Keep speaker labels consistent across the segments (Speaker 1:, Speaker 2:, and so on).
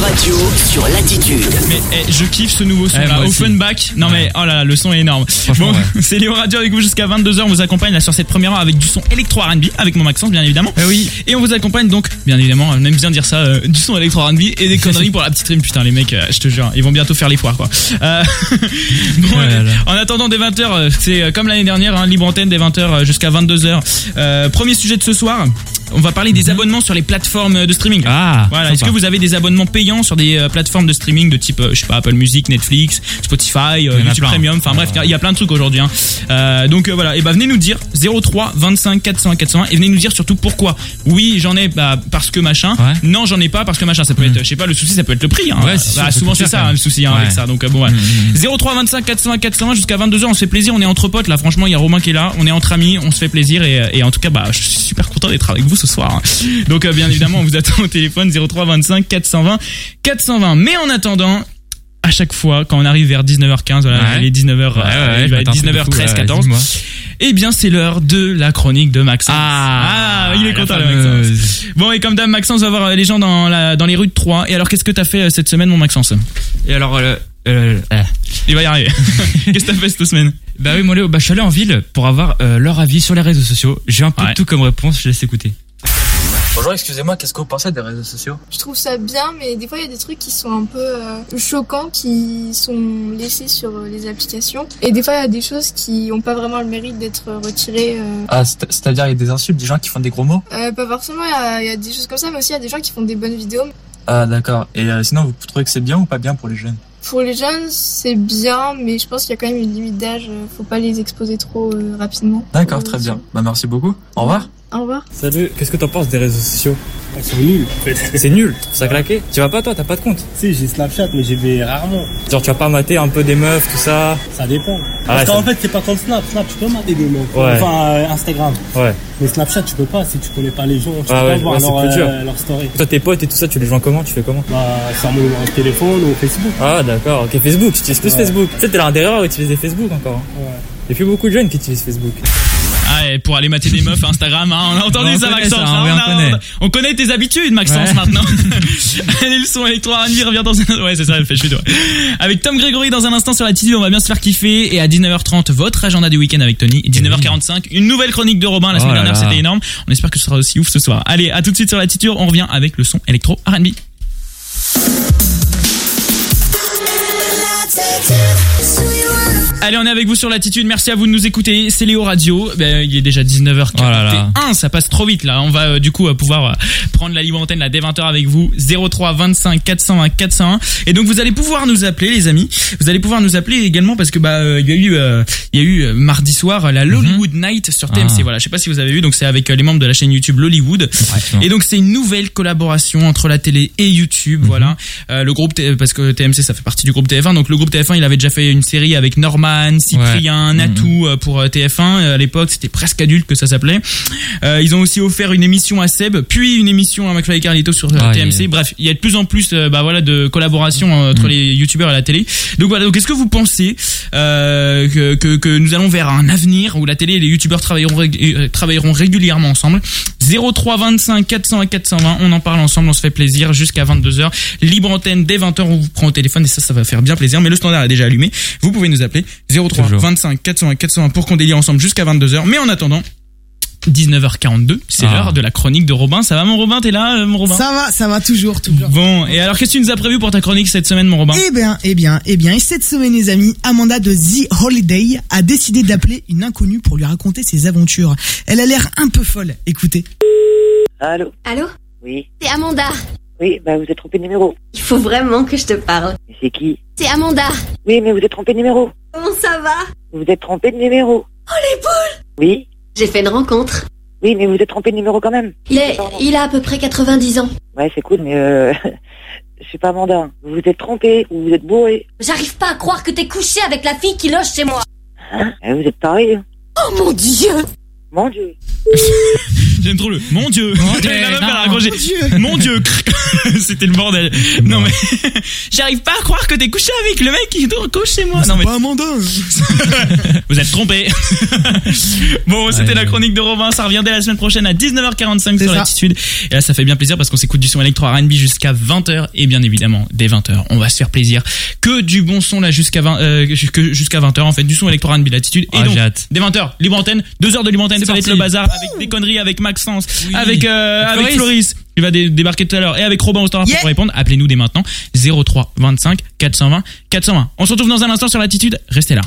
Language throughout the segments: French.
Speaker 1: radio sur Latitude.
Speaker 2: Mais eh, je kiffe ce nouveau son
Speaker 3: Eh,
Speaker 2: là,
Speaker 3: moi aussi.
Speaker 2: Offenbach. Non mais oh là là, le son est énorme.
Speaker 3: Franchement,
Speaker 2: Bon,
Speaker 3: ouais.
Speaker 2: c'est Léo Radio avec vous jusqu'à 22h. On vous accompagne là sur cette première heure avec du son électro R&B avec mon Maxence bien évidemment.
Speaker 3: Eh oui.
Speaker 2: Et on vous accompagne donc bien évidemment, on aime bien dire ça, euh, du son électro R&B et des conneries pour la petite rime. Putain les mecs, euh, je te jure, ils vont bientôt faire les foires quoi. Euh, bon,
Speaker 3: Oh là là.
Speaker 2: en attendant des 20h, euh, c'est euh, comme l'année dernière, hein, libre antenne des 20h jusqu'à 22h. Euh, premier sujet de ce soir, on va parler des abonnements sur les plateformes de streaming.
Speaker 3: Mhm. Ah,
Speaker 2: Voilà, est-ce que
Speaker 3: sympa.
Speaker 2: vous avez des abonnements payants sur des euh, plateformes de streaming de type, euh, je sais pas, Apple Music, Netflix, Spotify, euh,
Speaker 3: Il y en a
Speaker 2: YouTube
Speaker 3: plein. hein.
Speaker 2: Premium, enfin bref, il y a plein de trucs aujourd'hui. hein. Euh, donc euh, voilà, et bah venez nous dire 03 25 400 401 et venez nous dire surtout pourquoi. Oui, j'en ai bah, parce que machin.
Speaker 3: Ouais. Hmm.
Speaker 2: Non, j'en ai pas parce que machin. Ça peut être, je sais pas, le souci, ça peut être le prix. hein.
Speaker 3: Ouais, c'est sûr,
Speaker 2: Bah,
Speaker 3: ça
Speaker 2: souvent
Speaker 3: coûte
Speaker 2: c'est
Speaker 3: cher,
Speaker 2: ça
Speaker 3: quand
Speaker 2: hein,
Speaker 3: même.
Speaker 2: le souci hein,
Speaker 3: Ouais.
Speaker 2: avec ça. Donc euh, bon, ouais.
Speaker 3: Mhm.
Speaker 2: 03 25 401 401 jusqu'à 22h, on se fait plaisir, on est entre potes là, franchement, il y a Romain qui est là, on est entre amis, on se fait plaisir et, et en tout cas, bah, je suis super content d'être avec vous ce soir. hein. Donc euh, bien évidemment, on vous attend au téléphone 03 25 420 420. Mais en attendant, à chaque fois quand on arrive vers 19h15, voilà,
Speaker 3: Ouais.
Speaker 2: les 19h
Speaker 3: Ouais, ouais,
Speaker 2: euh, il va être
Speaker 3: attends, c'est
Speaker 2: 19h13
Speaker 3: beaucoup,
Speaker 2: 14.
Speaker 3: ouais, dis-moi.
Speaker 2: Eh bien, c'est l'heure de la chronique de Maxence.
Speaker 3: Ah,
Speaker 2: Ah, il est
Speaker 3: la
Speaker 2: content le
Speaker 3: fameuse.
Speaker 2: Maxence. Bon et comme d'hab Maxence on va voir euh, les gens dans la dans les rues de Troyes. Et alors qu'est-ce que t'as fait euh, cette semaine mon Maxence
Speaker 3: Et alors, euh, euh, euh,
Speaker 2: Il va y arriver. qu'est-ce que t'as fait cette semaine
Speaker 3: bah oui, mon Léo, bah, je suis allé en ville pour avoir euh, leur avis sur les réseaux sociaux. J'ai un peu
Speaker 2: Ouais.
Speaker 3: de tout comme réponse, je laisse écouter.
Speaker 4: Bonjour, excusez-moi, qu'est-ce que vous pensez des réseaux sociaux
Speaker 5: Je trouve ça bien, mais des fois il y a des trucs qui sont un peu euh, choquants, qui sont laissés sur euh, les applications. Et des fois il y a des choses qui n'ont pas vraiment le mérite d'être euh, retirées. euh.
Speaker 4: Ah, c'est- c'est-à-dire il y a des insultes, des gens qui font des gros mots
Speaker 5: Euh, pas forcément, il y, a- il y a des choses comme ça, mais aussi il y a des gens qui font des bonnes vidéos.
Speaker 4: Ah, d'accord. Et euh, sinon, vous trouvez que c'est bien ou pas bien pour les jeunes
Speaker 5: Pour les jeunes, c'est bien, mais je pense qu'il y a quand même une limite d'âge. euh, Faut pas les exposer trop euh, rapidement.
Speaker 4: D'accord,
Speaker 5: Euh,
Speaker 4: très bien. Bah, merci beaucoup. Au revoir.
Speaker 5: Au revoir.
Speaker 6: Salut, qu'est-ce que t'en penses des réseaux sociaux Ils sont nuls en fait. C'est nul, ça claqué. Tu vas pas toi, t'as pas de compte.
Speaker 7: Si, j'ai Snapchat, mais j'y vais rarement.
Speaker 6: Genre tu vas pas mater un peu des meufs, tout ça.
Speaker 7: Ça dépend.
Speaker 6: Ah ouais,
Speaker 7: Parce
Speaker 6: ça-
Speaker 7: qu'en fait, c'est pas comme Snap. Snap, tu peux mater des mecs.
Speaker 6: Ouais.
Speaker 7: Enfin, euh, Instagram.
Speaker 6: Ouais.
Speaker 7: Mais Snapchat, tu peux pas si tu connais pas les gens. Tu peux
Speaker 6: Ah
Speaker 7: pas
Speaker 6: ouais,
Speaker 7: voir
Speaker 6: ouais, c'est
Speaker 7: leur,
Speaker 6: plus
Speaker 7: euh, leur story.
Speaker 6: Toi tes potes et tout ça, tu les joins comment Tu fais comment
Speaker 7: Bah, sur mon numéro de téléphone ou Facebook.
Speaker 6: Ah d'accord, ok Facebook, tu utilises plus
Speaker 7: Ouais.
Speaker 6: Facebook. Tu sais t'es l'un des rares à utiliser Facebook encore. hein.
Speaker 7: Ouais.
Speaker 6: Il y a plus beaucoup de jeunes qui utilisent Facebook.
Speaker 3: Bah,
Speaker 2: Ah, et pour aller mater des meufs Instagram, hein, on a entendu
Speaker 3: On
Speaker 2: ça,
Speaker 3: connaît
Speaker 2: Maxence.
Speaker 3: ça,
Speaker 2: hein,
Speaker 3: oui,
Speaker 2: on,
Speaker 3: on
Speaker 2: a-
Speaker 3: connaît.
Speaker 2: on connaît tes habitudes, Maxence,
Speaker 3: Ouais.
Speaker 2: maintenant. Allez, le son électro, Annie revient dans un... Ouais, c'est ça, elle fait chute, ouais. Avec Tom Grégory dans un instant sur la Titu, on va bien se faire kiffer. Et à 19h30, votre agenda du week-end avec Tony. Et 19h45, une nouvelle chronique de Robin. La
Speaker 3: Eh Oh
Speaker 2: semaine
Speaker 3: là
Speaker 2: dernière,
Speaker 3: là.
Speaker 2: c'était énorme. On espère que ce sera aussi ouf ce soir. Allez, à tout de suite sur la Titu, on revient avec le son électro R&B. Allez, on est avec vous sur l'attitude. Merci à vous de nous écouter. C'est Léo Radio. Ben, il est déjà 19h41.
Speaker 3: Oh là là.
Speaker 2: Ça passe trop vite là. On va euh, du coup euh, pouvoir euh, prendre la libre antenne là dès 20h avec vous. 03 25 401 401. Et donc vous allez pouvoir nous appeler les amis. Vous allez pouvoir nous appeler également parce que bah euh, il y a eu euh, il y a eu euh, mardi soir euh, la Lollywood Night sur TMC.
Speaker 3: Mhm. Ah.
Speaker 2: Voilà, je sais pas si vous avez vu. Donc c'est avec euh, les membres de la chaîne YouTube Lollywood. Et donc c'est une nouvelle collaboration entre la télé et YouTube, voilà. Euh, le groupe T- parce que TMC ça fait partie du groupe TF1, donc le groupe TF1 il avait déjà fait une série avec Norman, Cyprien, Natou euh, pour euh, TF1 Euh, à l'époque c'était presque adulte que ça s'appelait. Euh, ils ont aussi offert une émission à Seb, puis une émission à McFly et Carlito sur euh,
Speaker 3: Ah,
Speaker 2: TMC.
Speaker 3: et-
Speaker 2: Bref, il y a de plus en plus euh, bah voilà de collaborations euh, entre
Speaker 3: Mhm.
Speaker 2: les youtubeurs et la télé. Donc voilà, donc est-ce que vous pensez euh, que, que que nous allons vers un avenir où la télé et les youtubeurs travailleront rég- euh, travailleront régulièrement ensemble 03 25 400 et 420, on en parle ensemble, on se fait plaisir jusqu'à 22h. Libre antenne dès 20h, on vous prend au téléphone et ça ça va faire bien plaisir mais le standard est déjà allumé. Vous pouvez nous appeler 03
Speaker 3: Toujours.
Speaker 2: 25 400 et 420 pour qu'on délire ensemble jusqu'à 22h. Mais en attendant 19h42, c'est
Speaker 3: Ah.
Speaker 2: l'heure de la chronique de Robin. Ça va mon Robin, t'es là euh, mon Robin
Speaker 8: Ça va, ça va toujours, toujours.
Speaker 2: Bon, et alors qu'est-ce que tu nous as prévu pour ta chronique cette semaine mon Robin
Speaker 8: Eh bien, eh bien, eh bien, et cette semaine, les amis, Amanda de The Holiday a décidé d'appeler une inconnue pour lui raconter ses aventures. Elle a l'air un peu folle. Écoutez.
Speaker 9: Allô
Speaker 10: Allô
Speaker 9: Oui,
Speaker 10: C'est Amanda.
Speaker 9: oui, bah vous êtes trompé de numéro.
Speaker 10: Il faut vraiment que je te parle.
Speaker 9: Mais c'est qui
Speaker 10: C'est Amanda.
Speaker 9: Oui, mais vous êtes trompé de numéro.
Speaker 10: Comment ça va
Speaker 9: Vous êtes trompé de numéro. Oh l'épaule Oui,
Speaker 10: J'ai fait une rencontre.
Speaker 9: oui, mais vous êtes trompé de numéro quand même.
Speaker 10: Il, est, il a à peu près 90 ans.
Speaker 9: Ouais, c'est cool, mais euh, je suis pas mandat. Vous vous êtes trompé ou vous êtes bourré.
Speaker 10: J'arrive pas à croire que t'es couché avec la fille qui loge chez moi.
Speaker 9: Hein Eh, vous êtes taré. hein.
Speaker 10: Oh mon dieu
Speaker 9: Mon Dieu.
Speaker 2: J'aime trop le. Mon Dieu.
Speaker 3: Mon Dieu,
Speaker 2: La meuf, elle a
Speaker 3: non.
Speaker 2: raccroché.
Speaker 8: Mon Dieu.
Speaker 2: Mon Dieu. C'était le bordel. Non mais j'arrive pas à croire que t'es couché avec le mec qui couche chez moi. Non mais
Speaker 8: Pas Amanda.
Speaker 2: vous êtes trompé. bon, c'était la chronique de Robin. Ça revient dès la semaine prochaine à 19h45
Speaker 8: C'est
Speaker 2: sur
Speaker 8: ça.
Speaker 2: l'attitude. Et là, ça fait bien plaisir parce qu'on s'écoute du son électro R&B jusqu'à 20h. Et bien évidemment, dès 20h, on va se faire plaisir. Que du bon son là jusqu'à 20, euh, jusque- jusqu'à 20h en fait, du son électro R&B l'attitude. Et
Speaker 3: Ah,
Speaker 2: donc,
Speaker 3: j'ai hâte.
Speaker 2: dès 20h, libre antenne, 2 heures de libre antenne,
Speaker 3: C'est
Speaker 2: ça va être
Speaker 3: parti.
Speaker 2: le bazar avec des conneries, avec Maxence,
Speaker 3: Oui.
Speaker 2: avec, euh,
Speaker 3: Avec
Speaker 2: avec
Speaker 3: Floris.
Speaker 2: Floris. Il va dé- débarquer tout à l'heure. Et avec Robin au standard
Speaker 8: Yeah.
Speaker 2: pour répondre. Appelez-nous dès maintenant. 03 25 420 420. On se retrouve dans un instant sur l'attitude. Restez là.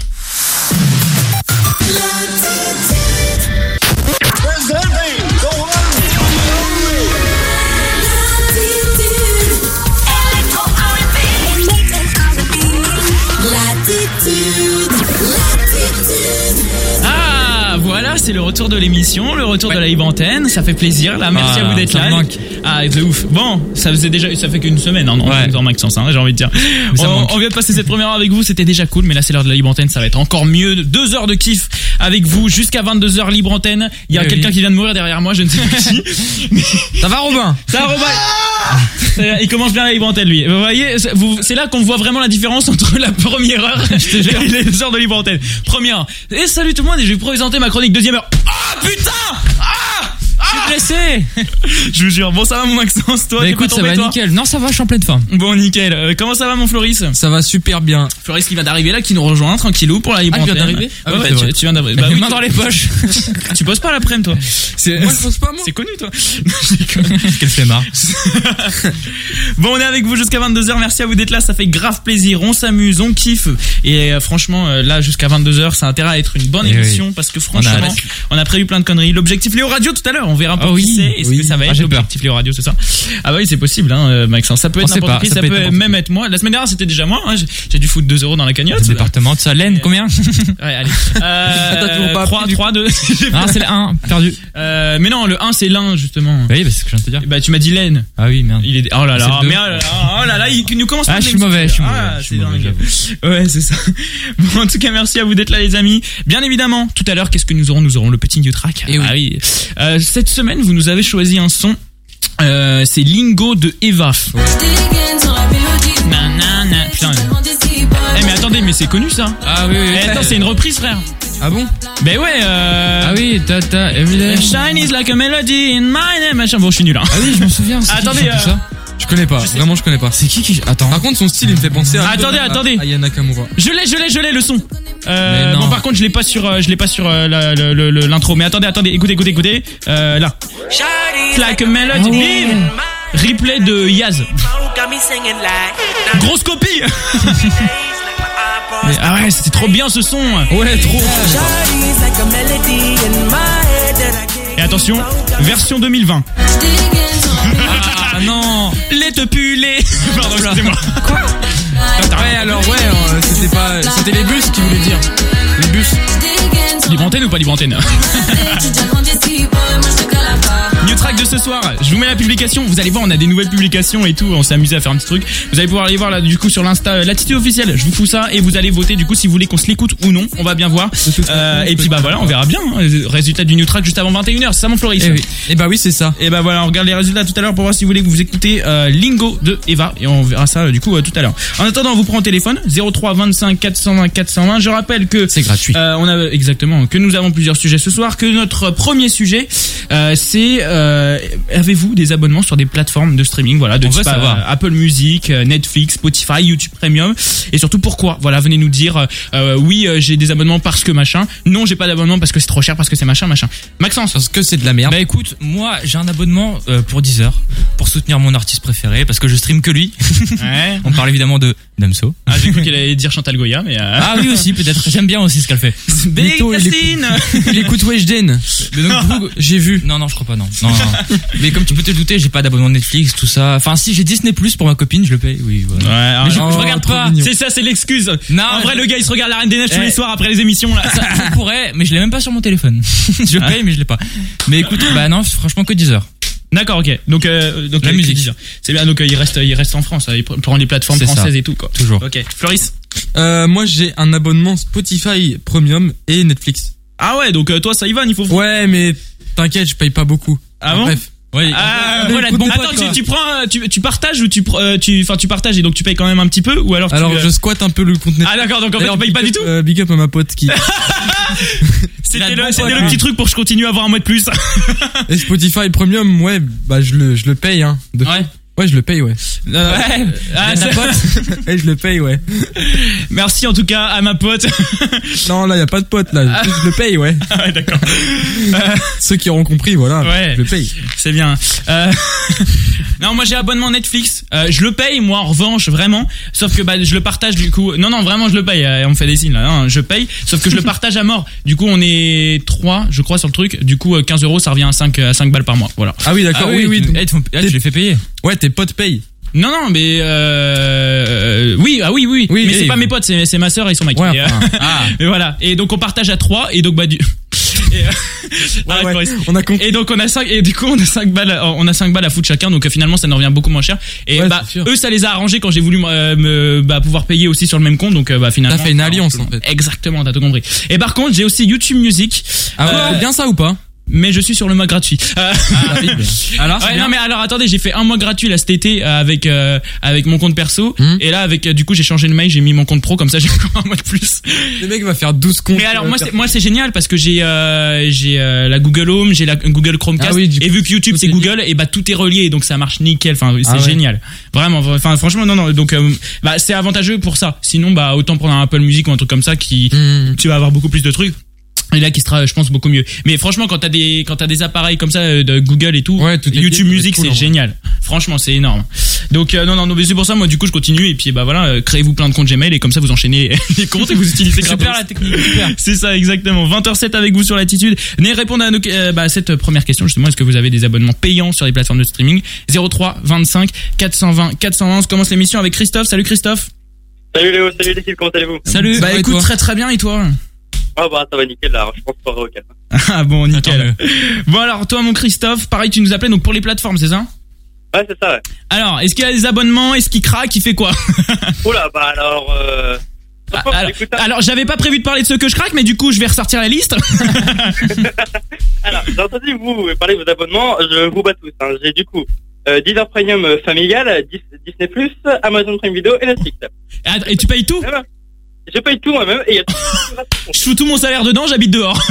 Speaker 2: Ah, voilà, c'est le retour de l'émission, le retour de la live antenne. Ça fait plaisir, là. Merci
Speaker 3: Ah,
Speaker 2: à vous d'être
Speaker 3: ça
Speaker 2: là.
Speaker 3: me manque.
Speaker 2: Ah, de ouf. Bon, ça faisait déjà, ça fait qu'une semaine, hein, non,
Speaker 3: Ouais.
Speaker 2: en Maxence, hein, j'ai envie de dire.
Speaker 3: ça me
Speaker 2: On,
Speaker 3: manque.
Speaker 2: on vient de passer cette première heure avec vous, c'était déjà cool, mais là, c'est l'heure de la libre antenne, ça va être encore mieux. Deux heures de kiff avec vous jusqu'à 22 h libre antenne. Il y a
Speaker 3: Oui,
Speaker 2: quelqu'un
Speaker 3: Eh oui.
Speaker 2: qui vient de mourir derrière moi, je ne sais pas qui.
Speaker 3: Ça va, Robin
Speaker 2: Ça, Robin- Ça, Il commence bien la libre antenne, lui. Vous voyez, c'est- vous- c'est là qu'on voit vraiment la différence entre la première heure et les deux heures de libre antenne. Première heure. Et salut tout le monde, et je vais vous présenter ma chronique deuxième heure. Ah, putain! Ah! Ah
Speaker 3: Je suis blessé
Speaker 2: je vous jure. Bon, ça va, mon Maxence, toi?
Speaker 3: Bah
Speaker 2: t'es
Speaker 3: écoute,
Speaker 2: pas
Speaker 3: ça
Speaker 2: tombé,
Speaker 3: va
Speaker 2: toi
Speaker 3: nickel. Non, ça va, je suis en pleine forme.
Speaker 2: Bon, nickel. Euh, comment ça va, mon Floris?
Speaker 3: Ça va super bien.
Speaker 2: Floris qui vient d'arriver là, qui nous rejoint tranquillou pour la libre
Speaker 3: Ah, je viens
Speaker 2: antenne.
Speaker 3: d'arriver Ah
Speaker 2: Ouais,
Speaker 3: oui,
Speaker 2: ouais,
Speaker 3: c'est
Speaker 2: tu,
Speaker 3: vrai.
Speaker 2: tu viens d'arriver. Bah
Speaker 3: les
Speaker 2: oui,
Speaker 3: mains
Speaker 2: tu-
Speaker 3: dans les poches.
Speaker 2: Tu poses pas l'après-midi, toi.
Speaker 3: C'est- Moi, je pense pas, moi.
Speaker 2: C'est connu, toi.
Speaker 3: Quel flemmard.
Speaker 2: Bon, on est avec vous jusqu'à 22h. Merci à vous d'être là. Ça fait grave plaisir. On s'amuse, on kiffe. Et euh, franchement, euh, là, jusqu'à 22h, ça a intérêt à être une bonne
Speaker 3: Eh oui.
Speaker 2: émission parce que franchement,
Speaker 3: hâte.
Speaker 2: on a, prévu plein de conneries. L'objectif Léo Radio tout à l'heure, on verra un peu
Speaker 3: Ah
Speaker 2: qui
Speaker 3: oui,
Speaker 2: c'est. Est-ce
Speaker 3: oui.
Speaker 2: que ça va
Speaker 3: Ah,
Speaker 2: être
Speaker 3: j'ai peur.
Speaker 2: l'objectif Léo Radio, c'est ça Ah bah oui, c'est possible, hein, euh, Maxence. Ça peut
Speaker 3: On
Speaker 2: être
Speaker 3: sait
Speaker 2: n'importe
Speaker 3: pas,
Speaker 2: qui, ça,
Speaker 3: ça peut
Speaker 2: peut,
Speaker 3: être n'importe
Speaker 2: même
Speaker 3: qui.
Speaker 2: être moi. La semaine dernière, c'était déjà moi. hein. J'ai- J'ai dû foutre 2 euros dans la cagnotte.
Speaker 3: Département de ça, laine, combien
Speaker 2: Ouais, allez. Euh,
Speaker 3: Attends, toujours pas
Speaker 2: 3,
Speaker 3: appris, du
Speaker 2: 3, 2.
Speaker 3: Ah, c'est le 1, perdu.
Speaker 2: Euh, mais non, le 1, c'est l'un, justement.
Speaker 3: Oui, bah, c'est ce que je viens de te dire.
Speaker 2: Bah, tu m'as dit laine.
Speaker 3: Ah oui, merde.
Speaker 2: Il est. Oh là là,
Speaker 3: C'est le
Speaker 2: mais
Speaker 3: deux.
Speaker 2: oh là là, oh là là, il il nous commence
Speaker 3: Ah,
Speaker 2: par
Speaker 3: je
Speaker 2: les
Speaker 3: suis mauvais, je suis
Speaker 2: Ah,
Speaker 3: mauvais, je suis
Speaker 2: c'est
Speaker 3: mauvais,
Speaker 2: dingue. Ouais, c'est ça. Bon, en tout cas, merci à vous d'être là, les amis. Bien évidemment, tout à l'heure, qu'est-ce que nous aurons Nous aurons le petit new track.
Speaker 3: Eh oui.
Speaker 2: Ah oui. Euh, cette semaine, vous nous avez choisi un son. Euh, c'est Lingo de Eva. Nanana. Putain. Eh mais attendez, mais c'est connu ça.
Speaker 3: Ah oui, oui.
Speaker 2: Eh, attends, c'est une reprise, frère.
Speaker 3: Ah bon
Speaker 2: Ben ouais. Euh...
Speaker 3: Ah oui, tata, Everyday.
Speaker 2: Shine is like a melody in my name. Machin. Bon, je suis nul. Hein.
Speaker 3: Ah oui, je m'en souviens. c'est qui
Speaker 2: Attendez,
Speaker 3: qui chante
Speaker 2: euh,
Speaker 3: ça Je connais pas, vraiment, je connais pas. C'est qui qui. Attends. Par contre, son style, il me fait penser à.
Speaker 2: Attendez,
Speaker 3: à-
Speaker 2: attendez.
Speaker 3: à Ayana Kamura.
Speaker 2: Je l'ai, je l'ai, je l'ai le son. Euh,
Speaker 3: Mais non.
Speaker 2: bon par contre je l'ai pas sur euh, je l'ai pas sur euh, la- le- le- le- l'intro mais attendez attendez écoutez écoutez écoutez euh, là Like a
Speaker 3: Ah
Speaker 2: melody
Speaker 3: ouais.
Speaker 2: Bim. replay de Euh, Yaz grosse copie Mais, ah ouais c'était trop bien ce son
Speaker 3: Ouais, trop.
Speaker 2: et attention version 2020
Speaker 3: Ah non.
Speaker 2: les te Ah puller pardon excusez-moi
Speaker 3: Ouais, alors, ouais, euh, c'était pas. C'était les bus qui voulaient dire. Les bus.
Speaker 2: libre antenne ou pas libre antenne New track de ce soir, je vous mets la publication, vous allez voir, on a des nouvelles publications et tout, on s'est amusé à faire un petit truc. Vous allez pouvoir aller voir là du coup sur l'Insta euh, l'attitude officielle, je vous fous ça et vous allez voter du coup si vous voulez qu'on se l'écoute ou non, on va bien voir. Euh, et puis bah voilà, on verra bien, hein, le résultat du new track juste avant 21h, c'est ça mon Floris
Speaker 3: Eh oui. Eh bah oui, c'est ça.
Speaker 2: Et bah voilà, on regarde les résultats tout à l'heure pour voir si vous voulez que vous écoutez euh, Lingo de Eva et on verra ça euh, du coup euh, tout à l'heure. En attendant, on vous prend au téléphone 03 25 420 420. Je rappelle que
Speaker 3: C'est gratuit.
Speaker 2: euh, on a exactement que nous avons plusieurs sujets ce soir. Que notre premier sujet, euh, c'est euh, avez-vous des abonnements sur des plateformes de streaming Voilà, de
Speaker 3: On veut
Speaker 2: type, euh,
Speaker 3: savoir.
Speaker 2: Apple Music, euh, Netflix, Spotify, YouTube Premium, et surtout pourquoi Voilà, venez nous dire euh, euh, oui euh, j'ai des abonnements parce que machin. Non, j'ai pas d'abonnement parce que c'est trop cher, parce que c'est machin, machin. Maxence,
Speaker 3: Parce que c'est de la merde. Bah écoute, moi j'ai un abonnement euh, pour 10 heures pour soutenir mon artiste préféré parce que je stream que lui.
Speaker 2: ouais.
Speaker 3: On parle évidemment de Damso.
Speaker 2: Ah, j'ai cru qu'il allait dire Chantal Goya, mais euh...
Speaker 3: Ah oui aussi peut-être. J'aime bien aussi ce qu'elle fait.
Speaker 2: Big
Speaker 3: Mytho, il
Speaker 2: Christine
Speaker 3: Il écoute Weshden. j'ai vu. Non non je crois pas non. Non, non, non. Mais comme tu peux te le douter, j'ai pas d'abonnement Netflix tout ça. Enfin si j'ai Disney Plus pour ma copine, je le paye. Oui voilà.
Speaker 2: Ouais, oh,
Speaker 3: Mais
Speaker 2: je,
Speaker 3: je- je
Speaker 2: regarde
Speaker 3: regarde pas.
Speaker 2: pas. C'est ça, c'est l'excuse.
Speaker 3: Non,
Speaker 2: En vrai,
Speaker 3: je-
Speaker 2: le gars, il se regarde la Reine des Neiges tous
Speaker 3: Eh.
Speaker 2: les soirs après les émissions là.
Speaker 3: ça, je pourrais, mais je l'ai même pas sur mon téléphone. je le paye mais je l'ai pas. Mais écoute, bah non franchement que 10 heures.
Speaker 2: D'accord, ok. Donc, euh, donc
Speaker 3: La
Speaker 2: euh,
Speaker 3: musique.
Speaker 2: c'est bien. C'est bien. Donc, euh, il reste, il reste en France. euh, Il pr- prend les plateformes
Speaker 3: C'est ça.
Speaker 2: françaises et tout, quoi.
Speaker 3: Toujours.
Speaker 2: Ok. Floris.
Speaker 3: Euh, moi j'ai un abonnement Spotify Premium et Netflix.
Speaker 2: Ah ouais. Donc euh, toi, ça y va, il faut.
Speaker 3: Ouais mais t'inquiète, je paye pas beaucoup.
Speaker 2: Ah bon
Speaker 3: Bref. Ouais,
Speaker 2: Ah,
Speaker 3: Mais
Speaker 2: voilà,
Speaker 3: écoute
Speaker 2: bon,
Speaker 3: mon pote,
Speaker 2: attends,
Speaker 3: quoi.
Speaker 2: tu, tu prends, euh, tu, tu partages ou tu, pr- euh, tu, enfin, tu partages et donc tu payes quand même un petit peu ou alors tu,
Speaker 3: Alors
Speaker 2: euh,
Speaker 3: je squatte un peu le contenu. Euh,
Speaker 2: Ah d'accord, donc en fait tu payes pas du tout.
Speaker 3: big up à ma pote qui.
Speaker 2: C'était le,
Speaker 3: bon
Speaker 2: c'était
Speaker 3: pote,
Speaker 2: le
Speaker 3: hein.
Speaker 2: petit truc pour que je continue à avoir un mois de plus.
Speaker 3: Et Spotify Premium, ouais, bah je le, je le paye, hein. de-
Speaker 2: Ouais.
Speaker 3: Ouais, je le paye, ouais.
Speaker 2: Ouais. Ah,
Speaker 3: ta
Speaker 2: c'est-
Speaker 3: pote Et je le paye, ouais.
Speaker 2: Merci en tout cas à ma pote.
Speaker 3: Non, là, y a pas de pote, là. Je le paye, ouais.
Speaker 2: Ah ouais, d'accord.
Speaker 3: Ceux qui auront compris, voilà.
Speaker 2: Ouais.
Speaker 3: Je le paye.
Speaker 2: C'est bien. Euh, non, moi j'ai abonnement Netflix. Euh, je le paye moi en revanche vraiment. Sauf que bah, je le partage du coup. Non non vraiment je le paye. Euh, on me fait des signes là. hein. je paye. Sauf que je le partage à mort. Du coup on est 3 je crois sur le truc. Du coup euh, 15 euros ça revient à 5 à 5 balles par mois. Voilà.
Speaker 3: Ah oui, d'accord,
Speaker 2: Ah
Speaker 3: oui,
Speaker 2: oui,
Speaker 3: oui.
Speaker 2: tu-
Speaker 3: donc-
Speaker 2: tu les fais payer.
Speaker 3: Ouais, tes potes payent.
Speaker 2: Non non mais euh, euh, oui ah oui oui.
Speaker 3: Oui,
Speaker 2: mais
Speaker 3: oui.
Speaker 2: c'est pas mes potes c'est c'est ma sœur et son mec.
Speaker 3: Ouais,
Speaker 2: Et, euh,
Speaker 3: enfin,
Speaker 2: Ah. Mais voilà. Et donc on partage à 3 et donc bah du. Et, euh, arrête,
Speaker 3: Ah ouais,
Speaker 2: Maurice.
Speaker 3: on a compris.
Speaker 2: Et donc on a 5 et du coup on a 5 balles euh, on a 5 balles à foutre chacun donc euh, finalement ça nous revient beaucoup moins cher et
Speaker 3: Ouais,
Speaker 2: bah
Speaker 3: c'est sûr.
Speaker 2: eux ça les a arrangés quand j'ai voulu euh, me bah, pouvoir payer aussi sur le même compte donc euh, bah finalement
Speaker 3: T'as fait une alliance, en fait.
Speaker 2: Exactement, t'as tout compris. Et par contre, j'ai aussi YouTube Music.
Speaker 3: Ah ouais, Ah,
Speaker 2: Euh,
Speaker 3: c'est bien ça ou pas
Speaker 2: mais je suis sur le mois gratuit. Euh,
Speaker 3: Alors,
Speaker 2: ouais, non mais alors attendez, j'ai fait un mois gratuit là cet été euh, avec euh, avec mon compte perso
Speaker 3: Hmm.
Speaker 2: et là avec euh, du coup j'ai changé le mail, j'ai mis mon compte pro comme ça j'ai encore un mois de plus.
Speaker 3: le mec va faire 12 comptes.
Speaker 2: Mais alors
Speaker 3: euh,
Speaker 2: moi c'est moi c'est génial parce que j'ai euh, j'ai euh, la Google Home, j'ai la Google Chromecast
Speaker 3: Ah oui, du
Speaker 2: et
Speaker 3: coup,
Speaker 2: vu que YouTube
Speaker 3: tout
Speaker 2: c'est
Speaker 3: est
Speaker 2: Google et bah tout est relié donc ça marche nickel enfin c'est
Speaker 3: Ah ouais.
Speaker 2: génial. Vraiment enfin franchement non non donc euh, bah c'est avantageux pour ça. Sinon bah autant prendre un Apple Music ou un truc comme ça qui
Speaker 3: Mmh.
Speaker 2: tu vas avoir beaucoup plus de trucs. Et là qui sera je pense beaucoup mieux. Mais franchement quand t'as des quand t'as des appareils comme ça euh, de Google et tout
Speaker 3: Ouais, tout est lié,
Speaker 2: YouTube
Speaker 3: tout est
Speaker 2: Music
Speaker 3: cool, en
Speaker 2: c'est
Speaker 3: vrai.
Speaker 2: génial. Franchement c'est énorme. Donc euh, non non non mais c'est pour ça moi du coup je continue et puis bah voilà euh, créez-vous plein de comptes Gmail et comme ça vous enchaînez les comptes et vous utilisez
Speaker 3: Super la
Speaker 2: technique C'est ça exactement. 20h07 avec vous sur l'attitude. Venez répondre à nos, euh, bah, cette première question justement est-ce que vous avez des abonnements payants sur les plateformes de streaming 03 25 420 411 commence l'émission avec Christophe. Salut Christophe.
Speaker 11: Salut Léo, salut l'équipe, comment allez-vous
Speaker 2: Salut. Bah écoute très très bien et toi
Speaker 11: Ah bah ça va nickel là, je pense qu'on va au calme.
Speaker 2: Ah bon nickel. Bon alors toi mon Christophe, pareil tu nous appelais donc pour les plateformes, c'est ça
Speaker 11: Ouais c'est ça ouais.
Speaker 2: Alors, est-ce qu'il y a des abonnements Est-ce qu'il craque Il fait quoi
Speaker 11: Oula bah alors euh...
Speaker 2: Ah, alors, alors, j'avais pas prévu de parler de ce que je craque, mais du coup, je vais ressortir la liste.
Speaker 11: Alors j'ai entendu vous parler de vos abonnements, je vous bats tous. Hein. J'ai du coup euh, Deezer Premium euh, familial, Dis- Disney+, Amazon Prime Video et Netflix.
Speaker 2: Ah, Et tu payes tout
Speaker 11: Je paye tout moi-même et il y a tout
Speaker 2: Je fous tout mon salaire dedans, j'habite dehors.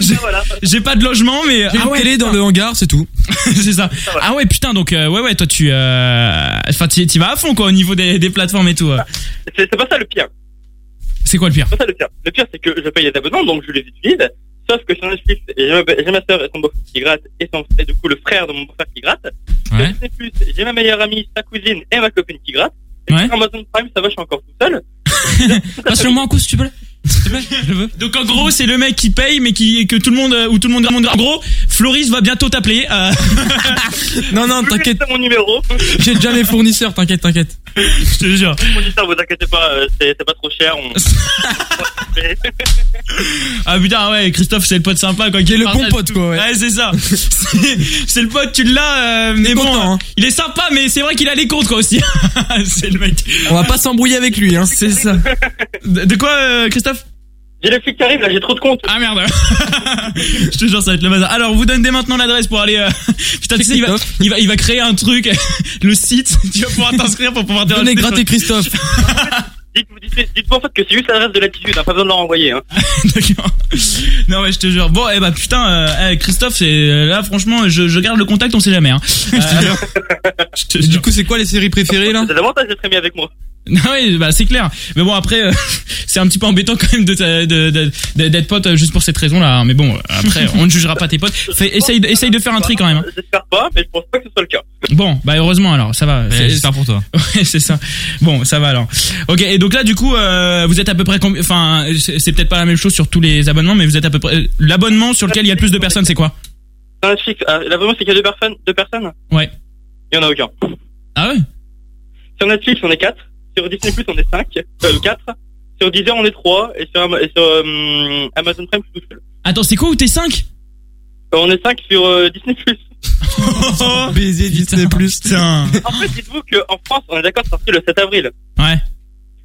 Speaker 2: J'ai-
Speaker 11: voilà.
Speaker 2: J'ai pas de logement, mais
Speaker 3: J'ai
Speaker 2: ah
Speaker 3: une
Speaker 2: ouais,
Speaker 3: télé dans le hangar, c'est tout.
Speaker 2: c'est ça. Ah ouais, putain, donc euh, ouais, ouais, toi tu, euh, enfin, tu tu vas à fond quoi au niveau des, des plateformes et tout. euh.
Speaker 11: C'est c'est pas ça le pire.
Speaker 2: C'est quoi le pire
Speaker 11: C'est pas ça le pire. Le pire c'est que je paye les abonnements donc je les utilise. Sauf que sur Netflix, j'ai ma, j'ai ma soeur et son beau-frère qui gratte et, son, et du coup le frère de mon beau-frère qui gratte. Sur
Speaker 3: Ouais.
Speaker 11: Disney+, j'ai ma meilleure amie, sa cousine et ma copine qui gratte. Et
Speaker 2: Ouais.
Speaker 11: sur Amazon Prime, ça va, je suis encore tout seul.
Speaker 3: Passe-le-moi un coup, s'il te plaît. S'il te plaît, je le veux.
Speaker 2: Donc en gros, c'est le mec qui paye, mais qui que tout le monde euh, ou tout le monde. En gros, Floris va bientôt t'appeler. euh.
Speaker 3: Non,
Speaker 2: Oh,
Speaker 3: non, t'inquiète.
Speaker 11: C'est mon numéro.
Speaker 3: J'ai déjà mes fournisseurs, t'inquiète, t'inquiète.
Speaker 2: je te jure.
Speaker 11: Mon histoire, vous inquiétez pas, euh, c'est c'est pas trop cher. On... Mais-
Speaker 2: Ah putain ouais Christophe c'est le pote sympa quoi
Speaker 3: Qui
Speaker 2: qui
Speaker 3: est le
Speaker 2: partage
Speaker 3: bon pote,
Speaker 2: tout.
Speaker 3: quoi, ouais.
Speaker 2: ouais, c'est ça c'est c'est le pote tu l'as euh, mais bon
Speaker 3: content, hein.
Speaker 2: il est sympa mais c'est vrai qu'il a les comptes quoi aussi c'est le mec
Speaker 3: On va pas s'embrouiller avec lui, hein.
Speaker 2: c'est ça de, de quoi euh, Christophe
Speaker 11: J'ai les flics qui arrivent, là, j'ai trop de comptes.
Speaker 2: ah merde je te jure ça va être le bazar alors on vous donne dès maintenant l'adresse pour aller euh, putain tu sais il va,
Speaker 3: Christophe.
Speaker 2: il va il va créer un truc le site tu vas pouvoir t'inscrire pour pouvoir te
Speaker 3: Venez
Speaker 2: rajouter
Speaker 3: gratter Christophe.
Speaker 11: Dites-vous dites, dites en fait que c'est juste l'adresse de l'attitude, hein, pas besoin de leur envoyer. Hein.
Speaker 2: D'accord. Non mais je te jure. Bon et eh bah putain euh, eh, Christophe c'est là franchement je, je garde le contact on sait jamais hein. Euh, je te
Speaker 3: Et
Speaker 2: jure.
Speaker 3: Du coup, c'est quoi les séries préférées, là
Speaker 11: C'est l'avantage d'être ami avec moi.
Speaker 2: Non oui, bah c'est clair. Mais bon après euh, c'est un petit peu embêtant quand même de ta- de- de- de- d'être pote euh, juste pour cette raison là. Mais bon euh, après on ne jugera pas tes potes. Fais, essaye de- essaye de faire un tri quand même. hein.
Speaker 11: J'espère pas, mais je pense pas que ce soit le cas.
Speaker 2: Bon bah heureusement alors ça va. C'est-
Speaker 3: J'espère pour toi.
Speaker 2: Ouais, c'est ça. Bon ça va alors. Ok et donc là du coup euh, vous êtes à peu près combien Enfin c'est c'est peut-être pas la même chose sur tous les abonnements mais vous êtes à peu près euh, l'abonnement sur lequel il y a le plus de personnes c'est quoi
Speaker 11: Sur Netflix, euh, l'abonnement, c'est qu'il y a deux personnes, deux personnes
Speaker 2: Ouais.
Speaker 11: Il y en a aucun.
Speaker 2: Ah ouais.
Speaker 11: Sur Netflix, on est 4. Sur Disney+, on est 5. Euh, 4. Sur Deezer, on est 3. Et sur, Ama- et sur euh, Amazon Prime, je suis tout seul.
Speaker 2: Attends, c'est quoi où t'es 5
Speaker 11: Euh, on est 5 sur euh, Disney+.
Speaker 3: Baiser Disney+. Plus.
Speaker 2: Putain.
Speaker 11: En fait, dites-vous qu'en France, on est d'accord, c'est sorti le 7 avril.
Speaker 2: Ouais.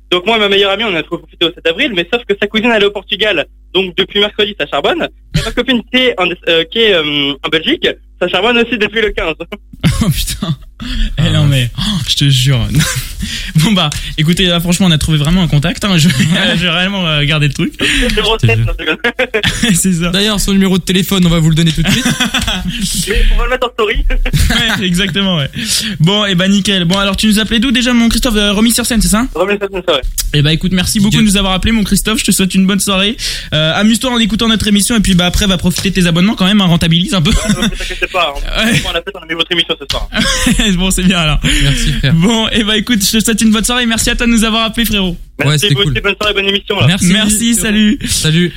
Speaker 11: Donc moi, et ma meilleure amie, on a trouvé profité au 7 avril, mais sauf que sa cousine, elle est au Portugal. Donc depuis mercredi, ça charbonne. Et ma copine qui est en, euh, qui est, euh, en Belgique, Ça charbonne aussi depuis le 15.
Speaker 2: Oh putain. Eh non mais, oh, je te jure. bon bah, écoutez, là, franchement, on a trouvé vraiment un contact. hein. Je, je vais réellement euh, garder le truc. C'est ça.
Speaker 3: D'ailleurs, son numéro de téléphone, on va vous le donner tout de suite.
Speaker 11: on va le mettre en story.
Speaker 2: ouais, exactement, ouais. Bon, et bah nickel. Bon, alors tu nous appelais d'où déjà, mon Christophe euh, Remis sur scène, c'est ça
Speaker 11: Remis sur scène, c'est vrai.
Speaker 2: Et bah écoute, merci beaucoup de nous avoir appelé, mon Christophe. Je te souhaite une bonne soirée. Euh, Amuse-toi en écoutant notre émission et puis bah après, va profiter de tes abonnements quand même, hein, rentabilise un peu.
Speaker 11: Ne t'inquiète pas, on on a fait on a mis votre émission ce soir.
Speaker 2: bon, c'est bien alors. Merci frère. Bon, et bah écoute, je te souhaite une bonne soirée. Merci à toi de nous avoir appelé, frérot.
Speaker 11: Merci vous aussi, bonne soirée, bonne émission. Là.
Speaker 2: Merci, salut.
Speaker 3: Salut.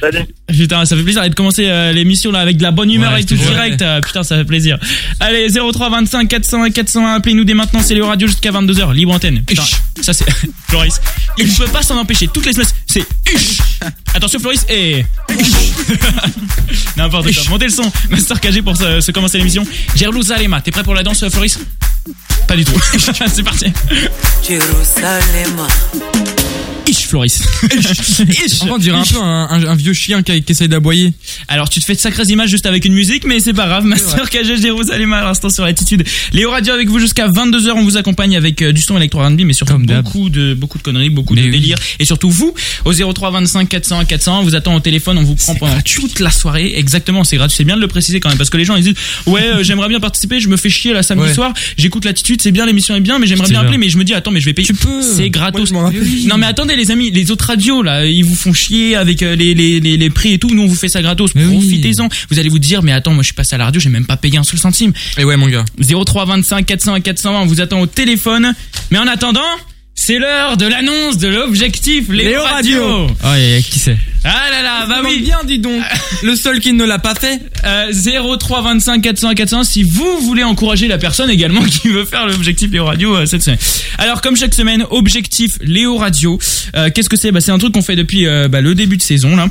Speaker 2: Putain, ça fait plaisir de commencer euh, l'émission là avec de la bonne humeur
Speaker 3: Ouais,
Speaker 2: et tout
Speaker 3: c'était
Speaker 2: direct. euh, putain, ça fait plaisir. Allez, 03 25 401 401, appelez-nous dès maintenant, c'est le radio jusqu'à 22h, libre antenne. Putain, ça c'est Floris. Il ne peut pas s'en empêcher. Toutes les semaines, c'est Huch. Attention Floris et N'importe quoi. Montez le son. Master KG pour se, se commencer l'émission. Jerusalema, t'es prêt pour la danse euh, Floris Pas du tout. c'est parti.
Speaker 1: Jérusalem.
Speaker 2: Ich Floris.
Speaker 3: Enfin, on dirait un peu un, un- un vieux chien qui, qui essaye d'aboyer.
Speaker 2: Alors tu te fais de sacrées images juste avec une musique, mais c'est pas grave. Master KG Jérusalem à l'instant sur l'attitude. Léo Radio avec vous jusqu'à 22h. On vous accompagne avec euh, du son électro R&B, mais surtout beaucoup de beaucoup de conneries, beaucoup de délire, et surtout vous au 03 25 400 400. On vous attend au téléphone, on vous prend pendant toute la soirée. Exactement, c'est gratuit. C'est bien de le préciser quand même, parce que les gens ils disent ouais euh, j'aimerais bien participer, je me fais chier là samedi
Speaker 3: Ouais.
Speaker 2: soir, j'écoute l'attitude, c'est bien l'émission est bien, mais j'aimerais
Speaker 3: C'est
Speaker 2: bien appeler,
Speaker 3: vrai.
Speaker 2: mais je me dis attends mais je vais payer. C'est gratos. non mais attendez les amis, les autres radios là, ils vous font chier avec euh, les, les, les, les prix et tout. Nous on vous fait ça gratos. Profitez-en. Vous allez vous dire mais attends moi je suis passé à la radio, j'ai même pas payé un seul centime.
Speaker 3: Et Eh ouais mon gars.
Speaker 2: 03 25 400 et 420, on vous attend au téléphone. Mais en attendant, c'est l'heure de l'annonce de l'objectif Léo, Radio.
Speaker 3: Ah, et- et qui c'est
Speaker 2: Ah là là, bah oui. bien dis donc.
Speaker 3: Le seul qui ne l'a pas fait.
Speaker 2: Euh, 03 25 400 400 si vous voulez encourager la personne également qui veut faire l'objectif Léo Radio euh, cette semaine. Alors comme chaque semaine, objectif Léo Radio. Euh, Qu'est-ce que c'est bah, C'est un truc qu'on fait depuis euh, bah, le début de saison là.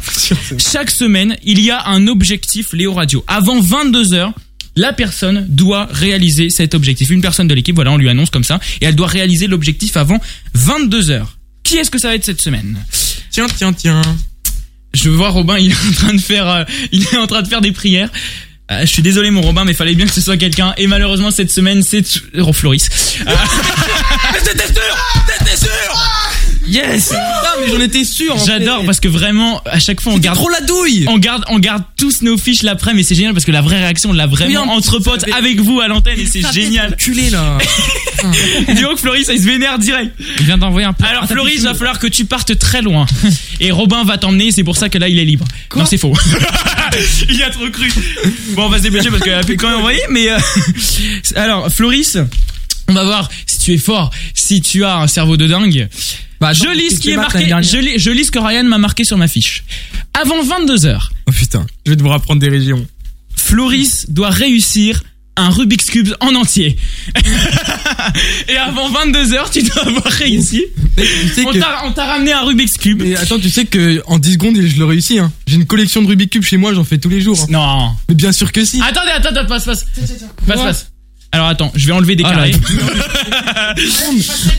Speaker 2: chaque semaine, il y a un objectif Léo Radio. Avant 22 heures. La personne doit réaliser cet objectif. Une personne de l'équipe, voilà, on lui annonce comme ça, et elle doit réaliser l'objectif avant 22 heures. Qui est-ce que ça va être cette semaine
Speaker 3: Tiens, tiens, tiens.
Speaker 2: Je vois Robin, il est en train de faire, euh, il est en train de faire des prières. Euh, je suis désolé mon Robin, mais fallait bien que ce soit quelqu'un. Et malheureusement cette semaine c'est oh, Floris. Euh,
Speaker 1: C'était sûr C'était sûr
Speaker 2: yes.
Speaker 3: mais j'en étais sûr. en
Speaker 2: Ah, J'adore parce que vraiment à chaque fois on garde
Speaker 3: trop la douille.
Speaker 2: On garde, on garde tous nos fiches l'après, mais c'est génial parce que la vraie réaction on l'a vraiment
Speaker 3: Merde,
Speaker 2: entre potes avec vous à l'antenne et c'est génial.
Speaker 3: Culé là.
Speaker 2: Dis donc Floris, il se vénère direct.
Speaker 3: Il vient d'envoyer
Speaker 12: Ah,
Speaker 3: un.
Speaker 2: Alors Floris, il va falloir que tu partes très loin. Et Robin va t'emmener, c'est pour ça que là il est libre. non, c'est faux. il a trop cru. Bon, on va se dépêcher parce qu'elle a pu quand même envoyer, mais euh, alors Floris, on va voir si tu es fort, si tu as un cerveau de dingue.
Speaker 3: Bah, attends,
Speaker 2: je lis ce qui
Speaker 3: tu
Speaker 2: est
Speaker 3: marques
Speaker 2: marqué,
Speaker 3: l'année dernière.
Speaker 2: je lis, je lis ce que Ryan m'a marqué sur ma fiche. Avant 22h,
Speaker 3: Oh putain, je vais devoir apprendre des régions.
Speaker 2: Floris doit réussir un Rubik's Cube en entier. Et avant 22h, tu dois avoir réussi.
Speaker 3: Tu sais
Speaker 2: On
Speaker 3: que-
Speaker 2: t'a on t'a ramené un Rubik's Cube.
Speaker 3: Mais attends, tu sais que en 10 secondes, je le réussis. Hein. J'ai une collection de Rubik's Cube chez moi, j'en fais tous les jours. hein.
Speaker 2: Non.
Speaker 3: Mais bien sûr que si.
Speaker 2: Attendez, attends, attends, passe, passe. Passe, passe. Alors attends, je vais enlever des
Speaker 3: Ah,
Speaker 2: carrés.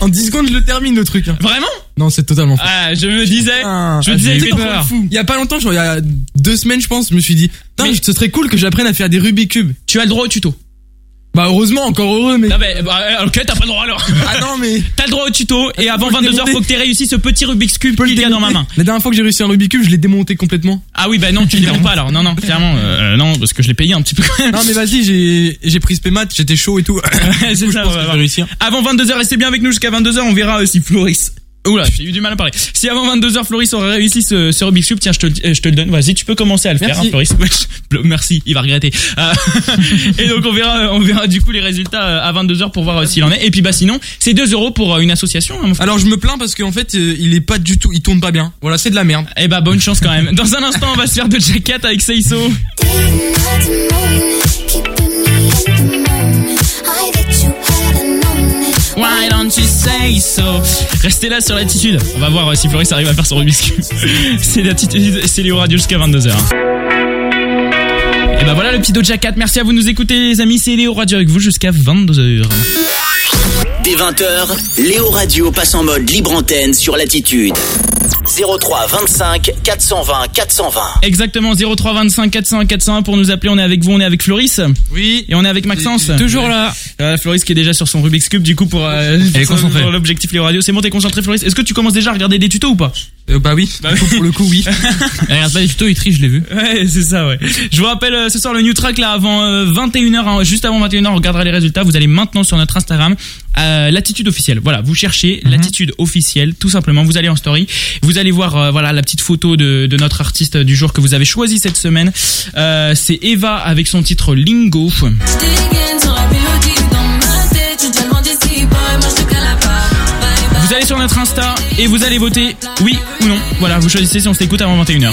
Speaker 3: En 10 secondes, je le termine le truc. hein.
Speaker 2: Vraiment
Speaker 3: Non, c'est totalement faux.
Speaker 2: Ah, je me disais,
Speaker 3: Ah,
Speaker 2: je me disais,
Speaker 3: j'ai
Speaker 2: il fait
Speaker 3: eu
Speaker 2: peur.
Speaker 3: Il y a pas longtemps, genre il y a deux semaines, je pense, je me suis dit, putain, ce serait cool que j'apprenne à faire des Rubik's Cube.
Speaker 2: Tu as le droit au tuto.
Speaker 3: Bah heureusement, encore heureux, mais
Speaker 2: Non mais, bah, ok, t'as pas le droit alors.
Speaker 3: ah non mais
Speaker 2: T'as le droit au tuto et avant
Speaker 3: faut Ah, le
Speaker 2: 22h, faut
Speaker 3: démonter.
Speaker 2: que t'aies réussi ce petit Rubik's Cube
Speaker 3: peux le
Speaker 2: qu'il y a dans ma
Speaker 3: démonter.
Speaker 2: main.
Speaker 3: La dernière fois que j'ai réussi un Rubik's Cube, je l'ai démonté complètement.
Speaker 2: Ah oui, bah non, tu ne démontes pas alors. Non, non, clairement, euh, non, parce que je l'ai payé un petit peu quand même.
Speaker 3: Non mais vas-y, j'ai j'ai pris spémat, j'étais chaud et tout.
Speaker 2: C'est ça, on va voir.
Speaker 3: réussir.
Speaker 2: Avant 22h, restez bien avec nous jusqu'à 22h, on verra euh, si Floris. Oula, j'ai eu du mal à parler. Si avant 22h, Floris aurait réussi ce, ce Rubik's Cube, tiens, je te, le dis- euh, je te le donne. Vas-y, tu peux commencer à le faire,
Speaker 3: Merci.
Speaker 2: hein, Floris. Wesh, Flo- Merci, il va regretter. Euh, et donc, on verra, euh, on verra du coup les résultats euh, à 22h pour voir euh, s'il en est. Et puis, bah, sinon, c'est 2 euros pour euh, une association. hein, mon frère.
Speaker 3: Alors je me plains parce qu'en fait, euh, il est pas du tout, il tourne pas bien. Voilà, c'est de la merde.
Speaker 2: Eh bah, bonne chance quand même. Dans un instant, on va se faire de jacket avec Seiso. Why don't you say so? Restez là sur l'attitude. On va voir euh, si Floris arrive à faire son Rubik's Cube. c'est l'attitude, euh, c'est Léo Radio jusqu'à 22h. Et bah voilà le petit Doja Cat. Merci à vous de nous écouter, les amis. C'est Léo Radio avec vous jusqu'à 22h.
Speaker 1: Dès 20h, Léo Radio passe en mode libre antenne sur l'attitude.
Speaker 13: 03 25 420 420.
Speaker 2: Exactement, 0325 400 401 pour nous appeler. On est avec vous, on est avec Floris. Oui. Et on est avec Maxence. Toujours là. Floris qui est déjà sur son Rubik's Cube, du coup, pour, euh,
Speaker 3: est
Speaker 2: pour-
Speaker 3: concentrée.
Speaker 2: pour l'objectif Léo Radio. C'est bon, t'es concentré, Floris. Est-ce que tu commences déjà à regarder des tutos ou pas
Speaker 3: Bah oui. Pour le coup, oui. Elle regarde pas les tutos, il triche, je l'ai vu.
Speaker 2: Ouais, c'est ça, ouais. Je vous rappelle, euh, ce soir, le New Track, là, avant euh, 21h, hein, juste avant 21h, on regardera les résultats. Vous allez maintenant sur notre Instagram, euh, l'attitude officielle. Voilà, vous cherchez
Speaker 3: Mhm.
Speaker 2: l'attitude officielle, tout simplement. Vous allez en story, vous allez voir, euh, voilà, la petite photo de, de notre artiste du jour que vous avez choisi cette semaine. Euh, c'est Eva avec son titre Lingo. Vous allez sur notre Insta et vous allez voter oui ou non. Voilà, vous choisissez si on s'écoute avant 21h.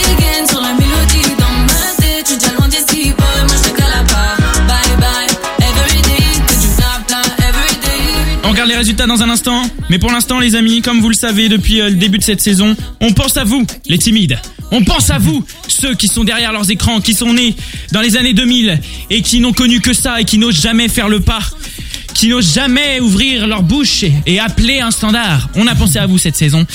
Speaker 2: On regarde les résultats dans un instant, mais pour l'instant les amis, comme vous le savez depuis euh, le début de cette saison, on pense à vous, les timides. On pense à vous, ceux qui sont derrière leurs écrans, qui sont nés dans les années 2000 et qui n'ont connu que ça et qui n'osent jamais faire le pas, qui n'osent jamais ouvrir leur bouche et- et appeler un standard. On a pensé à vous cette saison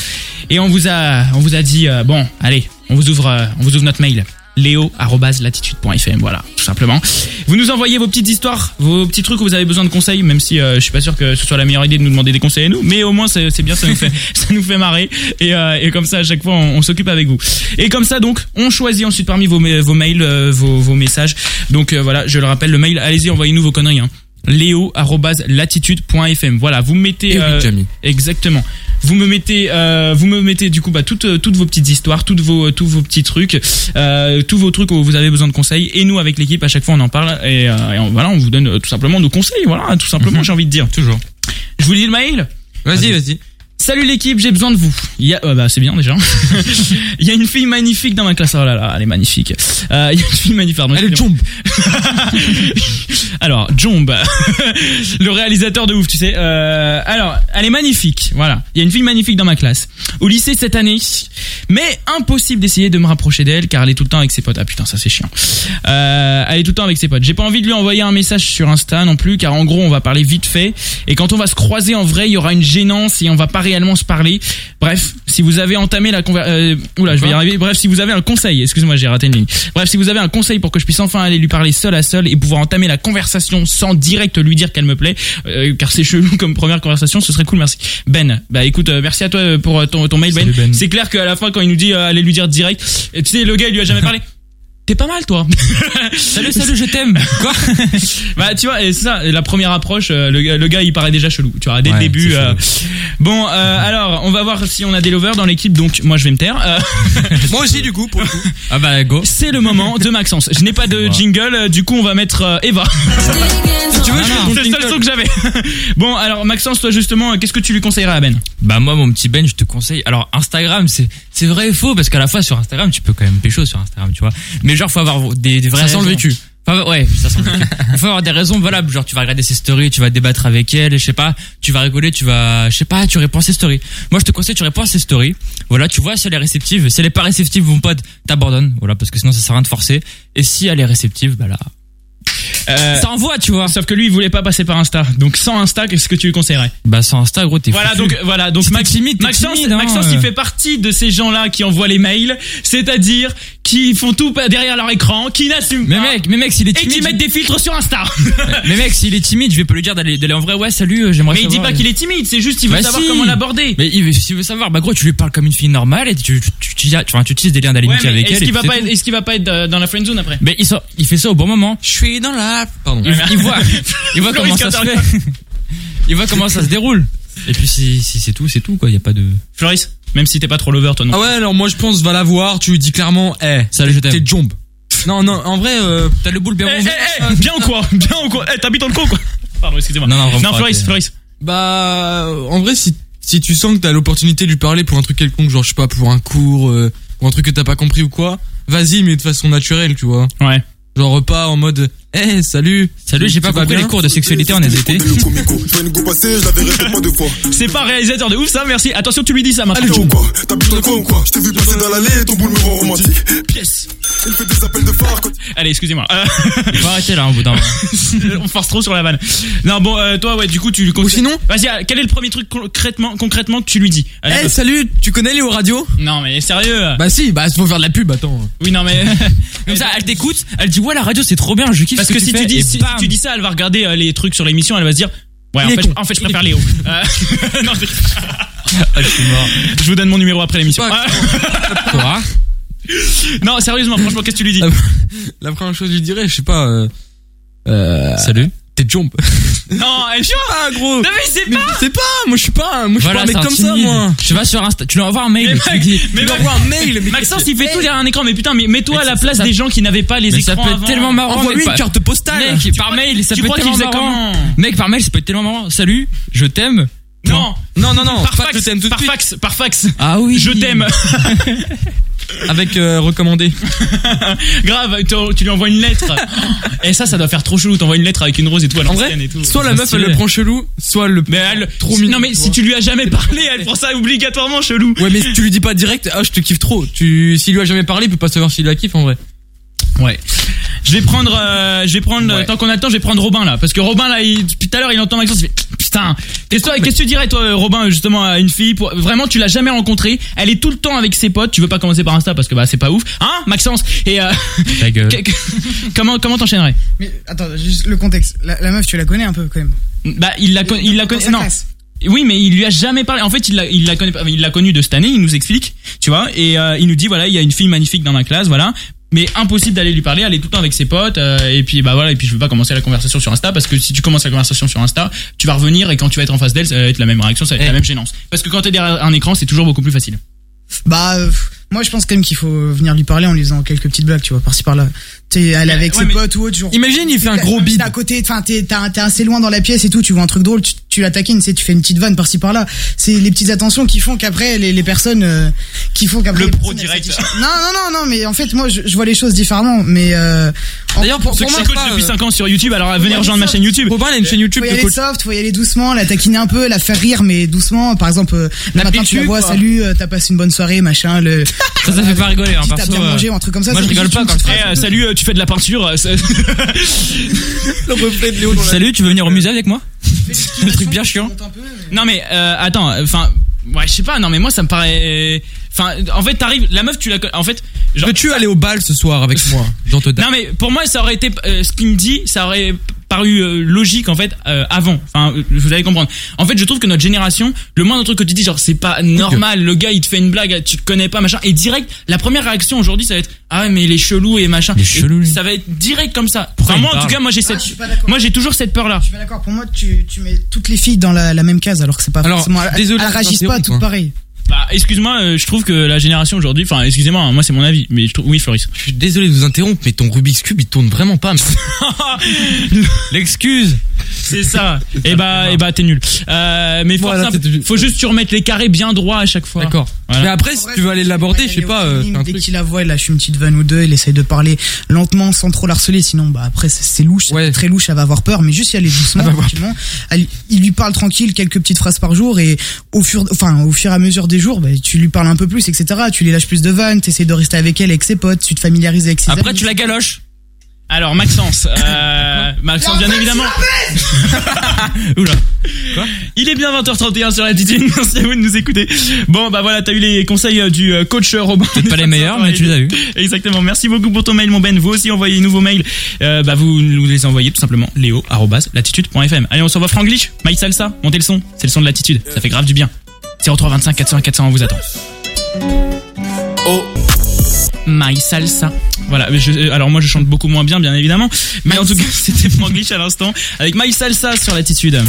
Speaker 2: et on vous a, on vous a dit euh, bon, allez, on vous ouvre, euh, on vous ouvre notre mail leo@latitude.fm voilà tout simplement vous nous envoyez vos petites histoires vos petits trucs où vous avez besoin de conseils même si euh, je suis pas sûr que ce soit la meilleure idée de nous demander des conseils à nous mais au moins c'est c'est bien ça nous fait ça nous fait marrer et, euh, et comme ça à chaque fois on, on s'occupe avec vous et comme ça donc on choisit ensuite parmi vos ma- vos mails euh, vos, vos messages donc euh, voilà je le rappelle le mail allez-y envoyez-nous vos conneries hein. leo@latitude.fm voilà vous mettez euh,
Speaker 3: Et oui, Jamie.
Speaker 2: Exactement. Vous me mettez, euh, vous me mettez du coup bah, toutes, euh, toutes vos petites histoires, toutes vos, tous vos petits trucs, euh, tous vos trucs où vous avez besoin de conseils. Et nous, avec l'équipe, à chaque fois, on en parle et, euh, et on, voilà, on vous donne euh, tout simplement nos conseils. Voilà, hein, tout simplement, j'ai envie de dire. Mhm. Toujours. Je vous lis le mail. Vas-y, vas-y. Salut l'équipe, j'ai besoin de vous. Il y a, euh, bah c'est bien déjà. Il y a une fille magnifique dans ma classe. Oh là là, elle est magnifique. Euh, Il y a une fille magnifique. Pardon, elle est Jomb. alors Jomb, le réalisateur de ouf, tu sais. Euh, alors, elle est magnifique. Voilà, il y a une fille magnifique dans ma classe. Au lycée cette année, mais impossible d'essayer de me rapprocher d'elle car elle est tout le temps avec ses potes. Ah putain, ça c'est chiant. Euh, elle est tout le temps avec ses potes. J'ai pas envie de lui envoyer un message sur Insta non plus car en gros on va parler vite fait et quand on va se croiser en vrai il y aura une gênance et on va pas réellement se parler. Bref, si vous avez entamé la conversation, oula je vais y arriver. Bref, si vous avez un conseil, excuse-moi j'ai raté une ligne. Bref, si vous avez un conseil pour que je puisse enfin aller lui parler seul à seul et pouvoir entamer la conversation sans direct lui dire qu'elle me plaît, euh, car c'est chelou comme première conversation, ce serait cool merci. Ben, bah écoute euh, merci à toi euh, pour euh, ton, ton mail Ben. C'est clair qu'à la fin quand il nous dit euh, allez lui dire direct, et tu sais le gars il lui a jamais parlé. T'es pas mal toi. salut salut je t'aime. Quoi Bah tu vois et c'est ça la première approche euh, le, gars- le gars il paraît déjà chelou tu vois dès
Speaker 3: Ouais,
Speaker 2: le début. euh, Bon euh, alors on va voir si on a des lovers dans l'équipe donc moi je vais me taire. moi aussi du coup pour Ah bah go. C'est le moment de Maxence. Je n'ai pas de jingle euh, du coup on va mettre euh, Eva.
Speaker 3: tu veux, je fais ton
Speaker 2: Ah, c'est le seul
Speaker 3: jingle.
Speaker 2: son que j'avais. bon alors Maxence toi justement euh, qu'est-ce que tu lui conseillerais à Ben
Speaker 3: Bah moi mon petit Ben je te conseille alors Instagram c'est c'est vrai et faux parce qu'à la fois sur Instagram tu peux quand même pécho sur Instagram tu vois mais genre faut avoir des, des vraies
Speaker 2: Ça sent le
Speaker 3: raisons.
Speaker 2: vécu.
Speaker 3: Enfin, ouais ça sent le vécu faut avoir des raisons valables genre tu vas regarder ses stories tu vas débattre avec elle et je sais pas tu vas rigoler tu vas je sais pas tu réponds à ses stories moi je te conseille tu réponds à ses stories voilà tu vois si elle est réceptive si elle est pas réceptive mon pote t'abandonnes voilà parce que sinon ça sert à rien de forcer et si elle est réceptive bah là
Speaker 2: Ça
Speaker 3: envoie, tu vois.
Speaker 2: Sauf que lui, il voulait pas passer par Insta. Donc sans Insta, qu'est-ce que tu lui conseillerais
Speaker 3: bah sans Insta gros t'es
Speaker 2: Voilà
Speaker 3: foutu.
Speaker 2: donc voilà donc
Speaker 3: Si t'es
Speaker 2: Max-
Speaker 3: timide, t'es
Speaker 2: Maxence
Speaker 3: timide, hein,
Speaker 2: Maxence il
Speaker 3: euh.
Speaker 2: fait partie de ces gens-là qui envoient les mails, c'est-à-dire qui font tout pa- derrière leur écran, qui n'assument pas.
Speaker 3: Mais mec, mais mec, s'il est timide,
Speaker 2: et qui mettent des filtres sur Insta.
Speaker 3: mais mec s'il est timide je vais pas lui dire d'aller d'aller en vrai ouais salut euh, j'aimerais
Speaker 2: mais il dit
Speaker 3: savoir-
Speaker 2: pas qu'il est timide, c'est juste il veut
Speaker 3: Bah
Speaker 2: savoir
Speaker 3: si.
Speaker 2: comment l'aborder.
Speaker 3: Mais il veut, s'il veut savoir, bah gros, tu lui parles comme une fille normale et tu, tu, tu, tu- enfin, tu utilises des liens
Speaker 2: Ouais,
Speaker 3: d'amitié
Speaker 2: mais
Speaker 3: avec elle.
Speaker 2: est-ce
Speaker 3: et
Speaker 2: qu'il va
Speaker 3: puis
Speaker 2: pas
Speaker 3: c'est
Speaker 2: être-
Speaker 3: tout.
Speaker 2: est-ce qu'il va pas être euh, dans la friend zone après
Speaker 3: Mais il, sort- il fait ça au bon moment. Je suis dans la. Pardon. Il, il voit, il voit comment
Speaker 2: Floris
Speaker 3: ça se
Speaker 2: Caterpillar.
Speaker 3: fait. Il voit comment ça se déroule. Et puis si, si c'est tout, c'est tout quoi. Il y a pas de.
Speaker 2: Floris, même si t'es pas trop lover toi non.
Speaker 12: Ah ouais, alors moi je pense, va la voir, tu lui dis clairement, eh,
Speaker 3: salut, je t'aime.
Speaker 12: T'es jombe. Non, non, en vrai, euh, t'as le
Speaker 3: Ah
Speaker 12: boule bien
Speaker 2: Eh, eh, eh, bien ou quoi Bien ou quoi Eh, t'habites dans le con quoi Pardon, excusez-moi.
Speaker 12: Non, non, vraiment pas,
Speaker 2: Floris,
Speaker 12: t'es-
Speaker 2: Floris.
Speaker 12: Bah, euh, en vrai, si, si tu sens que t'as l'opportunité de lui parler pour un truc quelconque, genre je sais pas, pour un cours, euh, pour un truc que t'as pas compris ou quoi, vas-y, mais de façon naturelle, tu vois.
Speaker 2: Ouais.
Speaker 12: Genre pas en mode,
Speaker 14: Eh, salut. Salut, j'ai pas compris les cours de sexualité en SVT.
Speaker 2: C'est pas réalisateur de ouf ça, merci. Attention, tu lui dis ça maintenant.
Speaker 15: quoi Je t'ai vu passer dans l'allée, ton boule me rend romantique.
Speaker 2: Pièce.
Speaker 15: Il fait des appels de phare quand
Speaker 2: Allez, excusez-moi. On va arrêter là, au bout d'un On force trop sur la vanne. Non, bon, euh, toi, ouais, du coup, tu. Ou sinon Vas-y, ah, quel est le premier truc concrètement, concrètement que tu lui dis Allez,
Speaker 12: Eh
Speaker 2: hop.
Speaker 12: salut, tu connais Léo Radio
Speaker 2: Non mais sérieux
Speaker 12: Bah si, bah faut faire de la pub, attends.
Speaker 2: Oui, non mais.
Speaker 14: Comme ça, elle t'écoute, elle dit ouais, la radio c'est trop bien, je kiffe.
Speaker 2: Parce
Speaker 14: ce
Speaker 2: que,
Speaker 14: que,
Speaker 2: si,
Speaker 14: fais,
Speaker 2: tu dis,
Speaker 14: et
Speaker 2: si
Speaker 14: bam.
Speaker 2: tu dis ça, elle va regarder euh, les trucs sur l'émission, elle va se dire. Ouais, en
Speaker 14: Il est
Speaker 2: fait,
Speaker 14: con.
Speaker 2: en fait, je
Speaker 14: Il est
Speaker 2: préfère
Speaker 14: con.
Speaker 2: Léo. Euh, non,
Speaker 14: Ah,
Speaker 2: je suis mort. Je vous donne mon numéro après l'émission. Euh,
Speaker 14: Quoi
Speaker 2: Non, sérieusement, franchement, qu'est-ce que tu lui dis
Speaker 12: La première chose que je lui dirais, je sais pas. euh, euh, Salut. T'es jump.
Speaker 2: Non, elle chante
Speaker 12: Ah gros
Speaker 2: Non mais c'est pas
Speaker 12: Je sais pas, moi je suis pas, moi je suis
Speaker 14: Voilà,
Speaker 12: pas un mec
Speaker 14: c'est un
Speaker 12: comme ça
Speaker 14: timide.
Speaker 12: moi.
Speaker 14: Tu vas sur Insta, tu lui envoies un mail, tu lui dis.
Speaker 2: mais
Speaker 12: tu
Speaker 2: Max-
Speaker 12: envoies un mail, mais
Speaker 2: Maxence,
Speaker 12: qu'est-ce
Speaker 2: il fait
Speaker 12: que-
Speaker 2: tout derrière un écran, mais putain, mais mets-toi à la place
Speaker 14: ça-
Speaker 2: des gens qui n'avaient pas les
Speaker 14: Mais ça
Speaker 2: écrans.
Speaker 14: peut être
Speaker 2: avant.
Speaker 14: tellement marrant.
Speaker 12: Envoie-lui
Speaker 14: mais
Speaker 12: une
Speaker 14: pas-
Speaker 12: carte postale.
Speaker 14: Mec,
Speaker 2: Tu
Speaker 14: par
Speaker 2: crois-
Speaker 14: mail, ça
Speaker 2: tu
Speaker 14: peut être
Speaker 2: crois qu'il
Speaker 14: tellement
Speaker 2: faisait
Speaker 14: marrant. Mec, par mail, ça peut être tellement marrant. Salut, je t'aime.
Speaker 2: Non,
Speaker 12: Non, non, non,
Speaker 2: par
Speaker 12: pas que je
Speaker 2: fax,
Speaker 12: t'aime tout de
Speaker 2: par
Speaker 12: suite.
Speaker 2: fax, par fax.
Speaker 12: Ah oui.
Speaker 2: Je t'aime.
Speaker 12: Avec euh, recommandé.
Speaker 2: Grave, tu- tu lui envoies une lettre. Et ça, ça doit faire trop chelou. T'envoies une lettre avec une rose et tout à
Speaker 12: En vrai,
Speaker 2: l'ancienne et tout.
Speaker 12: soit la
Speaker 2: Ça,
Speaker 12: meuf elle
Speaker 2: stylé.
Speaker 12: le prend chelou, soit elle le
Speaker 2: Mais elle,
Speaker 12: Trop
Speaker 2: si-
Speaker 12: mignon,
Speaker 2: non mais
Speaker 12: tu
Speaker 2: si
Speaker 12: vois.
Speaker 2: tu lui as jamais parlé, elle prend ça obligatoirement chelou.
Speaker 12: Ouais, mais tu lui dis pas direct, ah, je te kiffe trop. Tu, s'il lui a jamais parlé, il peut pas savoir s'il la kiffe en vrai.
Speaker 2: Ouais. Je vais prendre, euh, je vais prendre. euh,
Speaker 12: Ouais.
Speaker 2: Tant qu'on a le temps, je vais prendre Robin là, parce que Robin là, il- depuis tout à l'heure, il entend Maxence. Il fait, putain. Qu'est-ce que- qu'est-ce que tu dirais toi, euh, Robin, justement, à une fille pour- Vraiment, tu l'as jamais rencontrée. Elle est tout le temps avec ses potes. Tu veux pas commencer par Insta parce que bah c'est pas ouf, hein, Maxence Et euh,
Speaker 14: Ta gueule.
Speaker 2: que- que- comment comment t'enchaînerais
Speaker 3: Mais attends, juste le contexte. La, la meuf, tu la connais un peu quand même.
Speaker 2: Bah il la con- il la
Speaker 3: Dans
Speaker 2: connaît.
Speaker 3: sa
Speaker 2: Non.
Speaker 3: classe.
Speaker 2: Oui, mais il lui a jamais parlé. En fait, il l'a, il la connaît pas. Il l'a connu de cette année. Il nous explique, tu vois, et euh, il nous dit voilà, il y a une fille magnifique dans ma classe, voilà. Mais impossible d'aller lui parler. Elle est tout le temps avec ses potes. euh, et puis bah voilà. Et puis je veux pas commencer la conversation sur Insta parce que si tu commences la conversation sur Insta, tu vas revenir et quand tu vas être en face d'elle, ça va être la même réaction, ça va être
Speaker 14: Eh.
Speaker 2: la même gênance. Parce que quand t'es derrière un écran, c'est toujours beaucoup plus facile.
Speaker 3: Bah, euh, moi, je pense quand même qu'il faut venir lui parler en lui faisant quelques petites blagues, tu vois, par-ci par-là. Tu sais, elle est avec
Speaker 2: ouais,
Speaker 3: ses
Speaker 2: mais-
Speaker 3: potes ou autre, genre.
Speaker 12: Imagine, il fait un
Speaker 3: T'es-
Speaker 12: gros
Speaker 3: t'es
Speaker 12: bide.
Speaker 3: à côté, enfin, t'es t'as- t'es assez loin dans la pièce et tout, tu vois un truc drôle, tu, tu la taquines, tu sais, tu fais une petite vanne par-ci par-là. C'est les petites attentions qui font qu'après, les, les personnes, euh, qui font qu'après.
Speaker 2: Le
Speaker 3: les
Speaker 2: pro
Speaker 3: personnes, elles
Speaker 2: direct.
Speaker 3: s'attichent. Non, non, non, non, mais en fait, moi, je, je vois les choses différemment, mais euh, en-
Speaker 12: D'ailleurs, pour,
Speaker 2: Ceux
Speaker 12: pour
Speaker 2: qui
Speaker 12: moi,
Speaker 2: s'écoutent
Speaker 12: ça,
Speaker 2: depuis
Speaker 12: euh,
Speaker 2: 5 ans sur YouTube, alors venez
Speaker 3: aller
Speaker 2: rejoindre ma
Speaker 3: sur-
Speaker 2: chaîne YouTube.
Speaker 12: Robin, elle a une chaîne YouTube
Speaker 3: faut y
Speaker 12: de
Speaker 3: aller
Speaker 12: coach.
Speaker 3: soft, faut y aller doucement, la taquiner un peu, la faire rire mais doucement. Par exemple, euh, le
Speaker 2: La
Speaker 3: matin tu la
Speaker 2: piqûre,
Speaker 3: vois,
Speaker 2: quoi.
Speaker 3: salut, euh, t'as passé une bonne soirée, machin. Le
Speaker 14: Ça, ça fait pas rigoler, hein,
Speaker 3: petit, t'as
Speaker 14: perso.
Speaker 3: bien
Speaker 14: euh,
Speaker 3: mangé ou un truc comme ça.
Speaker 14: moi,
Speaker 3: ça
Speaker 14: je
Speaker 3: fait
Speaker 14: rigole
Speaker 3: juste
Speaker 14: pas
Speaker 3: une
Speaker 14: quand je
Speaker 3: petite
Speaker 2: Eh, euh, salut, euh, tu fais de la peinture. euh, c'est-
Speaker 12: Le reflet de Léo dans la-
Speaker 14: Salut, tu veux venir au musée avec moi
Speaker 3: phrase.
Speaker 14: Un truc bien chiant.
Speaker 3: Monte un peu, hein. mais-
Speaker 2: Non mais euh, attends, enfin ouais, je sais pas, non mais moi ça me paraît euh, enfin en fait t'arrives la meuf tu la connais- en fait genre
Speaker 12: Veux-tu aller au bal ce soir avec moi? Jean te
Speaker 2: Non mais pour moi ça aurait été euh, ce qu'il me dit, ça aurait paru euh, logique en fait euh, avant. Enfin euh, vous allez comprendre. En fait, je trouve que notre génération, le moindre truc que tu dis genre c'est pas normal, le gars il te fait une blague, tu le connais pas machin et direct la première réaction aujourd'hui ça va être ah ouais, mais il est chelou et machin.
Speaker 14: Il est
Speaker 2: Et
Speaker 14: chelou, lui.
Speaker 2: ça va être direct comme ça.
Speaker 14: Pourquoi
Speaker 2: Enfin,
Speaker 14: il
Speaker 2: moi en
Speaker 14: parle
Speaker 2: tout cas, moi j'ai
Speaker 3: Ah,
Speaker 2: cette
Speaker 3: je suis pas d'accord.
Speaker 2: moi j'ai toujours cette peur là.
Speaker 3: Je suis pas d'accord. Pour moi, tu, tu mets toutes les filles dans la, la même case alors que c'est pas
Speaker 12: Alors,
Speaker 3: forcément. Elles-
Speaker 12: désolé,
Speaker 3: elles
Speaker 12: je
Speaker 3: réagissent pas
Speaker 12: t'interromps,
Speaker 3: toutes
Speaker 12: hein.
Speaker 3: pareil.
Speaker 2: Bah excuse-moi, euh, je trouve que la génération aujourd'hui enfin excusez-moi, hein, moi c'est mon avis, mais je trouve oui Floris.
Speaker 12: Je suis désolé de vous interrompre, mais ton Rubik's Cube il tourne vraiment pas. L'excuse.
Speaker 2: C'est ça. et bah, et bah, t'es nul. Euh, mais faut,
Speaker 12: Voilà,
Speaker 2: simple,
Speaker 12: c'était-
Speaker 2: faut juste tu remettes les carrés bien droits à chaque fois.
Speaker 12: D'accord.
Speaker 2: Voilà.
Speaker 12: Mais après,
Speaker 3: En
Speaker 12: si
Speaker 3: vrai,
Speaker 12: tu veux aller
Speaker 3: faut
Speaker 12: l'aborder,
Speaker 3: aller
Speaker 12: je sais
Speaker 3: au
Speaker 12: pas, euh,
Speaker 3: feeling.
Speaker 12: fais un
Speaker 3: Dès
Speaker 12: truc.
Speaker 3: qu'il la voit, elle lâche une petite vanne ou deux, elle essaye de parler lentement sans trop l'harceler, sinon bah après c'est- c'est louche, c'est
Speaker 12: Ouais.
Speaker 3: très louche, elle va avoir peur, mais juste y aller doucement,
Speaker 12: Elle va avoir
Speaker 3: tranquillement. Elle- il lui parle tranquille, quelques petites phrases par jour, et au fur, enfin, au fur et à mesure des jours, bah, tu lui parles un peu plus, etc. Tu lui lâches plus de vannes, t'essayes de rester avec elle, avec ses potes, tu te familiarises avec ses
Speaker 14: Après,
Speaker 3: amis.
Speaker 14: tu la galoches.
Speaker 2: Alors Maxence, euh, Maxence bien évidemment. Oula. Quoi Il est bien 20h31 sur la Titine. Merci à vous de nous écouter. Bon bah voilà, t'as eu les conseils euh, du euh, coach euh, Robin.
Speaker 14: Peut-être pas les meilleurs, mais tu les as eu.
Speaker 2: Exactement. Merci beaucoup pour ton mail, mon Ben. Vous aussi envoyez de nouveaux mails. Euh, bah vous nous les envoyez tout simplement leo@latitude.fm. Allez, on s'envoie Franglish, My Salsa. Montez le son. C'est le son de l'attitude. Ça fait grave du bien. 0325 400 400 on vous attend.
Speaker 13: Oh,
Speaker 2: My Salsa. Voilà, mais je- euh, alors moi je chante beaucoup moins bien, bien évidemment. Mais en tout cas, c'était Franglish à l'instant avec My Salsa sur l'attitude.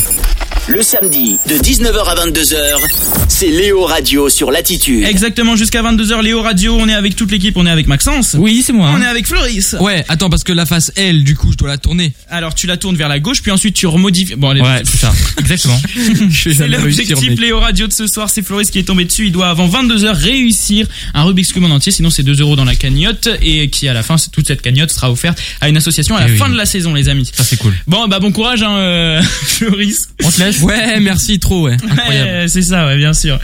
Speaker 13: le samedi de 19h à 22h, c'est Léo Radio sur Latitude.
Speaker 2: Exactement, jusqu'à 22h, Léo Radio. On est avec toute l'équipe, on est avec Maxence.
Speaker 14: Oui, c'est moi.
Speaker 2: On est
Speaker 14: hein.
Speaker 2: avec Floris.
Speaker 12: Ouais, attends, parce que la face L, du coup, je dois la tourner.
Speaker 2: Alors tu la tournes vers la gauche, puis ensuite tu remodifies. Bon, allez,
Speaker 14: Ouais, c'est ça. Exactement.
Speaker 12: Je vais
Speaker 2: C'est
Speaker 12: jamais réussir,
Speaker 2: l'objectif
Speaker 12: mec.
Speaker 2: Léo Radio de ce soir, c'est Floris qui est tombé dessus. Il doit avant 22h réussir un Rubik's Cube en entier, sinon c'est 2 euros dans la cagnotte et qui aussi à la fin. c'est- Toute cette cagnotte sera offerte à une association à la
Speaker 3: Eh oui.
Speaker 2: fin de la saison, les amis.
Speaker 3: Ça, c'est cool.
Speaker 2: Bon, bah bon courage, hein, euh, Floris.
Speaker 3: On te laisse Ouais, merci, trop, ouais. Incroyable.
Speaker 2: Ouais, c'est ça, ouais, bien sûr.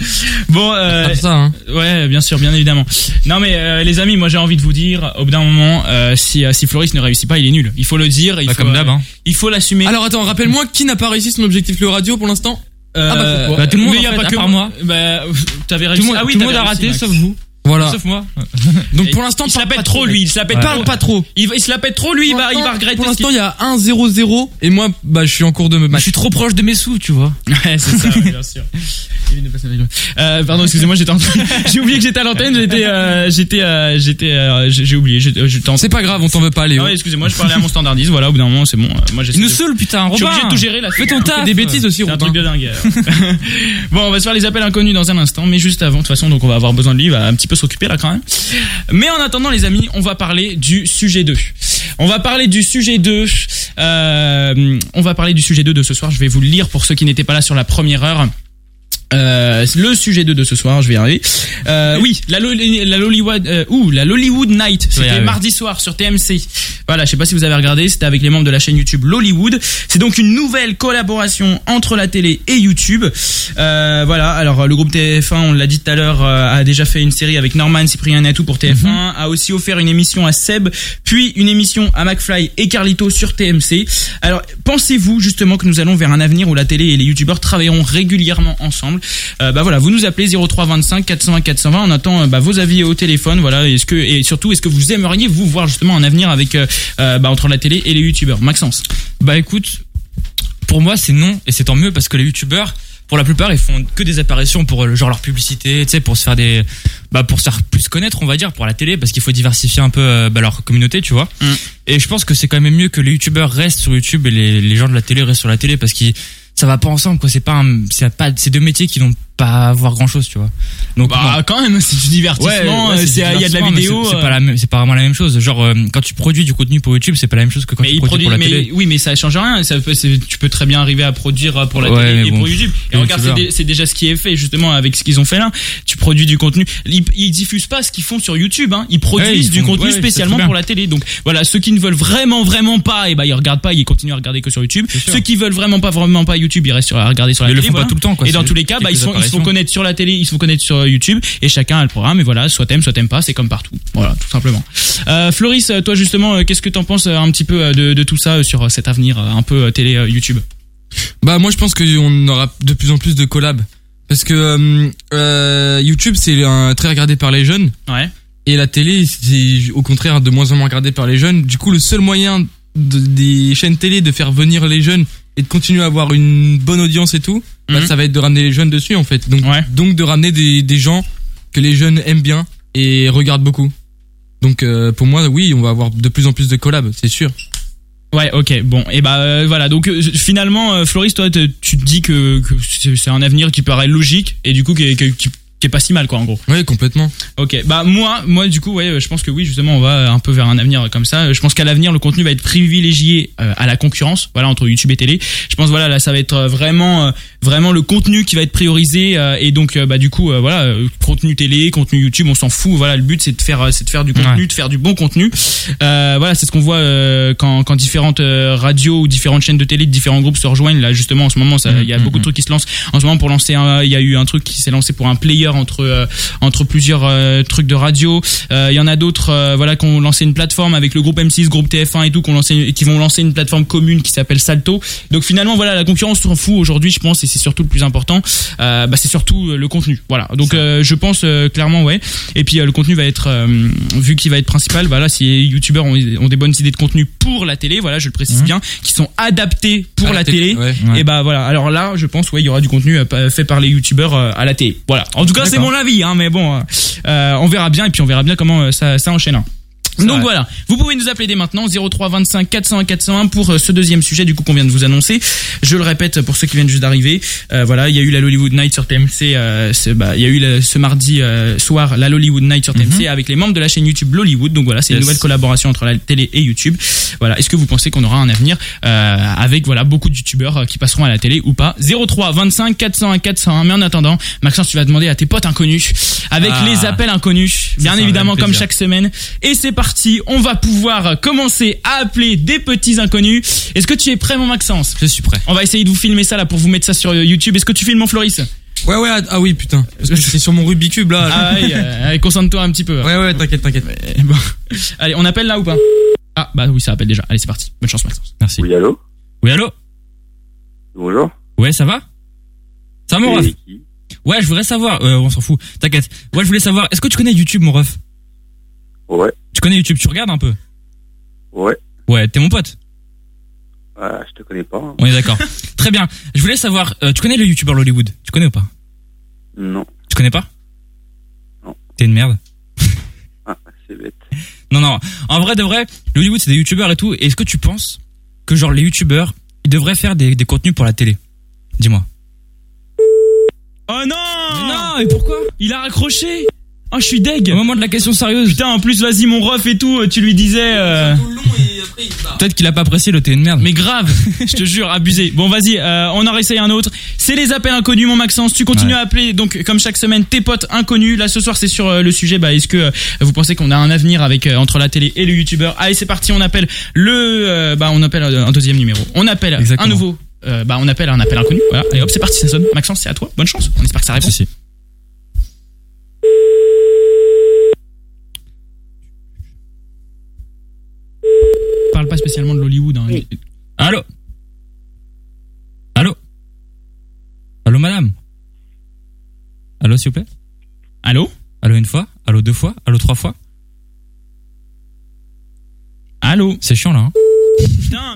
Speaker 2: Bon, euh,
Speaker 3: ça, hein.
Speaker 2: ouais, bien sûr, bien évidemment. Non mais euh, les amis, moi j'ai envie de vous dire, au bout d'un moment, euh, si euh, si Floris ne réussit pas, il est nul. Il faut le dire, il
Speaker 3: Bah,
Speaker 2: faut,
Speaker 3: comme d'hab, hein.
Speaker 2: il faut l'assumer.
Speaker 12: Alors attends, rappelle-moi qui n'a pas réussi son objectif le radio pour l'instant
Speaker 2: Euh,
Speaker 12: Ah bah, pourquoi
Speaker 3: bah, tout le monde,
Speaker 2: mais
Speaker 3: en
Speaker 2: y a
Speaker 3: fait,
Speaker 2: pas
Speaker 3: à
Speaker 2: que
Speaker 3: part moi.
Speaker 2: Bah, t'avais
Speaker 3: Tout
Speaker 2: réussi.
Speaker 3: le monde-
Speaker 2: ah oui,
Speaker 3: tout le
Speaker 2: t'avais
Speaker 3: monde a
Speaker 2: réussi,
Speaker 3: raté,
Speaker 2: Max.
Speaker 3: sauf vous.
Speaker 12: Voilà.
Speaker 2: Sauf moi.
Speaker 12: Donc pour l'instant,
Speaker 2: il se la
Speaker 12: parle
Speaker 2: pète
Speaker 12: pas
Speaker 2: trop lui, il se la pète
Speaker 12: Ouais.
Speaker 2: pas,
Speaker 12: Parle pas trop.
Speaker 2: Il, va- il se la pète trop lui, il va, il va regretter.
Speaker 12: Pour
Speaker 2: ce qu'il-
Speaker 12: l'instant, il y a 1-0-0 et moi, bah, je suis en cours de match. Je suis
Speaker 3: trop proche de mes sous, tu vois.
Speaker 2: Ouais, Eh, c'est ça, ouais, bien sûr. Il vient de passer avec moi. Euh, pardon, excusez-moi, j'étais en train- j'ai oublié que j'étais à l'antenne, j'étais, euh, j'étais, euh, j'étais, euh, j'ai j'ai oublié. C'est
Speaker 12: pas grave, on t'en veut pas, Léo.
Speaker 2: Ah Ouais, excusez-moi, je parlais à mon standardiste. Voilà, au bout d'un moment, c'est bon. euh, Moi, j'essaie
Speaker 3: Il nous
Speaker 2: de-
Speaker 3: saoule, putain,
Speaker 2: Je suis
Speaker 3: Robin.
Speaker 2: obligé de tout gérer là.
Speaker 3: Fais ton
Speaker 2: C'est
Speaker 3: taf.
Speaker 2: Des bêtises aussi, C'est un truc de dingue. euh. bon, on va se faire les appels inconnus dans un instant, mais juste avant, de toute façon, donc on va avoir besoin de lui, il va un petit peu s'occuper là quand même. Mais en attendant, les amis, on va parler du sujet 2. On va parler du sujet 2. euh, on va parler du sujet 2 de ce soir. Je vais vous le lire pour ceux qui n'étaient pas là sur la première heure. Euh, le sujet 2 de ce soir, je vais y arriver. Euh, oui, la, Loli- la Lollywood, euh, ouh, la Lollywood Night, c'était
Speaker 3: Ouais, ouais.
Speaker 2: mardi soir sur TMC. Voilà, je sais pas si vous avez regardé, c'était avec les membres de la chaîne YouTube Lollywood. C'est donc une nouvelle collaboration entre la télé et YouTube. Euh, voilà, alors le groupe TF1, on l'a dit tout à l'heure, euh, a déjà fait une série avec Norman, Cyprien Natou pour TF1,
Speaker 3: Mhm.
Speaker 2: a aussi offert une émission à Seb, puis une émission à McFly et Carlito sur TMC. Alors, pensez-vous justement que nous allons vers un avenir où la télé et les youtubeurs travailleront régulièrement ensemble Euh, Bah voilà, vous nous appelez 0325 420 420. On attend euh, bah, vos avis au téléphone. Voilà, est-ce que et surtout est-ce que vous aimeriez vous voir justement un avenir avec euh, euh, bah, entre la télé et les youtubeurs Maxence.
Speaker 3: Bah écoute, pour moi c'est non et c'est tant mieux parce que les youtubeurs pour la plupart ils font que des apparitions pour euh, genre leur publicité, tu sais pour se faire des bah pour se faire plus connaître, on va dire pour la télé parce qu'il faut diversifier un peu euh, bah, leur communauté, tu vois.
Speaker 2: Mm.
Speaker 3: Et je pense que c'est quand même mieux que les youtubeurs restent sur YouTube et les, les gens de la télé restent sur la télé parce qu'ils ça va pas ensemble quoi, c'est pas un- c'est pas c'est deux métiers qui n'ont pas à voir grand-chose, tu vois. Donc
Speaker 2: Bah,
Speaker 3: non.
Speaker 2: quand même, c'est du divertissement, euh, c'est- il y a de la
Speaker 3: divertissement, mais
Speaker 2: vidéo,
Speaker 3: c'est c'est
Speaker 2: euh.
Speaker 3: pas la même- c'est pas vraiment la même chose. Genre euh, quand tu produis du contenu pour YouTube, c'est pas la même chose que quand
Speaker 2: Mais
Speaker 3: tu
Speaker 2: il
Speaker 3: produis
Speaker 2: produit,
Speaker 3: pour la télé.
Speaker 2: mais oui, mais ça change rien. Ça peut- c'est- tu peux très bien arriver à produire euh, pour la
Speaker 3: Ouais,
Speaker 2: télé
Speaker 3: mais
Speaker 2: et
Speaker 3: bon.
Speaker 2: pour YouTube. Et
Speaker 3: Les
Speaker 2: regarde, c'est
Speaker 3: youtubeurs.
Speaker 2: dé- c'est déjà ce qui est fait justement avec ce qu'ils ont fait là. Tu produis du contenu. Ils, ils diffusent pas ce qu'ils font sur YouTube. Hein. Ils produisent
Speaker 3: Ouais, ils
Speaker 2: du
Speaker 3: font-
Speaker 2: contenu
Speaker 3: ouais, ouais,
Speaker 2: spécialement
Speaker 3: c'est très
Speaker 2: pour
Speaker 3: bien.
Speaker 2: la télé. Donc voilà, ceux qui ne veulent vraiment vraiment pas, et ben ils regardent pas, ils continuent à regarder que sur YouTube.
Speaker 3: sûr.
Speaker 2: Ceux qui veulent vraiment pas vraiment pas YouTube, ils restent sur, à regarder sur la
Speaker 3: Mais ils le
Speaker 2: télé.
Speaker 3: font pas
Speaker 2: voilà.
Speaker 3: tout le temps, quoi.
Speaker 2: hein. Et dans
Speaker 3: C'est
Speaker 2: tous les cas, bah, ils
Speaker 3: quelques
Speaker 2: sont ils se font
Speaker 3: apparitions.
Speaker 2: connaître sur la télé, ils se font connaître sur euh, YouTube. Et chacun a le programme. Et voilà, soit t'aimes, soit t'aimes pas, c'est comme partout. Voilà, tout simplement. Euh, Floris, euh, toi justement, euh, qu'est-ce que t'en penses euh, un petit peu euh, de, de tout ça euh, sur euh, cet avenir euh, un peu euh, télé euh, YouTube
Speaker 12: Bah moi je pense qu'on aura de plus en plus de collabs parce que euh, euh, YouTube c'est un- très regardé par les jeunes.
Speaker 2: Ouais.
Speaker 12: Et la télé c'est au contraire de moins en moins regardé par les jeunes. Du coup le seul moyen de- des chaînes télé de faire venir les jeunes et de continuer à avoir une bonne audience et tout, bah,
Speaker 2: Mhm.
Speaker 12: ça va être de ramener les jeunes dessus en fait. Donc donc de ramener des, des gens que les jeunes aiment bien et regardent beaucoup. Donc euh, pour moi oui on va avoir de plus en plus de collabs c'est sûr.
Speaker 2: Ouais, ok, bon, et bah euh, voilà, donc euh, finalement, euh, Floris, toi, te- tu te dis que, que c'est c'est un avenir qui paraît logique et du coup qui est, qui est- qui- qui est pas si mal, quoi, en gros.
Speaker 12: Oui, complètement.
Speaker 2: Ok, bah moi, moi du coup, ouais, euh, je pense que oui, justement, on va euh, un peu vers un avenir euh, comme ça. Euh, Je pense qu'à l'avenir, le contenu va être privilégié euh, à la concurrence, voilà, entre YouTube et télé. Je pense, voilà, là, ça va être euh, vraiment, euh, vraiment le contenu qui va être priorisé euh, et donc, euh, bah du coup, euh, voilà, euh, contenu télé, contenu YouTube, on s'en fout. Voilà, le but, c'est de faire, euh, c'est de faire du contenu, de faire du bon contenu. Euh, voilà, c'est ce qu'on voit euh, quand, quand différentes euh, radios ou différentes chaînes de télé de différents groupes se rejoignent. Là, justement, en ce moment, ça- il y a beaucoup de trucs qui se lancent. En ce moment, pour lancer, un- il y a eu un truc qui s'est lancé pour un player entre euh, entre plusieurs euh, trucs de radio. Euh, Il y en a d'autres, euh, voilà, qui ont lancé une plateforme avec le groupe M6, groupe TF1 et tout, qui, ont lancé, qui vont lancer une plateforme commune qui s'appelle Salto. Donc finalement, voilà, la concurrence s'en fout aujourd'hui, je pense, et c'est surtout le plus important. Euh, bah, c'est surtout euh, le contenu. Voilà. Donc euh, je pense euh, clairement, ouais. Et puis euh, le contenu va être, euh, vu qu'il va être principal, voilà, si les youtubeurs ont, ont des bonnes idées de contenu pour la télé, voilà, je le précise bien, qui sont adaptés pour
Speaker 12: À
Speaker 2: la,
Speaker 12: la
Speaker 2: télé,
Speaker 12: télé, ouais, ouais.
Speaker 2: et bah voilà. Alors là, je pense, ouais, il y aura du contenu euh, pa- fait par les youtubeurs euh, à la télé. Voilà. En tout cas, c'est
Speaker 3: D'accord.
Speaker 2: mon avis, hein, mais bon, euh, euh, on verra bien et puis on verra bien comment euh, ça, ça enchaîne. Donc
Speaker 3: va.
Speaker 2: voilà, vous pouvez nous appeler dès maintenant 03 25 400 401 pour euh, ce deuxième sujet du coup qu'on vient de vous annoncer. Je le répète pour ceux qui viennent juste d'arriver, euh, voilà, il y a eu la Lollywood Night sur TMC, euh, ce- bah, il y a eu le- ce mardi euh, soir la Lollywood Night sur TMC avec les membres de la chaîne YouTube Lollywood. Donc voilà, c'est une
Speaker 3: Mhm. Yes.
Speaker 2: nouvelle collaboration entre la télé et YouTube. Voilà, est-ce que vous pensez qu'on aura un avenir euh, avec voilà beaucoup de youtubeurs euh, qui passeront à la télé ou pas 03 25 401 401. Mais en attendant, Maxence, tu vas demander à tes potes inconnus avec
Speaker 3: Ah.
Speaker 2: les appels inconnus, bien
Speaker 3: ça,
Speaker 2: évidemment
Speaker 3: avec
Speaker 2: comme
Speaker 3: plaisir.
Speaker 2: chaque semaine. Et c'est parti. parti. On va pouvoir commencer à appeler des petits inconnus. Est-ce que tu es prêt, mon Maxence
Speaker 3: Je suis prêt.
Speaker 2: On va essayer de vous filmer ça là pour vous mettre ça sur euh, YouTube. Est-ce que tu filmes en Floris
Speaker 12: Ouais, ouais, ah, ah oui, putain. Parce que c'est sur mon Rubik's Cube là.
Speaker 2: Ah oui, euh, euh, concentre-toi un petit peu.
Speaker 12: Ouais, ouais, t'inquiète, t'inquiète.
Speaker 2: Bon. Allez, on appelle là ou pas Ah, bah oui, ça appelle déjà. Allez, c'est parti. Bonne chance, Maxence. Merci.
Speaker 16: Oui, allô
Speaker 3: Oui, allô
Speaker 16: Bonjour.
Speaker 3: Ouais, ça va Ça va, mon ref
Speaker 16: C'est qui
Speaker 3: Ouais, je voudrais savoir. Euh, on s'en fout. T'inquiète. Ouais, je voulais savoir. Est-ce que tu connais YouTube, mon ref
Speaker 16: Ouais,
Speaker 3: Tu connais YouTube Tu regardes un peu
Speaker 16: ouais.
Speaker 3: Ouais, t'es mon pote.
Speaker 16: Ah, je te connais pas. hein.
Speaker 3: On est d'accord. Très bien. Je voulais savoir. euh, tu connais le YouTuber Hollywood Tu connais ou pas
Speaker 16: Non,
Speaker 3: Tu connais pas Non. T'es une merde.
Speaker 16: Ah, c'est bête.
Speaker 3: Non, non. En vrai de vrai, le Hollywood, c'est des youtubeurs et tout. Est-ce que tu penses que, genre, les youtubeurs, ils devraient faire des, des contenus pour la télé Dis-moi.
Speaker 2: Oh non
Speaker 3: Non, et pourquoi
Speaker 2: Il a raccroché Oh, je suis deg
Speaker 3: Au moment de la question sérieuse,
Speaker 2: Putain, en plus, vas-y, mon ref et tout, tu lui disais. euh,
Speaker 3: peut-être qu'il a pas apprécié le t'es une merde.
Speaker 2: Mais grave, je te jure, abusé. Bon, vas-y, euh, on en réessaye un autre. C'est les appels inconnus, mon Maxence. Tu continues
Speaker 3: Ouais.
Speaker 2: à appeler, donc, comme chaque semaine, tes potes inconnus. Là, ce soir, c'est sur euh, le sujet. Bah, est-ce que euh, vous pensez qu'on a un avenir avec euh, entre la télé et le youtubeur Allez, c'est parti, on appelle le. euh, bah, on appelle euh, un deuxième numéro. On appelle
Speaker 3: Exactement.
Speaker 2: un nouveau. euh, bah, on appelle un appel inconnu. Voilà, et hop, c'est parti, ça sonne. Maxence, c'est à toi. Bonne chance. On espère que ça répond.
Speaker 3: Si, si.
Speaker 2: parle pas spécialement de l'Hollywood. Hein.
Speaker 3: Allô Allô Allô, madame Allô, s'il vous plaît
Speaker 2: Allô
Speaker 3: Allô, une fois Allô, deux fois Allô, trois fois
Speaker 2: Allô
Speaker 3: C'est chiant, là. hein.
Speaker 2: Putain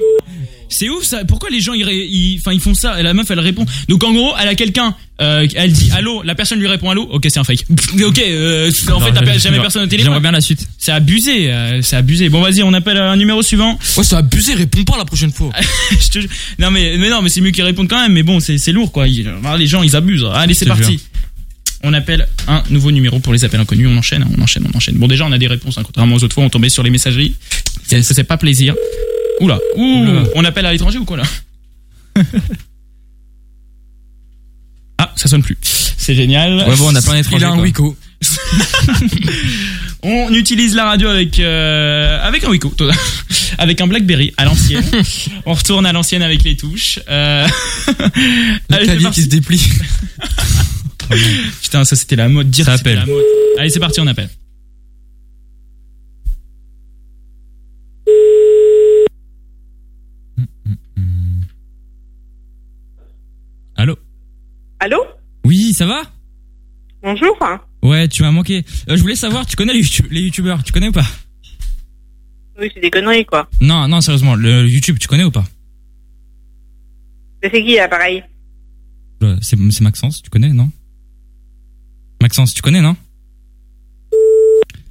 Speaker 2: c'est ouf ça. Pourquoi les gens ils, ré- ils, enfin, ils font ça La meuf elle répond. Donc en gros, elle a quelqu'un. euh, elle dit allô. La personne lui répond allô. Ok, c'est un fake. ok, euh, en fait
Speaker 3: Non,
Speaker 2: t'appelles
Speaker 3: j'aimerais-
Speaker 2: jamais personne au
Speaker 3: J'aimerais
Speaker 2: téléphone.
Speaker 3: bien la suite.
Speaker 2: C'est abusé. euh, c'est abusé. Bon vas-y, on appelle euh, un numéro suivant.
Speaker 12: Ouais, ça abusé, réponds pas la prochaine fois.
Speaker 2: Je te jure. Non mais, mais non mais c'est mieux qu'ils répondent quand même. Mais bon, c'est c'est lourd quoi. Ils- euh, les gens ils abusent. Allez, c'est
Speaker 3: Je te
Speaker 2: parti. On appelle un nouveau numéro pour les appels inconnus. On enchaîne, hein, on enchaîne, on enchaîne. Bon déjà on a des réponses. hein. Contrairement aux autres fois, on tombait sur les messageries. Ça ça fait pas plaisir. Oula. Ouh.
Speaker 3: Oula.
Speaker 2: On appelle à l'étranger ou quoi là Ah, ça sonne plus. C'est génial.
Speaker 3: Ouais, bon, on a plein d'étrangers.
Speaker 12: Il a un
Speaker 3: quoi.
Speaker 12: Wico.
Speaker 2: On utilise la radio avec euh, avec un Wico, toi. avec un BlackBerry à l'ancienne. on retourne à l'ancienne avec les touches. Euh...
Speaker 12: Le
Speaker 2: Allez, c'est
Speaker 12: clavier
Speaker 2: parti.
Speaker 12: qui se déplie.
Speaker 2: Putain, ça c'était la mode. Dire
Speaker 3: Ça
Speaker 2: que c'était
Speaker 3: appelle.
Speaker 2: la mode. Allez, c'est parti, on appelle.
Speaker 3: Allô
Speaker 17: Allô
Speaker 3: Oui, ça va
Speaker 17: Bonjour
Speaker 3: Ouais, tu m'as manqué. Euh, je voulais savoir, tu connais les, YouTube- les youtubeurs Tu connais ou pas
Speaker 17: Oui, c'est des conneries, quoi.
Speaker 3: Non, non, sérieusement, le YouTube, tu connais ou pas
Speaker 17: Mais c'est qui, là, pareil
Speaker 3: Euh, C'est c'est Maxence, tu connais, non Maxence, tu connais, non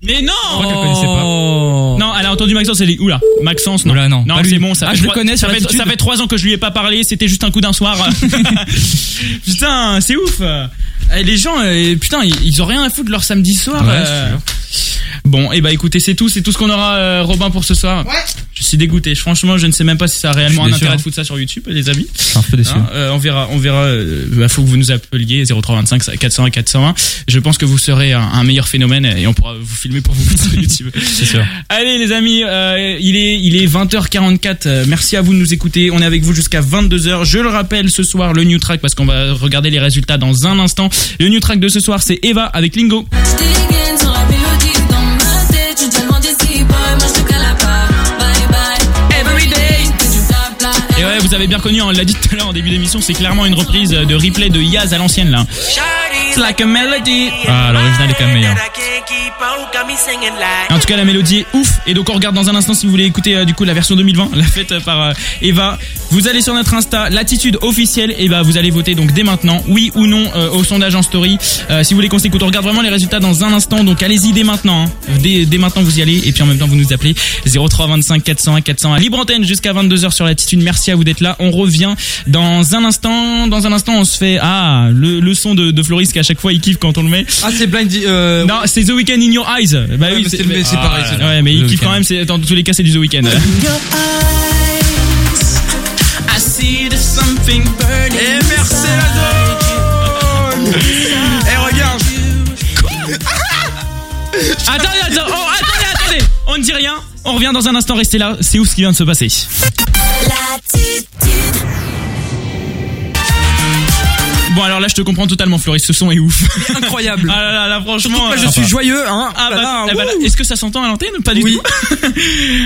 Speaker 2: Mais non
Speaker 3: Je crois qu'elle connaissait pas.
Speaker 2: Non, elle a entendu Maxence, elle dit oula, Maxence, non.
Speaker 3: Oula, non.
Speaker 2: Non,
Speaker 3: pas lui.
Speaker 2: c'est bon, ça
Speaker 3: Ah,
Speaker 2: fait
Speaker 3: je le
Speaker 2: trois-
Speaker 3: connais
Speaker 2: ça
Speaker 3: sur
Speaker 2: fait,
Speaker 3: l'attitude.
Speaker 2: ça fait trois ans que je lui ai pas parlé, c'était juste un coup d'un soir. putain, c'est ouf. Eh, Les gens, euh, putain, ils, ils ont rien à foutre leur samedi soir.
Speaker 3: Ouais,
Speaker 2: euh.
Speaker 3: je
Speaker 2: Bon, et bah écoutez, c'est tout, c'est tout ce qu'on aura, euh, Robin, pour ce soir. Je suis dégoûté. Franchement, je ne sais même pas si ça a
Speaker 3: Je
Speaker 2: réellement un
Speaker 3: suis déçu,
Speaker 2: intérêt
Speaker 3: hein.
Speaker 2: de foutre ça sur YouTube, les amis.
Speaker 3: Je suis un peu déçu.
Speaker 2: Hein, euh, on verra, on verra. euh, bah, faut que vous nous appeliez 0325 400 401. Je pense que vous serez un, un meilleur phénomène et on pourra vous filmer pour vous foutre sur YouTube.
Speaker 3: C'est sûr.
Speaker 2: Allez les amis, euh, il est il est 20h44. euh, merci à vous de nous écouter. On est avec vous jusqu'à 22h. Je le rappelle, ce soir le new track parce qu'on va regarder les résultats dans un instant. Le new track de ce soir, c'est Eva avec Lingo.
Speaker 18: Tu dégaines sur la mélodie dans ma tête. Tu te loin d'ici, boy. Moi, je te cale à part. Bye bye. Every day. Tu fais du blabla.
Speaker 2: Et ouais, vous avez bien connu, hein, on l'a dit tout à l'heure en début d'émission, c'est clairement une reprise de replay de Yaz à l'ancienne là. It's like a melody.
Speaker 3: Ah, l'original est quand même meilleur.
Speaker 2: En tout cas, la mélodie est ouf. Et donc, on regarde dans un instant si vous voulez écouter euh, du coup la version 2020, la faite euh, par euh, Eva. Vous allez sur notre Insta, l'attitude officielle, et bah vous allez voter donc dès maintenant, oui ou non, euh, au sondage en story. Euh, si vous voulez qu'on s'écoute, on regarde vraiment les résultats dans un instant. Donc, allez-y dès maintenant. hein. Dès, dès maintenant, vous y allez. Et puis en même temps, vous nous appelez 03 25 401 400 à Libre Antenne jusqu'à 22h sur l'attitude. Merci à vous d'être là. On revient dans un instant. Dans un instant, on se fait ah le, le son de, de Floris qu'à chaque fois il kiffe quand on le met.
Speaker 12: Ah, c'est blind. Euh...
Speaker 2: Non, c'est The Weeknd in Your Eyes. Bah
Speaker 12: Ouais,
Speaker 2: oui,
Speaker 12: mais c'est le-
Speaker 2: mais-
Speaker 12: c'est pareil, c'est-
Speaker 2: ouais, mais il
Speaker 12: The
Speaker 2: kiffe
Speaker 12: Weeknd.
Speaker 2: quand même. C'est dans tous les cas, c'est du The Weeknd.
Speaker 1: Et merci la zone
Speaker 2: Eh regarde Attendez, attendez, oh, attendez, attendez On ne dit rien, on revient dans un instant, restez là, c'est ouf ce qui vient de se passer. Bon alors là je te comprends totalement Floris, ce son est ouf. Incroyable. Ah là là, là, franchement.
Speaker 19: Surtout que moi, je suis joyeux, hein.
Speaker 2: Ah
Speaker 19: Ah
Speaker 2: bah,
Speaker 19: là,
Speaker 2: ah bah là, est-ce que ça s'entend à l'antenne ou pas du tout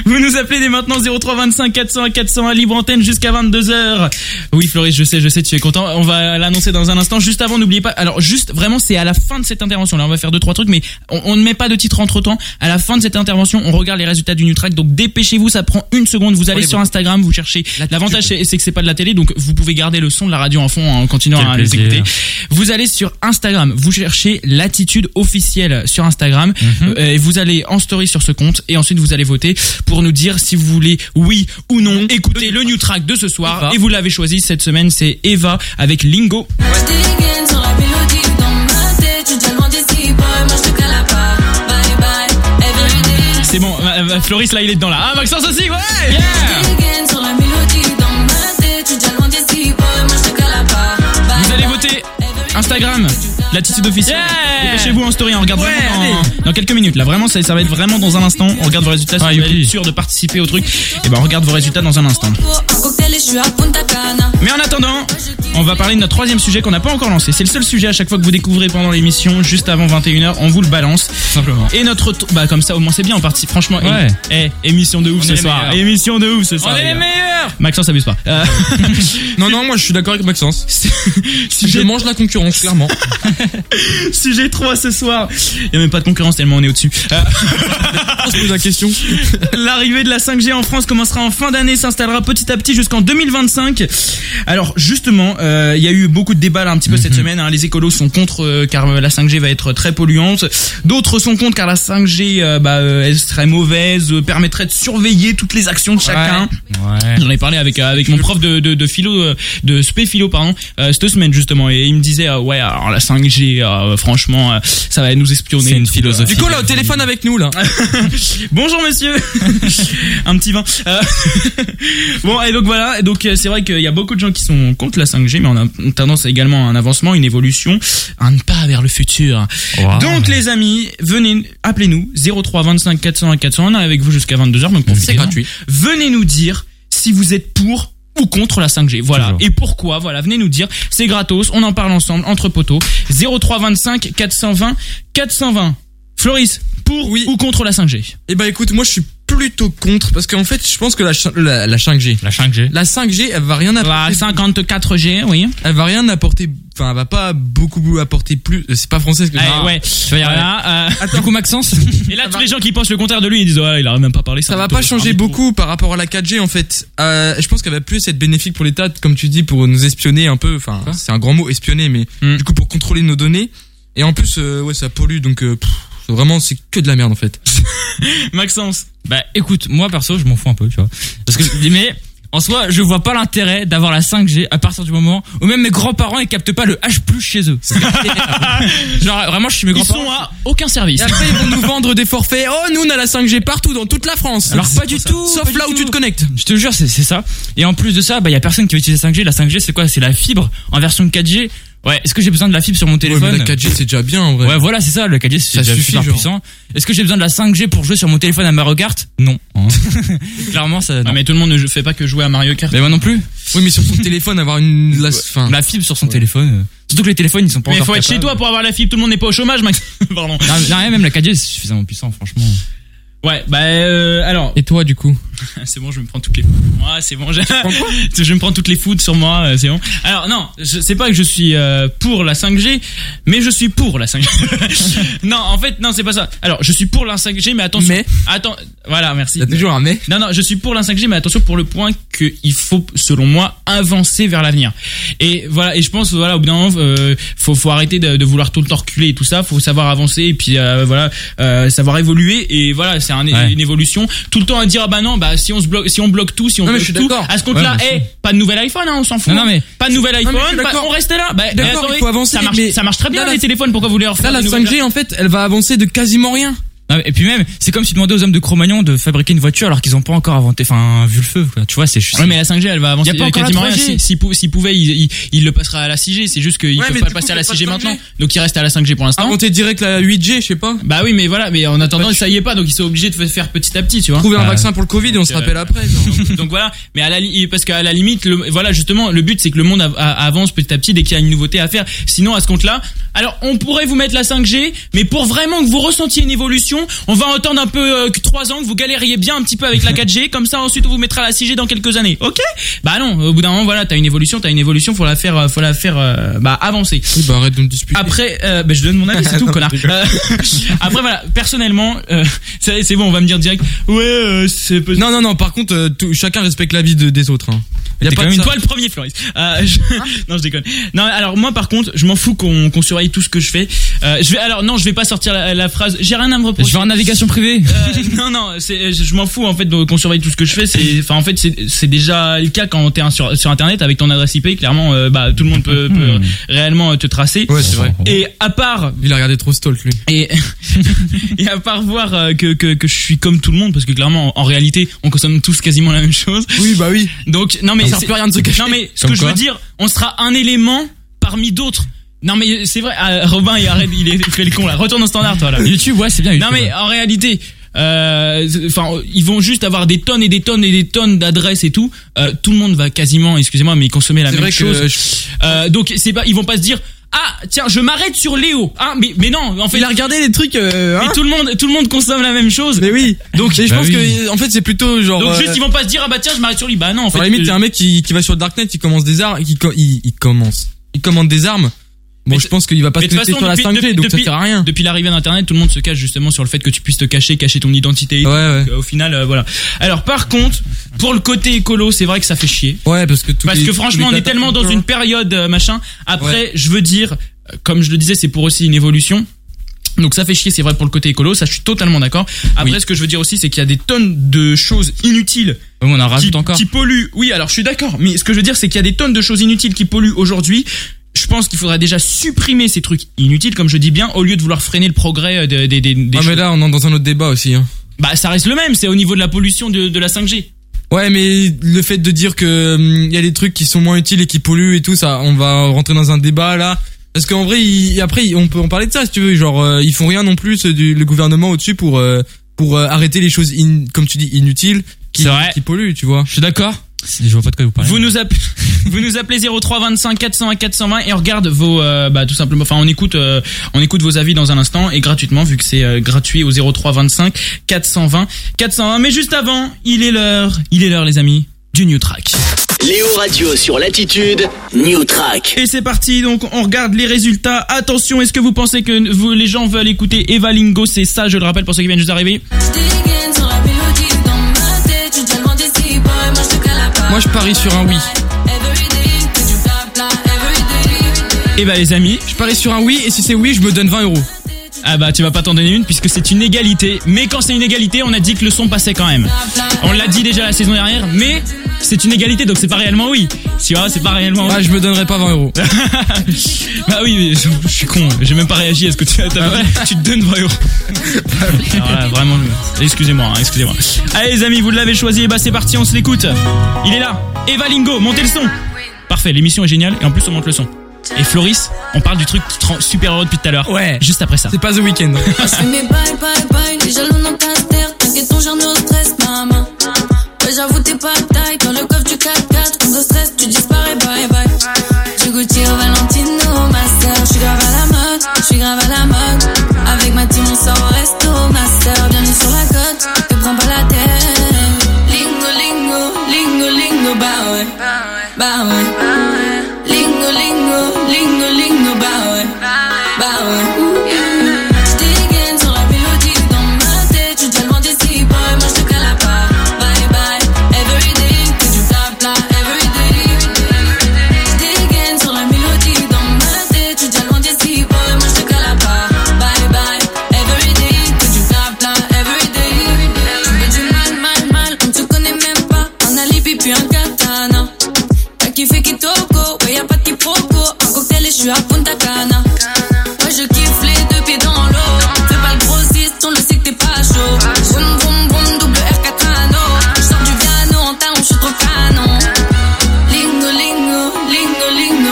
Speaker 2: Vous nous appelez dès maintenant 0325 400 401 libre antenne jusqu'à 22h. Oui Floris, je sais, je sais, tu es content. On va l'annoncer dans un instant. Juste avant, n'oubliez pas. Alors juste vraiment c'est à la fin de cette intervention. Là on va faire deux trois trucs mais on, on ne met pas de titre entre temps. À la fin de cette intervention on regarde les résultats du Nutrack. Donc dépêchez-vous, ça prend une seconde. Vous allez
Speaker 3: Prenez-vous.
Speaker 2: sur Instagram, vous cherchez. L'avantage c'est c'est que c'est pas de la télé donc vous pouvez garder le son de la radio en fond hein, en continuant
Speaker 3: Quel
Speaker 2: à les
Speaker 3: plaisir.
Speaker 2: écouter. Vous allez sur Instagram, vous cherchez l'attitude officielle sur Instagram
Speaker 3: Mhm.
Speaker 2: euh, et vous allez en story sur ce compte et ensuite vous allez voter pour nous dire si vous voulez oui ou non écouter le new track de ce soir et vous l'avez choisi cette semaine c'est Eva avec Lingo.
Speaker 18: Dégaine sur la mélodie dans ma tête. Tu te demandes si boy, moi je te cale pas. Bye bye, everyday.
Speaker 2: C'est bon, euh, euh, Floris là il est dedans là. Ah Maxence aussi ouais. Yeah
Speaker 18: Dégaine sur la mélodie dans ma tête. Tu te demandes si boy, moi je te cale pas. Bye
Speaker 2: Vous allez voter Instagram, l'attitude officielle. Dépêchez-vous en story, on regarde vraiment dans, dans quelques minutes. Là, vraiment, ça, ça va être vraiment dans un instant. On regarde vos résultats. Si
Speaker 3: Ah,
Speaker 2: vous voulez être sûr de participer au truc, et ben on regarde vos résultats dans un instant.
Speaker 18: pour un cocktail et je suis à Punta Cana.
Speaker 2: Mais en attendant, on va parler de notre troisième sujet qu'on n'a pas encore lancé. C'est le seul sujet à chaque fois que vous découvrez pendant l'émission, juste avant 21h, on vous le balance. Simplement. Et notre. t- Bah, comme ça, au moins, c'est bien en partie. Franchement, émi-
Speaker 3: Ouais.
Speaker 2: eh, émission de ouf
Speaker 3: On est
Speaker 2: ce
Speaker 3: les
Speaker 2: soir.
Speaker 3: meilleurs.
Speaker 2: Émission de ouf ce soir.
Speaker 3: On est
Speaker 2: les
Speaker 3: les
Speaker 2: gars.
Speaker 3: meilleurs
Speaker 2: Maxence abuse pas. Euh,
Speaker 12: Non, non, moi je suis d'accord avec Maxence. je mange la concurrence, clairement.
Speaker 2: sujet 3 ce soir. Il n'y a même pas de concurrence tellement on est au-dessus. Euh,
Speaker 12: On se pose la question.
Speaker 2: L'arrivée de la 5G en France commencera en fin d'année, s'installera petit à petit jusqu'en 2025. Alors justement, euh, il y a eu beaucoup de débats là un petit peu cette semaine. hein. Les écolos sont contre euh, car euh, la 5G va être très polluante. D'autres sont contre car la 5G euh, bah, euh, elle serait mauvaise, euh, permettrait de surveiller toutes les actions de chacun. J'en ai parlé avec euh, avec mon prof de de, de philo euh, de spé philo pardon euh, cette semaine justement et il me disait euh, ouais alors la 5G euh, franchement euh, ça va nous espionner
Speaker 3: C'est une
Speaker 2: et tout.
Speaker 3: philosophie.
Speaker 2: Du coup là au téléphone avec nous là. Bonjour monsieur. Un petit vin. Euh, bon et donc voilà et donc euh, c'est vrai qu'il y a beaucoup de gens qui sont contre la 5G mais on a tendance également à un avancement une évolution un pas vers le futur. Donc les amis, venez appelez-nous 03 25 401 400 on est avec vous jusqu'à 22h donc profitez-en.
Speaker 3: gratuit.
Speaker 2: Venez nous dire si vous êtes pour ou contre la 5G. Voilà. Et pourquoi Voilà, venez nous dire, c'est gratos, on en parle ensemble entre poteaux. 03 25 420 420. Floris, pour ou contre la 5G
Speaker 12: Eh ben écoute, moi je suis plutôt contre parce qu'en fait, je pense que la, chi- la, la 5G, la 5G, la 5G, elle va rien apporter.
Speaker 2: La 54G, oui.
Speaker 12: Elle va rien apporter. Enfin, elle va pas beaucoup apporter plus. euh, C'est pas français ce que.
Speaker 2: Eh
Speaker 12: Ah.
Speaker 2: ouais, tu vas y arriver là, euh.
Speaker 12: Attends, Maxence.
Speaker 2: Et là, tous les gens qui pensent le contraire de lui, ils disent, ouais, il a même pas parlé.
Speaker 12: Ça va pas changer beaucoup par rapport à la 4G en fait. Euh, je pense qu'elle va plus être bénéfique pour l'État, comme tu dis, pour nous espionner un peu. Enfin, c'est un grand mot, espionner, mais
Speaker 3: Hmm.
Speaker 12: du coup pour contrôler nos données. Et en plus, euh, ouais, ça pollue, donc euh, pff, vraiment c'est que de la merde en fait.
Speaker 2: Maxence.
Speaker 3: Bah écoute, moi perso, je m'en fous un peu, tu vois. Parce que mais en soi, je vois pas l'intérêt d'avoir la 5G à partir du moment où même mes grands-parents ils captent pas le H+ chez eux. Genre vraiment, je suis mes
Speaker 2: Ils
Speaker 3: grands-parents
Speaker 2: sont à aucun service.
Speaker 12: Et après, ils vont nous vendre des forfaits. Oh, nous, on a la 5G partout, dans toute la France.
Speaker 3: Alors pas du tout.
Speaker 12: Sauf là où tu te connectes.
Speaker 3: Je te jure, c'est c'est ça. Et en plus de ça, bah y a personne qui va utiliser la 5G. La 5G, c'est quoi C'est la fibre en version 4G. Ouais. Est-ce que j'ai besoin de la fibre sur mon téléphone
Speaker 12: mais la 4G, c'est déjà bien, en vrai.
Speaker 3: Ouais, voilà, c'est ça. Le 4G, c'est
Speaker 12: Ça
Speaker 3: déjà
Speaker 12: suffit,
Speaker 3: super
Speaker 12: genre.
Speaker 3: puissant. Est-ce que j'ai besoin de la 5G pour jouer sur mon téléphone à Mario Kart Non. hein. Clairement, ça.
Speaker 2: mais tout le monde ne fait pas que jouer à Mario Kart.
Speaker 3: Mais moi non plus.
Speaker 12: Oui, mais sur son téléphone, avoir une la,
Speaker 3: la fibre sur son téléphone. euh. Surtout que les téléphones, ils sont pas
Speaker 2: Mais
Speaker 3: encore
Speaker 2: faut être chez
Speaker 3: capables.
Speaker 2: toi pour avoir la fibre, tout le monde n'est pas au chômage, Max. Pardon.
Speaker 3: Non, mais- non, rien, même la 4G, c'est suffisamment puissant, franchement.
Speaker 2: Ouais, bah euh, alors.
Speaker 12: Et toi, du coup
Speaker 2: Ah, C'est bon, je me prends toutes les. Ouais, c'est bon. Je... je me prends toutes les foudres sur moi, euh, c'est bon. Alors non, je- c'est pas que je suis euh, pour la 5G, mais je suis pour la 5G. non, en fait, non, c'est pas ça. Alors, je suis pour la 5G, mais attention.
Speaker 12: Mais
Speaker 2: attends, voilà, merci. Il y a
Speaker 12: toujours un mais.
Speaker 2: Non, non, je suis pour la 5G, mais attention pour le point qu'il faut, selon moi, avancer vers l'avenir. Et voilà, et je pense, voilà, au bout d'un moment, euh, faut, faut arrêter de, de vouloir tout le temps reculer et tout ça. Faut savoir avancer et puis euh, voilà, euh, savoir évoluer. Et voilà, c'est un-
Speaker 3: Ouais.
Speaker 2: une évolution. Tout le temps à dire, ah bah non, bah si on se bloque, si on bloque tout, si on
Speaker 12: Non, mais
Speaker 2: bloque
Speaker 12: je suis
Speaker 2: tout,
Speaker 12: d'accord.
Speaker 2: à ce compte-là,
Speaker 12: Ouais, bien
Speaker 2: eh,
Speaker 12: sûr.
Speaker 2: pas de nouvel iPhone, hein, on s'en fout.
Speaker 12: Non, non, mais-
Speaker 2: pas de nouvel
Speaker 12: Non, mais
Speaker 2: iPhone,
Speaker 12: je suis
Speaker 2: pas-
Speaker 12: d'accord.
Speaker 2: on reste là. Bah, eh,
Speaker 12: D'accord,
Speaker 2: attendez,
Speaker 12: il faut avancer.
Speaker 2: Ça marche,
Speaker 12: mais
Speaker 2: ça marche très bien
Speaker 12: là,
Speaker 2: les
Speaker 12: la-
Speaker 2: téléphones. Pourquoi vous voulez refaire
Speaker 12: Là, la
Speaker 2: des nouvelles-
Speaker 12: 5G, en fait, elle va avancer de quasiment rien.
Speaker 3: Non, mais- et puis même, c'est comme si tu demandais aux hommes de Cro-Magnon de fabriquer une voiture alors qu'ils n'ont pas encore inventé, enfin, vu le feu, quoi. Tu vois, c'est juste.
Speaker 2: Ouais, mais la 5G, elle va
Speaker 3: Y
Speaker 2: avancer
Speaker 3: a pas
Speaker 2: euh,
Speaker 3: encore la
Speaker 2: quasiment rien.
Speaker 3: 3G.
Speaker 2: Si- S'il pou- s'il pouvait, il, il- il le passera à la 6G. C'est juste qu'il
Speaker 12: Ouais,
Speaker 2: peut
Speaker 12: mais
Speaker 2: pas
Speaker 12: du
Speaker 2: le passer
Speaker 12: coup,
Speaker 2: à la
Speaker 12: faut pas
Speaker 2: 6G
Speaker 12: de 5G.
Speaker 2: maintenant. Donc il reste à la 5G
Speaker 3: Ah
Speaker 2: pour l'instant.
Speaker 12: Inventer direct la 8G, je sais pas.
Speaker 2: Bah oui, mais voilà. Mais en attendant, ça y est pas. Donc ils sont obligés de faire petit à petit, tu vois.
Speaker 12: Trouver un
Speaker 3: Bah,
Speaker 2: Euh,
Speaker 12: vaccin pour le Covid et on se
Speaker 2: donc, euh,
Speaker 12: rappelle après.
Speaker 2: Donc voilà, mais à la li- parce qu'à la limite, le- voilà justement, le but c'est que le monde av- a- avance petit à petit dès qu'il y a une nouveauté à faire. Sinon, à ce compte-là, alors on pourrait vous mettre la 5G, mais pour vraiment que vous ressentiez une évolution, on va attendre un peu euh, que 3 ans que vous galériez bien un petit peu avec la 4G, comme ça ensuite on vous mettra la 6G dans quelques années. Ok Bah non, au bout d'un moment, voilà, t'as une évolution, t'as une évolution, faut la faire, euh, faut la faire euh, bah, avancer.
Speaker 12: bah arrête de me disputer.
Speaker 2: Après, euh, bah, je donne mon avis, c'est tout,
Speaker 12: Non,
Speaker 2: connard.
Speaker 12: je rigole.
Speaker 2: Euh, après voilà, personnellement, euh, c'est c'est bon, on va me dire direct. Ouais, euh, c'est possible.
Speaker 12: Non, non, non, par contre, euh, tout- chacun respecte la vie de- des autres. Hein. Y a
Speaker 2: T'es
Speaker 12: pas
Speaker 2: quand
Speaker 12: de
Speaker 2: même
Speaker 12: ça.
Speaker 2: toi le premier, Floris. Euh, je- Non, je déconne. Non, alors moi par contre, je m'en fous qu'on qu'on surveille tout ce que je fais. Euh, je vais alors non, je vais pas sortir la, la phrase. J'ai rien à me reprocher.
Speaker 3: Je vais en navigation privée.
Speaker 2: Euh, non, non, c'est- je, je m'en fous en fait de- qu'on surveille tout ce que je fais. C'est, enfin en fait c'est c'est déjà le cas quand t'es un sur, sur internet avec ton adresse IP. Clairement, euh, bah tout le monde peut, peut réellement euh, te tracer.
Speaker 12: Hmm. Ouais, c'est vrai.
Speaker 2: Et à part,
Speaker 12: il a regardé trop Stalk lui.
Speaker 2: Et et à part voir euh, que, que que je suis comme tout le monde parce que clairement en, en réalité on consomme tous quasiment la même chose.
Speaker 12: Oui, bah oui.
Speaker 2: Donc non mais
Speaker 12: Ça sert
Speaker 2: c'est-
Speaker 12: plus à rien de se cacher.
Speaker 2: Non mais ce
Speaker 12: Comme
Speaker 2: que je
Speaker 12: quoi.
Speaker 2: veux dire, on sera un élément parmi d'autres. Non mais euh, c'est vrai, ah, Robin il arrête, il est il fait le con là. Retourne au standard toi là.
Speaker 3: YouTube, ouais, c'est bien.
Speaker 2: Non mais en réalité, euh, c'est- enfin ils vont juste avoir des tonnes et des tonnes et des tonnes d'adresses et tout. Euh, tout le monde va quasiment, excusez-moi, mais consommer la
Speaker 12: C'est
Speaker 2: même
Speaker 12: vrai que
Speaker 2: chose.
Speaker 12: je-
Speaker 2: Euh, donc c'est pas, ils vont pas se dire. Ah tiens je m'arrête sur Léo ah mais mais non en fait
Speaker 12: Il a regardé les trucs. euh, hein
Speaker 2: mais tout le monde tout le monde consomme la même chose
Speaker 12: Mais oui.
Speaker 2: donc
Speaker 12: Et je pense que en fait c'est plutôt genre.
Speaker 2: donc juste
Speaker 12: euh,
Speaker 2: ils vont pas se dire ah bah tiens je m'arrête sur lui bah non en
Speaker 12: Enfin,
Speaker 2: fait
Speaker 12: à la limite, t'es un mec qui, qui va sur le Darknet, qui commence des armes, qui co- il, il commence. Il commande des armes. Bon, je pense qu'il va pas se
Speaker 2: Mais de toute
Speaker 12: connecter
Speaker 2: façon,
Speaker 12: sur la 5G, donc ça sert à rien.
Speaker 2: Depuis l'arrivée d'Internet, tout le monde se cache justement sur le fait que tu puisses te cacher, cacher ton identité. et tout. Donc, euh, au final, euh, voilà. Alors, par contre, pour le côté écolo, c'est vrai que ça fait chier.
Speaker 12: Ouais, parce que tous
Speaker 2: Parce
Speaker 12: les-
Speaker 2: que
Speaker 12: tous
Speaker 2: franchement, on
Speaker 12: les
Speaker 2: est
Speaker 12: tatas-
Speaker 2: tellement dans une période euh, machin. Après, je veux dire, euh, comme je le disais, c'est pour aussi une évolution. Donc ça fait chier, c'est vrai pour le côté écolo, ça je suis totalement d'accord. Après, ce que je veux dire aussi, c'est qu'il y a des tonnes de choses inutiles.
Speaker 3: on en rajoute
Speaker 2: qui,
Speaker 3: encore.
Speaker 2: Qui polluent. Oui, alors je suis d'accord, mais ce que je veux dire, c'est qu'il y a des tonnes de choses inutiles qui polluent aujourd'hui. Je pense qu'il faudrait déjà supprimer ces trucs inutiles, comme je dis bien, au lieu de vouloir freiner le progrès euh, des des des. des
Speaker 12: Ah, mais
Speaker 2: choses.
Speaker 12: là, on est dans un autre débat aussi. hein.
Speaker 2: Bah ça reste le même, c'est au niveau de la pollution de, de la 5G.
Speaker 12: Ouais, mais le fait de dire que hum, il y a des trucs qui sont moins utiles et qui polluent et tout, ça, on va rentrer dans un débat là. Parce qu'en vrai, il- après, il- on peut en parler de ça si tu veux. Genre, euh, ils font rien non plus euh, du, le gouvernement au-dessus pour euh, pour euh, arrêter les choses, in- comme tu dis, inutiles, qui, qui polluent, tu vois. Je
Speaker 3: suis d'accord. Je vois pas de quoi vous parlez.
Speaker 2: Vous nous appelez, vous nous appelez 03 25 400 à 420 et on regarde vos, euh, bah tout simplement, enfin on écoute, euh, on écoute vos avis dans un instant et gratuitement vu que c'est euh, gratuit au 03 25 420 420. Mais juste avant, il est l'heure, il est l'heure les amis du new track.
Speaker 13: Léo Radio sur Latitude, New Track.
Speaker 2: Et c'est parti, donc on regarde les résultats. Attention, est-ce que vous pensez que vous, les gens veulent écouter Eva Lingo C'est ça, je le rappelle pour ceux qui viennent juste d'arriver.
Speaker 18: Je dégaine sur la mélodie dans ma tête. Tu te demandes si, boy, moi je te cale pas.
Speaker 12: Moi, je parie sur un oui.
Speaker 18: Everyday, que du blabla. Everyday.
Speaker 2: Et bah les amis,
Speaker 12: je parie sur un oui et si c'est oui, je me donne 20 euros.
Speaker 2: Ah bah tu vas pas t'en donner une puisque c'est une égalité. Mais quand c'est une égalité, on a dit que le son passait quand même. On l'a dit déjà la saison dernière, mais c'est une égalité donc c'est pas réellement oui. Tu vois, c'est pas réellement.
Speaker 12: Ah, je me donnerai pas 20 euros.
Speaker 2: bah oui, mais je, je suis con. J'ai même pas réagi à ce que tu as. t'as- Tu te donnes 20 euros. Alors là, Ah vraiment, je- excusez-moi, hein, excusez-moi. Allez les amis, vous l'avez choisi. Et bah c'est parti, on se l'écoute. Il est là. Eva Lingo, montez le son. Parfait, l'émission est géniale et en plus on monte le son. Et Floris, on parle du truc qui te rend super heureux depuis tout à l'heure. Ouais. Juste après ça.
Speaker 12: C'est pas The Weeknd.
Speaker 18: Je fais mes bye bye bye, les jaloux dans ta terre, t'inquiète on gère nos stress maman Ouais j'avoue t'es pas taille, dans le coffre du 4x4, quand de stress tu disparais bye bye J'ai goûté au Valentino, ma sœur, je suis grave à la mode, je suis grave à la mode Avec ma team on sort au resto, ma sœur, bienvenue sur la côte, te prends pas la tête Lingo lingo, lingo lingo, bah ouais, bah ouais Lingo lingo, lingo lingo, bah ouais, bah ouais je dégaine sur la mélodie dans ma tête. Tu te loin d'ici, boy, moi je te cale pas. Bye bye, everyday, que du blabla.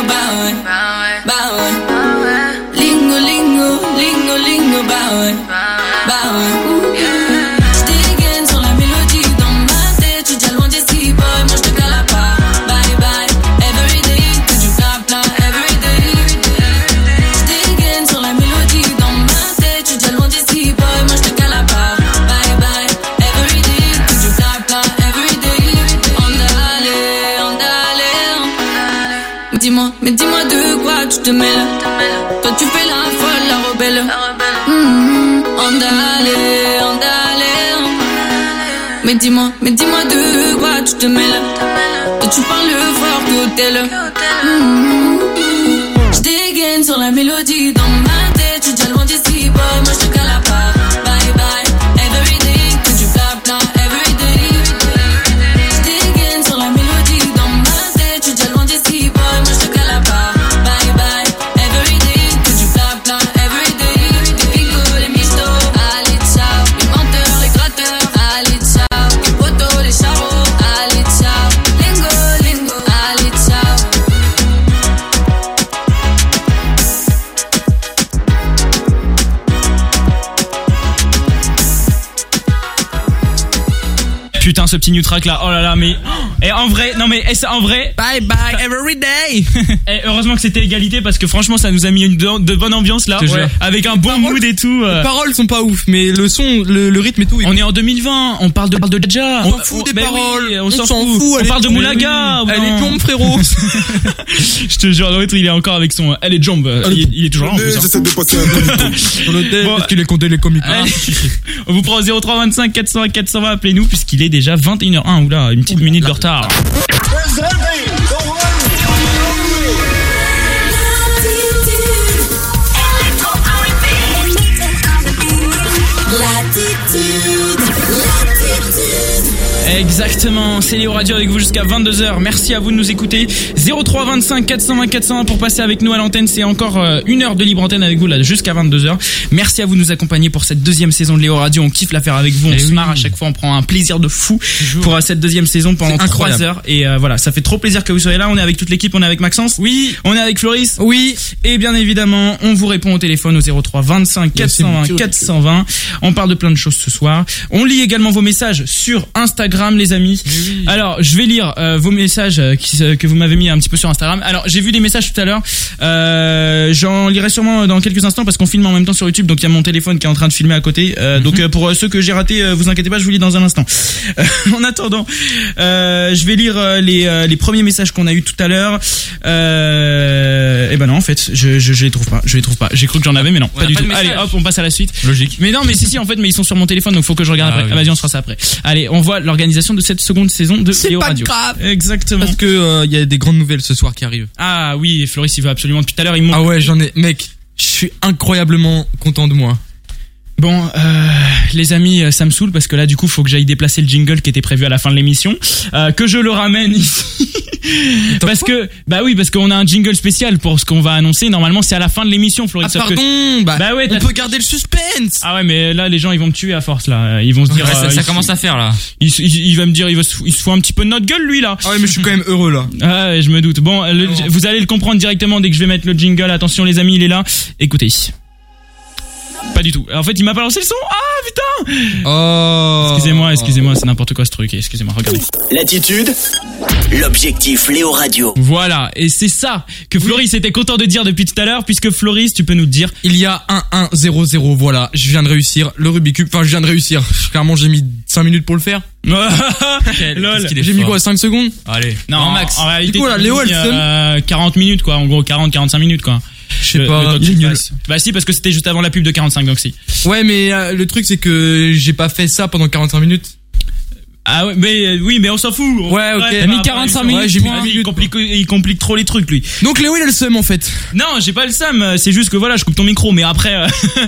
Speaker 18: bah ouais, bah ouais. Je dégaine sur la mélodie dans ma tête, tu déjà loin d'ici, boy, moi je te cale à part. Bye bye, every day, que du bla bla, every day. Je dégaine sur la mélodie dans ma tête, tu déjà loin d'ici, boy, moi je te cale à part. Bye bye, every day, que du bla bla, every day. On allait, on allait, on allait. Dis-moi, mais dis-moi de quoi tu te mêles. Toi tu fais la folle, la rebelle. Mhm. On allait, on allait. Mais dis-moi, mais dis-moi de quoi tu te mêles. Toi tu parles fort Mm-hmm. d'hôtel. Je dégaine sur la mélodie dans ma tête. Je déjà loin d'ici, boy, moi je te cale à part. Bye bye, every day, que du bla bla, every day. Je dégaine sur la mélodie dans ma tête. Je déjà loin d'ici, boy, moi je te cale à part. Bye bye, every day, que du bla bla, every day. Des picots, les michetots, allez ciao. Les menteurs, les gratteurs, allez ciao. Les potos, les charros, allez ciao. Lingo, lingo, allez ciao.
Speaker 2: Putain, ce petit new track là, oh là là, mais. Et en vrai, non mais, eh, ça, en vrai. Bye bye every day! Et heureusement que c'était égalité parce que franchement, ça nous a mis une de, de bonne ambiance là.
Speaker 3: Je te jure.
Speaker 2: Avec un bon mood et tout. euh.
Speaker 3: Les paroles sont pas ouf, mais le son, le, le rythme et tout.
Speaker 2: On est en 2020, on parle de parle de Jaja.
Speaker 3: On s'en fout des
Speaker 2: ben oui,
Speaker 3: paroles.
Speaker 2: on s'en fout. On
Speaker 3: allez,
Speaker 2: parle de
Speaker 3: mais
Speaker 2: Moulaga.
Speaker 3: oui.
Speaker 2: ou
Speaker 3: Elle est
Speaker 2: non
Speaker 3: plombe, frérot.
Speaker 2: Je te jure, l'autre il est encore avec son. Elle est jump. Il, il est toujours là. en plus, hein.
Speaker 12: J'essaie de passer un
Speaker 2: Bon,
Speaker 3: Parce qu'il est condé les comiques.
Speaker 2: allez, on vous prend au 0325 400 420. Appelez-nous puisqu'il est déjà 21h01. Oula, une petite minute de retard. Exactement, c'est Léo Radio avec vous jusqu'à 22h. Merci à vous de nous écouter. 03 25 420 401 pour passer avec nous à l'antenne. C'est encore euh, une heure de libre antenne avec vous là jusqu'à 22h. Merci à vous de nous accompagner pour cette deuxième saison de Léo Radio. On kiffe la faire avec vous, on
Speaker 20: Eh
Speaker 2: se
Speaker 20: oui.
Speaker 2: marre à chaque fois, on prend un plaisir de fou pour euh, cette deuxième saison pendant
Speaker 20: C'est
Speaker 2: 3
Speaker 20: incroyable.
Speaker 2: heures. Et euh, voilà, ça fait trop plaisir que vous soyez là. On est avec toute l'équipe, on est avec Maxence. Oui. On est avec Floris. Oui. Et bien évidemment, on vous répond au téléphone au 03 25 420 420. On parle de plein de choses ce soir. On lit également vos messages sur Instagram, les amis. Alors, je vais lire euh, vos messages euh, qui, euh, que vous m'avez mis un petit peu sur Instagram. Alors, j'ai vu des messages tout à l'heure. Euh, J'en lirai sûrement dans quelques instants parce qu'on filme en même temps sur YouTube. Donc, il y a mon téléphone qui est en train de filmer à côté.
Speaker 20: Mhm.
Speaker 2: Euh, Donc, euh, pour euh, ceux que j'ai ratés, euh, vous inquiétez pas, je vous lis dans un instant. Euh, en attendant, euh, je vais lire euh, les, euh, les premiers messages qu'on a eu tout à l'heure. Euh, et ben non, en fait, je, je, je les trouve pas. Je les trouve pas. J'ai cru que j'en avais, mais non,
Speaker 20: On
Speaker 2: pas
Speaker 20: a
Speaker 2: du
Speaker 20: pas de
Speaker 2: tout. Allez,
Speaker 20: message.
Speaker 2: hop, on passe à la suite.
Speaker 3: Hein,
Speaker 20: Logique.
Speaker 2: Mais non, mais si, si, en fait, mais ils sont sur mon téléphone, donc faut que je regarde
Speaker 20: Ah,
Speaker 2: après.
Speaker 20: oui.
Speaker 2: Ah, Vas-y, on se fera ça après. Allez, on voit l'organisation de cette seconde saison de Léo Radio. Exactement.
Speaker 3: Parce que euh, il y a des grandes nouvelles ce soir qui arrivent.
Speaker 2: Ah oui, Floris, il veut absolument depuis tout à l'heure. Il monte.
Speaker 3: Ah ouais, j'en ai. Mec, je suis incroyablement content de moi.
Speaker 2: Bon, euh, les amis, euh, ça me saoule parce que là, du coup, faut que j'aille déplacer le jingle qui était prévu à la fin de l'émission, euh, que je le ramène ici, parce que bah oui, parce qu'on a un jingle spécial pour ce qu'on va annoncer. Normalement, c'est à la fin de l'émission, Floris.
Speaker 3: Ah,
Speaker 2: sauf que-
Speaker 3: pardon, bah,
Speaker 2: ouais,
Speaker 3: on
Speaker 2: t'as-
Speaker 3: peut garder le suspense.
Speaker 2: Ah ouais, mais là, les gens, ils vont me tuer à force là. Ils vont se dire.
Speaker 3: Ouais, ça- ça commence à
Speaker 2: faire là. Il, se- il- il va me dire, il, va se, il se fout un petit peu de notre gueule lui là.
Speaker 3: Ah ouais, mais je suis quand même heureux là.
Speaker 2: Ah, ouais, je me doute. Bon, le- vous allez le comprendre directement dès que je vais mettre le jingle. Attention, les amis, il est là. Écoutez. Pas du tout. En fait, il m'a pas lancé le son. Ah, putain
Speaker 3: Oh.
Speaker 2: Excusez-moi, excusez-moi, c'est n'importe quoi ce truc. Excusez-moi, regardez.
Speaker 13: L'attitude, l'objectif Léo Radio.
Speaker 2: Voilà, et c'est ça que Floris était content de dire depuis tout à l'heure, puisque Floris, tu peux nous dire.
Speaker 3: Il y a 1-1-0-0, voilà, je viens de réussir le Rubik's Cube, enfin je viens de réussir, clairement j'ai mis 5 minutes pour le faire.
Speaker 2: Lol.
Speaker 3: J'ai mis quoi, 5 secondes
Speaker 2: Allez. Non,
Speaker 3: Non,
Speaker 2: max. En réalité,
Speaker 3: Du coup, là,
Speaker 2: t'as
Speaker 3: Léo,
Speaker 2: mis,
Speaker 3: elle se-
Speaker 2: euh, 40 minutes, quoi. En gros, 40, 45 minutes, quoi.
Speaker 3: Je sais
Speaker 2: Le-
Speaker 3: pas,
Speaker 2: le temps que
Speaker 3: il est
Speaker 2: tu
Speaker 3: nul.
Speaker 2: fasses. Bah, si, parce que c'était juste avant la pub de 45, donc si.
Speaker 3: Ouais, mais euh, le truc c'est que j'ai pas fait ça pendant 45 minutes.
Speaker 2: Ah ouais, mais euh, oui, mais on s'en fout. On-
Speaker 3: Ouais, ok.
Speaker 2: bah,
Speaker 3: T'as mis
Speaker 2: bah,
Speaker 3: 45
Speaker 2: ouais,
Speaker 3: minutes,
Speaker 2: j'ai mis
Speaker 3: point.
Speaker 2: 10 minutes, il, complique, il complique trop les trucs, lui.
Speaker 3: Donc Léo il a le seum en fait.
Speaker 2: Non, j'ai pas le seum. euh, C'est juste que voilà, je coupe ton micro, mais après. euh,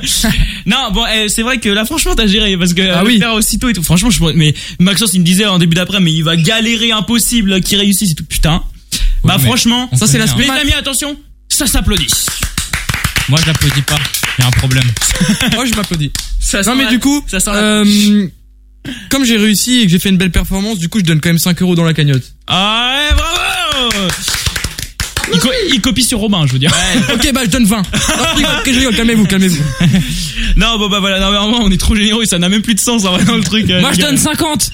Speaker 2: non, bon, euh, c'est vrai que là, franchement, t'as géré parce que euh,
Speaker 3: Ah
Speaker 2: le
Speaker 3: oui.
Speaker 2: faire aussitôt et tout. Franchement, je pourrais- mais Maxence, il me disait en début d'après, mais il va galérer, impossible, euh, qu'il réussisse et tout. Putain. bah
Speaker 3: mais
Speaker 2: franchement,
Speaker 3: on Ça, c'est connaît, l'aspect
Speaker 2: Les
Speaker 3: hein.
Speaker 2: amis, attention, ça s'applaudit.
Speaker 3: Moi je l'applaudis pas, il y a un problème. Moi je m'applaudis.
Speaker 2: Ça sent
Speaker 3: non mais
Speaker 2: la-
Speaker 3: du coup,
Speaker 2: ça sent la-
Speaker 3: euh, comme j'ai réussi et que j'ai fait une belle performance, du coup je donne quand même 5 euros dans la cagnotte.
Speaker 2: Ah ouais, bravo. Il, co- il copie sur Robin, je veux dire.
Speaker 3: Oh, ok bah je donne 20. Non, je rigole, je rigole, calmez-vous, calmez-vous.
Speaker 2: Non, bon, bah voilà, non, mais vraiment, on est trop généreux et ça n'a même plus de sens, en vrai, dans le truc. euh,
Speaker 3: Moi, je donne
Speaker 2: 50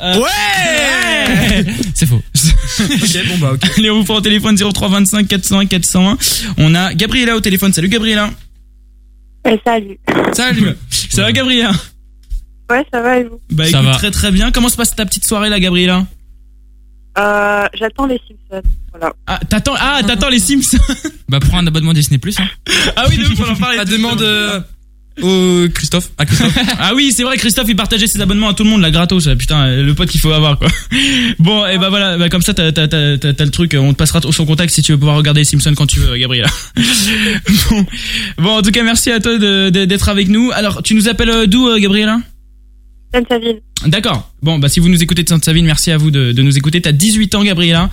Speaker 2: Euh,
Speaker 3: Ouais
Speaker 2: C'est faux. ok, bon, bah, ok. Allez, on vous prend au téléphone 0325 401 401. On a Gabriela au téléphone. Salut, Gabriela.
Speaker 19: salut.
Speaker 2: Salut. Ça va, Gabriela
Speaker 19: Ouais, ça va et vous
Speaker 2: Bah,
Speaker 3: Ça
Speaker 2: écoute,
Speaker 3: va.
Speaker 2: très très bien. Comment se passe ta petite soirée, là, hein Gabriela
Speaker 19: euh, J'attends les Simpsons. Voilà.
Speaker 2: Ah, t'attends, ah, t'attends les Sims
Speaker 3: Bah, prends un abonnement Disney Plus. Hein. euh,
Speaker 2: Ah oui, de ouf, on en parler. La demande au Christophe. Ah, oui, c'est vrai, Christophe, il partageait ses abonnements à tout le monde, la gratos, là, putain, le pote qu'il faut avoir, quoi. Bon, et bah voilà, bah, comme ça, t'as, t'as, t'as, t'as- t'as le truc, on te passera t- son contact si tu veux pouvoir regarder les Simpsons quand tu veux, Gabriel. bon. bon, en tout cas, merci à toi de- de- d'être avec nous. Alors, tu nous appelles euh, d'où, euh, Gabriela
Speaker 19: Sainte-Savine.
Speaker 2: D'accord. Bon, bah si vous nous écoutez de Sainte-Savine, merci à vous de, de nous écouter. T'as 18 ans, Gabriela.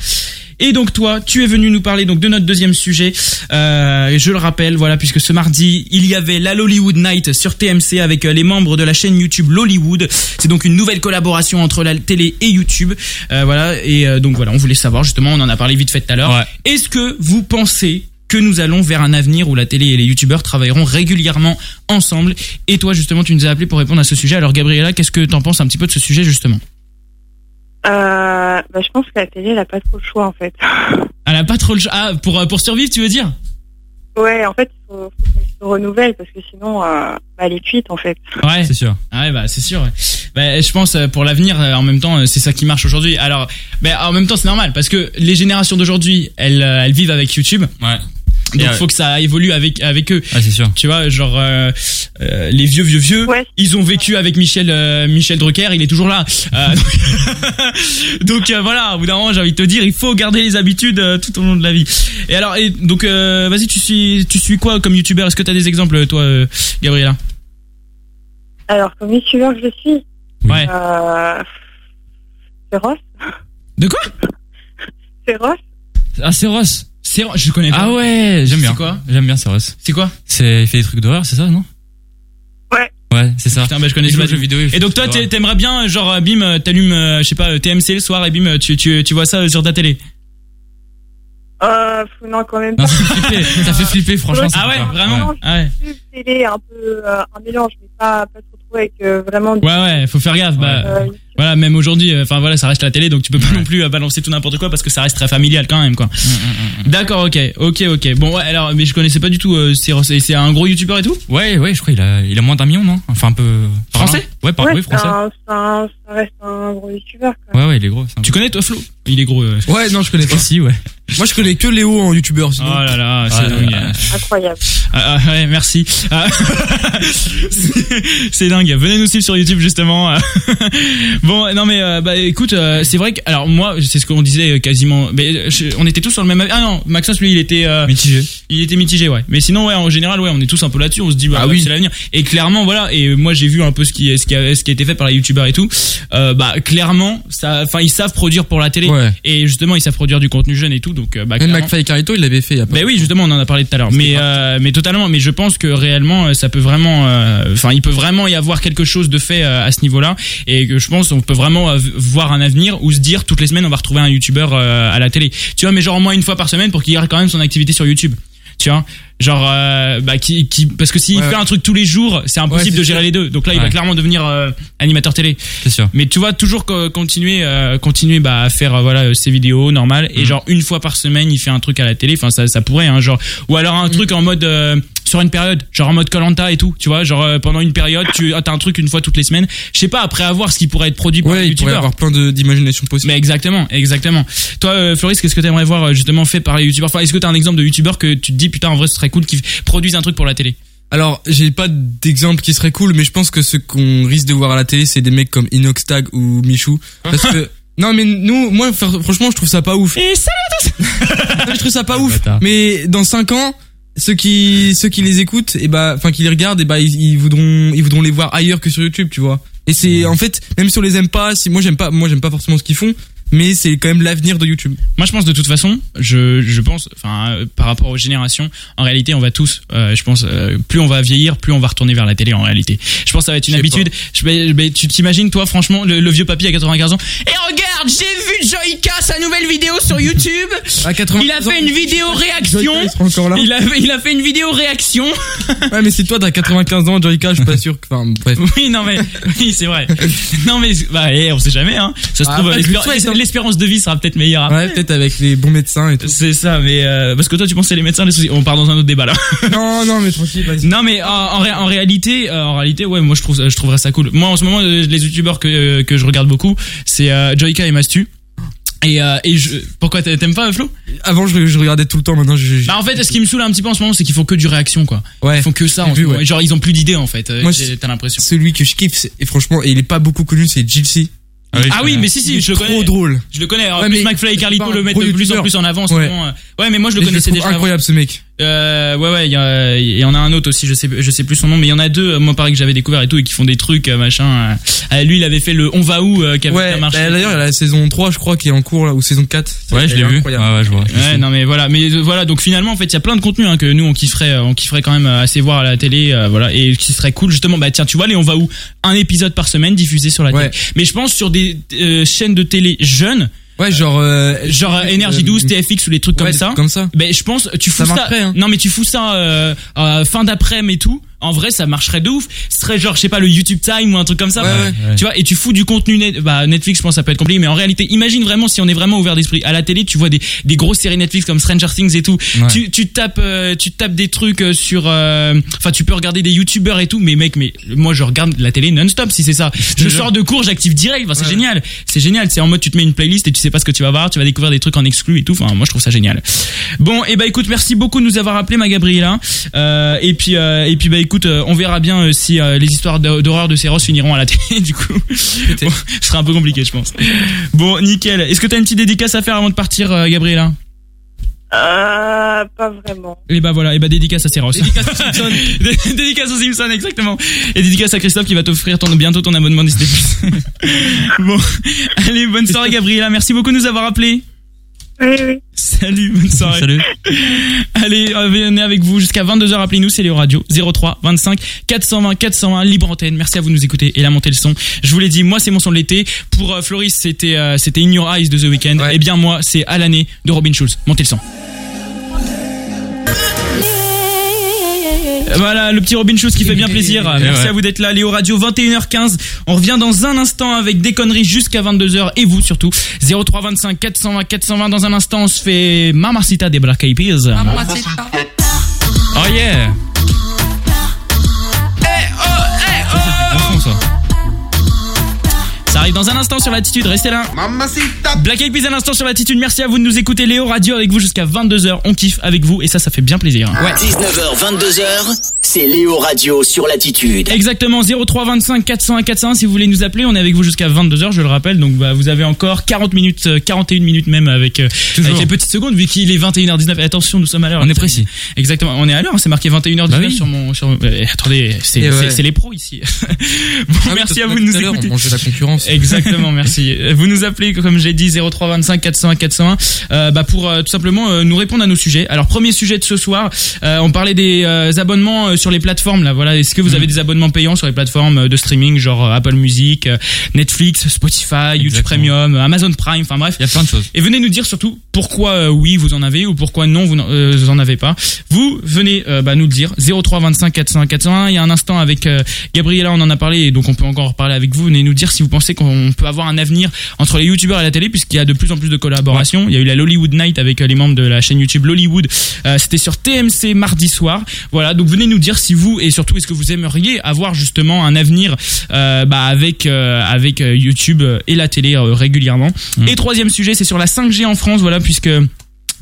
Speaker 2: Et donc toi, tu es venu nous parler donc de notre deuxième sujet. Euh, et je le rappelle, voilà, puisque ce mardi, il y avait la Lollywood Night sur TMC avec euh, les membres de la chaîne YouTube Lollywood. C'est donc une nouvelle collaboration entre la télé et YouTube. Euh, voilà, et euh, donc voilà, on voulait savoir justement, on en a parlé vite fait tout à l'heure. Est-ce que vous pensez que nous allons vers un avenir où la télé et les youtubeurs travailleront régulièrement ensemble. Et toi, justement, tu nous as appelé pour répondre à ce sujet. Alors, Gabriella, qu'est-ce que t'en penses un petit peu de ce sujet, justement
Speaker 19: Euh, bah, je pense que la télé, elle a pas trop le choix en fait.
Speaker 2: Elle a pas trop le choix. Ah, pour, euh, pour survivre, tu veux dire
Speaker 19: Ouais, en fait, il faut, faut qu'elle se renouvelle parce que sinon, euh, bah, elle est cuite en fait.
Speaker 2: Ouais. C'est sûr. ouais, bah, c'est sûr. ouais. Bah, je pense, euh, pour l'avenir, euh, en même temps, euh, c'est ça qui marche aujourd'hui. Alors, bah, en même temps, c'est normal parce que les générations d'aujourd'hui, elles, euh, elles vivent avec YouTube.
Speaker 3: Ouais.
Speaker 2: Donc
Speaker 3: Et,
Speaker 2: faut
Speaker 3: euh,
Speaker 2: que ça évolue avec avec eux. c'est sûr. Tu vois, genre euh, euh, les vieux vieux vieux, ils ont vécu avec Michel euh, Michel Drucker, il est toujours là. Euh, donc- donc euh, voilà, au bout d'un moment, j'ai envie de te dire, il faut garder les habitudes euh, tout au long de la vie. Et alors, et, donc euh, vas-y, tu suis tu suis quoi comme youtubeur Est-ce que t'as des exemples, toi, euh, Gabriela
Speaker 19: Alors, comme youtubeur que je suis,
Speaker 2: Ouais.
Speaker 19: euh, féroce.
Speaker 2: De quoi
Speaker 19: Féroce.
Speaker 3: Ah, c'est Ross.
Speaker 2: C'est je connais
Speaker 3: pas. Ah ouais, j'aime bien.
Speaker 2: quoi
Speaker 3: J'aime bien, c'est Ross.
Speaker 2: C'est quoi
Speaker 3: C'est, il fait des trucs d'horreur, c'est ça, non
Speaker 19: Ouais.
Speaker 3: Ouais, c'est ça.
Speaker 2: Putain, bah, je connais
Speaker 3: Il joue
Speaker 2: pas
Speaker 3: aux jeux vidéo. il fait
Speaker 2: Et donc
Speaker 3: des
Speaker 2: toi,
Speaker 3: trucs
Speaker 2: t'es- t'aimerais bien, genre, euh, bim, euh, t'allumes, euh, je sais pas, euh, TMC le soir et bim, euh, tu tu tu vois ça euh, sur ta télé.
Speaker 19: Euh, faut- non, quand même pas.
Speaker 3: d'horreur. Ça fait flipper, franchement.
Speaker 2: Ah ouais,
Speaker 19: vraiment
Speaker 2: Ah ouais.
Speaker 19: télé un peu euh, un mélange, mais pas, pas trop trop avec euh, vraiment. euh,
Speaker 2: Ouais ouais, faut faire gaffe. Bah,
Speaker 19: Ouais.
Speaker 2: Voilà, même aujourd'hui, euh, enfin voilà, ça reste la télé, donc tu peux pas non plus euh, balancer tout n'importe quoi parce que ça reste très familial quand même quoi. mm, D'accord, ok, ok, ok. Bon ouais, alors mais je connaissais pas du tout. euh, c'est c'est- c'est un gros youtubeur et tout.
Speaker 3: Ouais, ouais, je crois il a, il a moins d'un million, non Enfin, un peu. par là.
Speaker 2: Français
Speaker 3: Ouais, par
Speaker 19: Ouais,
Speaker 3: oui,
Speaker 19: c'est
Speaker 3: français.
Speaker 19: un- c'est un- ça reste un gros youtubeur. quoi.
Speaker 3: Ouais, ouais, il est gros.
Speaker 2: Tu connais toi Flo Il est gros. euh.
Speaker 12: Ouais, non, je connais pas.
Speaker 3: Si, ouais. Ah,
Speaker 12: Moi, je connais que Léo en youtubeur.
Speaker 2: Oh là là, c'est dingue.
Speaker 19: Incroyable.
Speaker 2: Ah, ah, ouais, merci. Ah, c'est- c'est dingue. Venez nous suivre sur YouTube justement. bon, non mais euh, bah écoute, euh, c'est vrai que alors moi, c'est ce qu'on disait euh, quasiment. Mais euh, je- on était tous sur le même. avis. Ah non, Maxence lui, il était mitigé. Il était mitigé, ouais. Mais sinon, ouais, en général, ouais, on est tous un peu là-dessus. On se dit, bah,
Speaker 12: Ah
Speaker 2: ouais, c'est l'avenir. Et clairement, voilà. Et moi, j'ai vu un peu ce qui, ce qui, a, ce qui a été fait par les youtubeurs et tout. Euh, bah clairement, ça, enfin, ils savent produire pour la télé.
Speaker 12: Ouais.
Speaker 2: Et justement, ils savent produire du contenu jeune et tout. Donc, euh, bah,
Speaker 12: Même
Speaker 2: clairement-
Speaker 12: McFly et Carito, il l'avait fait.
Speaker 2: ben oui, justement, on en a parlé tout à l'heure. Mais euh, mais totalement. Mais je pense que réellement, euh, ça peut vraiment, euh, enfin, il peut vraiment y avoir quelque chose de fait euh, à ce niveau-là, et que je pense on peut vraiment euh, voir un avenir où se dire toutes les semaines on va retrouver un youtubeur euh, à la télé. Tu vois, mais genre au moins une fois par semaine pour qu'il garde quand même son activité sur YouTube. Tu vois, genre euh, bah qui qui parce que s'il
Speaker 12: Ouais, ouais.
Speaker 2: fait un truc tous les jours, c'est impossible
Speaker 12: c'est
Speaker 2: de gérer
Speaker 12: sûr.
Speaker 2: les deux. Donc là, il va
Speaker 12: Ouais.
Speaker 2: clairement devenir euh, animateur télé.
Speaker 3: C'est sûr.
Speaker 2: Mais tu vois, toujours co- continuer, euh, continuer bah, à faire euh, voilà euh, ses vidéos normales
Speaker 12: Mhm.
Speaker 2: et genre une fois par semaine, il fait un truc à la télé. Enfin, ça, ça pourrait, hein, genre ou alors
Speaker 12: Mhm.
Speaker 2: un truc en mode euh, sur une période, genre en mode Colanta et tout. Tu vois, genre euh, pendant une période, tu as un truc une fois toutes les semaines. Je sais pas. Après, à voir ce qui pourrait être produit par
Speaker 12: Ouais,
Speaker 2: les
Speaker 12: il pourrait y
Speaker 2: youtubeurs.
Speaker 12: avoir plein de- d'imagination possible.
Speaker 2: Mais exactement, exactement. Toi, euh, Floris, qu'est-ce que t'aimerais voir euh, justement fait par les youtubeurs Enfin, est-ce que t'as un exemple de youtubeur que tu te dis putain en vrai ce serait cool qu'ils produisent un truc pour la télé
Speaker 12: Alors, j'ai pas d'exemple qui serait cool, mais je pense que ce qu'on risque de voir à la télé, c'est des mecs comme Inox Tag ou Michou. Parce que, non, mais nous, moi, fr- franchement, je trouve ça pas ouf.
Speaker 2: Et salut
Speaker 12: à tous Je trouve ça
Speaker 1: Ah,
Speaker 12: pas ouf. Mais dans 5 ans, ceux qui, ceux qui les écoutent, et bah, enfin, qui les regardent, et bah, ils, ils voudront, ils voudront les voir ailleurs que sur YouTube, tu vois. Et c'est, en fait, même si on les aime pas, si, moi, j'aime pas, moi, j'aime pas forcément ce qu'ils font, mais c'est quand même l'avenir de YouTube.
Speaker 2: Moi, je pense de toute façon, je, je pense, enfin, euh, par rapport aux générations, en réalité, on va tous, euh, je pense, euh, plus on va vieillir, plus on va retourner vers la télé en réalité. Je pense que ça va être une
Speaker 3: Je sais
Speaker 2: habitude. Je, mais- mais tu t'imagines, toi, franchement, le, le vieux papy à 95 ans.
Speaker 1: Et regarde, j'ai vu Joyka sa nouvelle vidéo sur YouTube. il a fait une vidéo réaction.
Speaker 12: Joyka, il
Speaker 2: hein.
Speaker 12: sera encore là.
Speaker 2: Il a, il a fait une vidéo réaction.
Speaker 12: ouais, mais si toi t'as 95 ans, Joyka, je suis pas sûr que. Enfin, bref.
Speaker 2: Oui, non, mais, oui, c'est vrai. Non, mais, bah, eh, on sait jamais, hein. Ça se
Speaker 12: Ah,
Speaker 2: trouve,
Speaker 12: après, je
Speaker 2: l'espér-
Speaker 12: le souhaite, hein.
Speaker 2: l'espérance de vie sera peut-être meilleure après.
Speaker 12: Ouais, peut-être avec les bons médecins et tout.
Speaker 2: C'est ça, mais euh, parce que toi tu pensais les médecins, les soucis. On part dans un autre débat là.
Speaker 12: Non, non, mais tranquille, vas-y.
Speaker 2: Non mais en, en ré- en réalité, euh, en réalité, ouais, moi je trouve, je trouverais ça cool. Moi en ce moment, euh, les youtubeurs que, euh, que je regarde beaucoup, c'est euh, Joyka et Mastu. Et, euh, et je, pourquoi t'a- t'aimes pas Flo
Speaker 12: Avant, je, je regardais tout le temps, maintenant, je. je-
Speaker 2: Bah en fait, ce qui me saoule un petit peu en ce moment, c'est qu'ils font que du réaction quoi.
Speaker 12: Ouais.
Speaker 2: Ils font que ça.
Speaker 12: J'ai
Speaker 2: En
Speaker 12: vu,
Speaker 2: ce moment.
Speaker 12: ouais.
Speaker 2: Et Genre ils ont plus d'idées en fait. euh,
Speaker 12: Moi,
Speaker 2: j'ai-
Speaker 12: c'est-
Speaker 2: T'as l'impression.
Speaker 12: Celui que je kiffe, c'est- et franchement, et il est pas beaucoup connu, c'est Gypsy.
Speaker 2: Ah oui, mais si si, je le
Speaker 12: Trop
Speaker 2: connais.
Speaker 12: drôle.
Speaker 2: Je le connais. Alors,
Speaker 12: Ouais,
Speaker 2: plus
Speaker 12: mais
Speaker 2: McFly et
Speaker 12: c'est pas
Speaker 2: Carlito
Speaker 12: un
Speaker 2: le mettent
Speaker 12: gros
Speaker 2: de plus en
Speaker 12: youtubeur.
Speaker 2: plus en avant.
Speaker 12: Ouais.
Speaker 2: souvent, euh. Ouais, mais moi je le
Speaker 12: Mais
Speaker 2: connaissais
Speaker 12: trouve
Speaker 2: déjà. avant.
Speaker 12: Incroyable ce mec.
Speaker 2: Euh, ouais, ouais, il y, a- il y en a un autre aussi, je sais, je sais plus son nom, mais il y en a deux, euh, moi pareil, que j'avais découvert et tout, et qui font des trucs, euh, machin. euh. Ah, lui, il avait fait le On va où euh, qui avait bien
Speaker 12: Ouais, bah,
Speaker 2: marché.
Speaker 12: d'ailleurs, il y a la saison 3, je crois, qui est en cours, là, ou saison 4.
Speaker 3: Ouais, je
Speaker 12: Elle
Speaker 3: l'ai
Speaker 12: est
Speaker 3: vu.
Speaker 12: incroyable.
Speaker 3: Ouais, ouais, je vois.
Speaker 2: Ouais, non, mais voilà, mais euh, voilà, donc finalement, en fait, il y a plein de contenus hein, que nous, on kifferait, euh, on kifferait quand même euh, assez voir à la télé, euh, voilà, et qui serait cool, justement, bah tiens, tu vois, les On va où Un épisode par semaine diffusé sur la
Speaker 12: Ouais.
Speaker 2: télé. Mais je pense sur des euh, chaînes de télé jeunes.
Speaker 12: Ouais, genre.
Speaker 2: genre euh, NRJ 12, TFX ou les trucs
Speaker 12: ouais,
Speaker 2: comme
Speaker 12: des
Speaker 2: ça.
Speaker 12: trucs comme ça.
Speaker 2: Ben, je pense, tu fous
Speaker 12: Ça
Speaker 2: ça.
Speaker 12: marcherait, hein.
Speaker 2: Non, mais tu fous ça euh, euh, fin d'après-midi et tout. En vrai, ça marcherait de ouf. Ce serait genre, je sais pas, le YouTube Time ou un truc comme ça.
Speaker 12: Ouais,
Speaker 2: bah,
Speaker 12: ouais.
Speaker 2: Tu vois, et tu fous du contenu net. Bah, Netflix, je pense, ça peut être compliqué. Mais en réalité, imagine vraiment si on est vraiment ouvert d'esprit. À la télé, tu vois des, des grosses séries Netflix comme Stranger Things et tout.
Speaker 3: Ouais.
Speaker 2: Tu, tu tapes, euh, tu tapes des trucs euh, sur. euh, Enfin, tu peux regarder des YouTubers et tout. Mais mec, mais moi, je regarde la télé non-stop si c'est ça. Je sors de cours, j'active direct. Enfin, c'est génial. C'est génial. C'est en mode, tu te mets une playlist et tu sais pas ce que tu vas voir. Tu vas découvrir des trucs en exclu et tout. Enfin, moi, je trouve ça génial. Bon, et bah écoute, merci beaucoup de nous avoir appelé, ma Gabriela. Euh, et puis, euh, et puis bah écoute, euh, on verra bien euh, si euh, les histoires d'hor- d'horreur de Céros finiront à la télé. Du coup, Bon, ce sera un peu compliqué, je pense. Bon, nickel. Est-ce que t'as une petite dédicace à faire avant de partir, euh, Gabriela
Speaker 17: Euh, pas vraiment.
Speaker 2: et bah voilà, et bah dédicace à Céros. Dédicace aux Simpsons. dédicace aux Simpsons, exactement. Et dédicace à Christophe qui va t'offrir ton, bientôt ton abonnement Disney+. bon, allez, bonne soirée Gabriela. Merci beaucoup de nous avoir appelés. Salut, bonne soirée.
Speaker 3: Salut.
Speaker 2: Allez, euh, venez avec vous jusqu'à 22h. Appelez-nous, c'est les Radio 03 25 420 420 libre antenne. Merci à vous de nous écouter et la montée le son. Je vous l'ai dit, moi c'est mon son de l'été. Pour euh, Floris, c'était euh, c'était In Your Eyes de The Weeknd. Et bien moi, c'est à l'année de Robin Schulz. Montez le son. Voilà, le petit Robin Schulz qui fait bien plaisir.
Speaker 3: Et
Speaker 2: Merci
Speaker 3: ouais.
Speaker 2: à vous d'être là. Léo Radio, 21h15. On revient dans un instant avec des conneries jusqu'à 22h et vous surtout. 0325 420 420. Dans un instant, on se fait Mamacita des Black Eyed Peas. Oh yeah! Eh, oh, Ça arrive dans un instant sur l'attitude, restez là. Black Eyed Peas à l'instant sur l'attitude, merci à vous de nous écouter. Léo Radio avec vous jusqu'à 22h, on kiffe avec vous et ça, ça fait bien plaisir.
Speaker 13: 19h, 22h, c'est Léo Radio sur Latitude.
Speaker 2: Exactement, 03 25 401 401 si vous voulez nous appeler, on est avec vous jusqu'à 22h, je le rappelle. Donc bah, vous avez encore 40 minutes, euh, 41 minutes même avec, euh,
Speaker 3: Toujours.
Speaker 2: avec les petites secondes vu qu'il est 21h19. Attention, nous sommes à l'heure.
Speaker 3: On est précis.
Speaker 2: Exactement, on est à l'heure, hein, c'est marqué 21h19
Speaker 3: Bah oui.
Speaker 2: sur mon sur euh, attendez, c'est
Speaker 3: Et
Speaker 2: c'est-
Speaker 3: ouais. Ah
Speaker 2: c'est les pros ici. Bon,
Speaker 12: Ah
Speaker 2: merci
Speaker 3: bah,
Speaker 2: à vous de
Speaker 12: Tout
Speaker 2: nous
Speaker 12: à l'heure,
Speaker 2: écouter.
Speaker 12: On mangeait la concurrence.
Speaker 2: Exactement, merci. Vous nous appelez, comme j'ai dit, 0325 401 401 euh, bah pour euh, tout simplement euh, nous répondre à nos sujets. Alors, premier sujet de ce soir, euh, on parlait des euh, abonnements euh, sur les plateformes. Là, voilà, Est-ce que
Speaker 3: Mm.
Speaker 2: vous avez des abonnements payants sur les plateformes euh, de streaming, genre euh, Apple Music, euh, Netflix, Spotify, YouTube Premium, euh, Amazon Prime, enfin bref.
Speaker 3: Il y a plein de choses.
Speaker 2: Et venez nous dire surtout pourquoi euh, oui vous en avez ou pourquoi non vous n'en euh, vous en avez pas. Vous venez euh, bah, nous le dire 03 25 401 401. Il y a un instant avec euh, Gabriella on en a parlé et donc on peut encore reparler avec vous. Venez nous dire si vous pensez qu'on peut avoir un avenir entre les youtubeurs et la télé puisqu'il y a de plus en plus de collaborations. Il y a eu la Lollywood Night avec euh, les membres de la chaîne YouTube Lollywood. Euh, C'était sur TMC mardi soir. Voilà donc venez nous dire si vous et surtout est-ce que vous aimeriez avoir justement un avenir euh, bah, avec euh, avec euh, YouTube et la télé euh, régulièrement. Et troisième sujet, c'est sur la 5G en France, voilà, puisque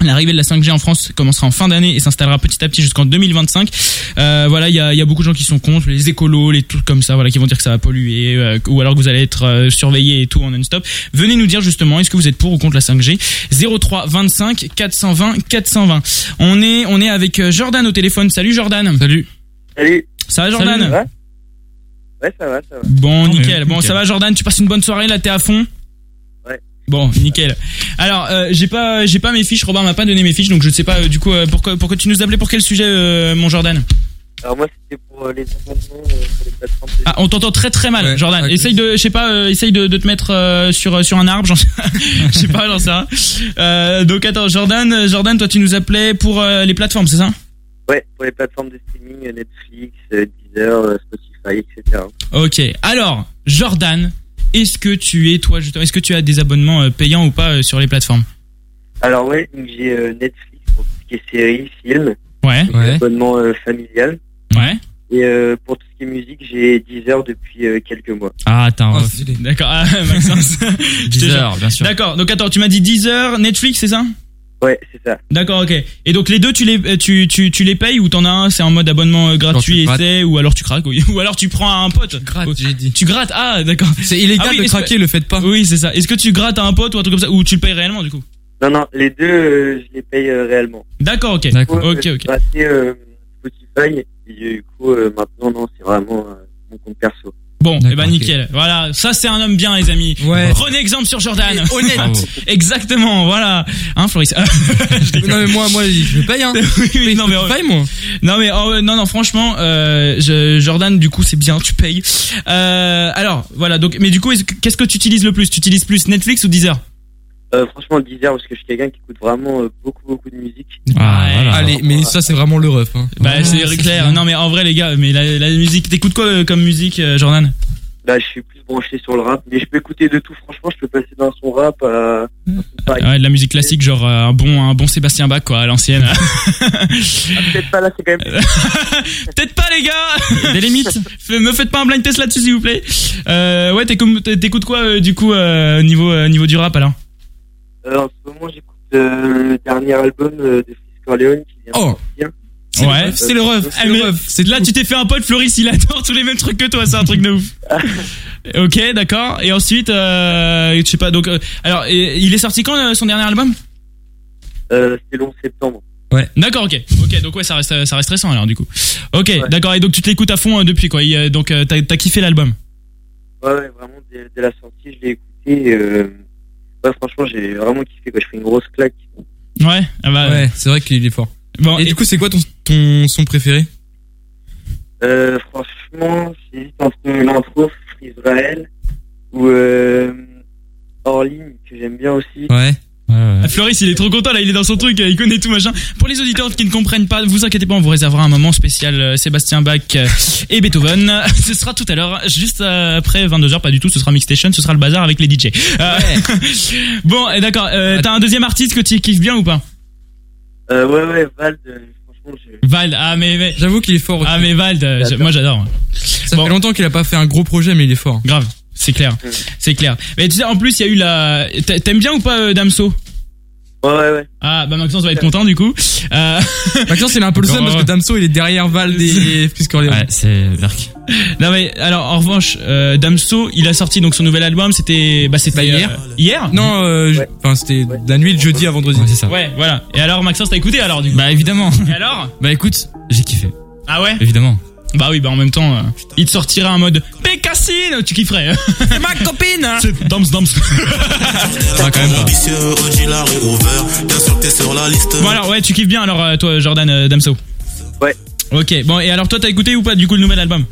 Speaker 2: L'arrivée de la 5G en France commencera en fin d'année et s'installera petit à petit jusqu'en 2025. Euh, voilà, il y a, il y a beaucoup de gens qui sont contre, les écolos, les trucs comme ça, voilà, qui vont dire que ça va polluer, euh, ou alors que vous allez être euh, surveillé et tout en non-stop. Venez nous dire justement, est-ce que vous êtes pour ou contre la 5G 03 25 420 420. On est, on est avec euh, Jordan au téléphone. Salut Jordan. Salut.
Speaker 16: Salut.
Speaker 2: Ça va Jordan
Speaker 16: Salut. Ouais. Ouais, ça va, ça va.
Speaker 2: Bon,
Speaker 16: Non, mais-
Speaker 2: nickel. Bon,
Speaker 16: nickel.
Speaker 2: ça va Jordan, tu passes une bonne soirée là, t'es à fond
Speaker 16: Ouais.
Speaker 2: Bon, nickel. Alors, euh, j'ai pas, j'ai pas mes fiches. Robin m'a pas donné mes fiches, donc je sais pas. euh, du coup, euh, pourquoi, pourquoi tu nous appelais pour quel sujet, euh, mon Jordan
Speaker 14: Alors moi, c'était pour euh, les abonnements euh, sur les plateformes de...
Speaker 2: Ah, on t'entend très très mal, Jordan. Essaye de, je sais pas, euh, essaye de, de te mettre euh, sur euh, sur un arbre, j'en sais- je sais pas, j'en sais rien. Euh, donc attends, Jordan, euh, Jordan, toi tu nous appelais pour euh, les plateformes, c'est ça
Speaker 14: Ouais, pour les plateformes de streaming, euh, Netflix, euh, Deezer, euh, Spotify, etc.
Speaker 2: Ok. Alors, Jordan, est-ce que tu es toi, justement, est-ce que tu as des abonnements euh, payants ou pas euh, sur les plateformes
Speaker 14: Alors ouais, donc j'ai euh, Netflix pour tout ce qui est séries, films,
Speaker 2: Ouais.
Speaker 14: donc abonnement euh, familial.
Speaker 2: Ouais.
Speaker 14: Et euh, pour tout ce qui est musique, j'ai Deezer depuis euh, quelques mois.
Speaker 3: Ah, attends.
Speaker 2: D'accord, ah, Maxence. Je te
Speaker 3: Deezer,
Speaker 2: jure.
Speaker 3: bien sûr.
Speaker 2: D'accord. Donc attends, tu m'as dit 10 heures, Netflix, c'est ça
Speaker 14: Ouais, c'est ça.
Speaker 2: D'accord, ok. Et donc les deux, tu les, euh, tu, tu, tu les payes ou t'en as un, c'est en mode abonnement euh, gratuit, essai, ou alors tu craques, oui. ou alors tu prends un pote. Tu grattes, j'ai dit. Tu grattes, ah d'accord.
Speaker 12: C'est illégal de craquer,
Speaker 2: le faites pas. Oui, c'est ça. Est-ce que tu grattes à un pote ou un truc comme ça, ou tu le payes réellement du coup
Speaker 14: Non, non, les deux, euh, je les paye euh, réellement.
Speaker 2: D'accord, ok.
Speaker 14: Ouais,
Speaker 2: Ok,
Speaker 14: euh,
Speaker 2: ok.
Speaker 14: bah, c'est, euh, Spotify, et du coup, euh, maintenant, non, c'est vraiment euh, mon compte perso.
Speaker 2: Bon, eh ben nickel. Voilà, ça c'est un homme bien, les amis. Prenez exemple sur Jordan. Honnête.
Speaker 12: Ah,
Speaker 2: Exactement. Voilà. Hein, Floris. non mais moi, moi, je paye. Hein. non mais paye moi. Non mais oh, ouais, non non franchement, euh, je- Jordan, du coup c'est bien, tu payes. Euh, alors voilà donc, mais du coup, est-ce que- qu'est-ce que tu utilises le plus Tu utilises plus Netflix ou Deezer
Speaker 14: Euh, franchement, le Deezer, parce que je suis quelqu'un qui écoute vraiment euh, beaucoup, beaucoup de musique.
Speaker 12: Ah, Allez, mais ça c'est vraiment le ref. Hein.
Speaker 2: Bah c'est clair. Non mais en vrai les gars, mais la, la musique, t'écoutes quoi euh, comme musique, euh, Jordan
Speaker 14: Là, je suis plus branché sur le rap, mais je peux écouter de tout. Franchement, je peux passer d'un son rap à...
Speaker 2: Ouais, de la musique classique, genre euh, un bon un bon Sébastien Bach quoi, à l'ancienne.
Speaker 14: Ah, Peut-être pas là, c'est quand même...
Speaker 2: Peut-être pas les gars. Des limites. Fais- Me faites pas un blind test là-dessus s'il vous plaît. Euh, ouais, t'écoutes t'écoutes quoi euh, du coup euh, au niveau euh, niveau du rap alors
Speaker 14: Euh, en ce moment, j'écoute euh, le dernier album euh, de Fritz Corleone qui vient de
Speaker 2: Oh.
Speaker 14: sortir.
Speaker 2: Ouais, Eh, mais Là, tu t'es fait un pote, Floris, il adore tous les mêmes trucs que toi, c'est un truc de ouf. ok, d'accord. Et ensuite, euh, je sais pas, donc, euh, alors, et- il est sorti quand euh, son dernier album
Speaker 14: Euh, C'était le 11 septembre.
Speaker 2: Ouais. D'accord, ok. Ok, donc ouais, ça reste, ça reste récent alors, du coup. Ok, d'accord. Et donc, tu te l'écoutes à fond euh, depuis quoi Il, euh, Donc, euh, t'as t'as kiffé l'album
Speaker 14: Ouais, ouais, vraiment, dès, dès la sortie, je l'ai écouté. euh, Ouais, franchement, j'ai vraiment kiffé. Quoi. Je fais une grosse claque.
Speaker 2: Ouais, ah bah,
Speaker 12: ouais, c'est vrai qu'il est fort. et, du coup, c'est quoi ton, ton son préféré
Speaker 14: Euh, franchement, j'hésite entre l'intro Israël ou euh, Hors ligne, que j'aime bien aussi.
Speaker 12: Ouais.
Speaker 2: Ah, Floris, il est trop content là, il est dans son truc, euh, il connaît tout machin. Pour les auditeurs qui ne comprennent pas, vous inquiétez pas, on vous réservera un moment spécial euh, Sébastien Bach euh, et Beethoven. Ce sera tout à l'heure, juste euh, après 22h, pas du tout, ce sera Mixstation, ce sera le bazar avec les DJ. Euh, bon, et d'accord, euh, t'as un deuxième artiste que tu kiffes bien ou pas
Speaker 14: Euh, ouais, ouais, Vald, euh, franchement, je...
Speaker 2: Vald, ah mais,
Speaker 12: j'avoue qu'il est fort.
Speaker 2: Ah mais Vald, euh, j'- moi j'adore.
Speaker 12: Ça fait longtemps qu'il a pas fait un gros projet, mais il est fort.
Speaker 2: Grave, c'est clair,
Speaker 12: Mm.
Speaker 2: c'est clair. Mais tu sais, en plus il y a eu la, t'a- t'aimes bien ou pas euh, Damso
Speaker 14: Ouais, ouais, ouais.
Speaker 2: Ah bah Maxence va être content du coup. Euh...
Speaker 12: Maxence, il a un peu le seum parce que Damso, il est derrière Val et Piscorleone. Ouais,
Speaker 3: c'est Verk.
Speaker 2: Non mais alors en revanche euh, Damso il a sorti donc son nouvel album c'était bah c'était
Speaker 12: hier.
Speaker 2: euh, hier
Speaker 12: Non, euh, je- enfin, c'était de la nuit de jeudi à vendredi. c'est ça.
Speaker 2: ouais voilà et alors Maxence t'as écouté alors du coup
Speaker 3: Bah, évidemment.
Speaker 2: et alors
Speaker 3: Bah, écoute, j'ai kiffé.
Speaker 2: ah ouais
Speaker 3: Évidemment.
Speaker 2: bah oui bah en même temps euh, il te sortira un mode Pécassine tu kifferais c'est ma copine hein? c'est Dams Dams
Speaker 21: Ambitieux, OG, la rue ouverte. Bien sûr que t'es sur la liste.
Speaker 2: bon alors ouais tu kiffes bien alors euh, toi Jordan euh, Damso
Speaker 14: ouais
Speaker 2: ok bon et alors toi t'as écouté ou pas du coup le nouvel album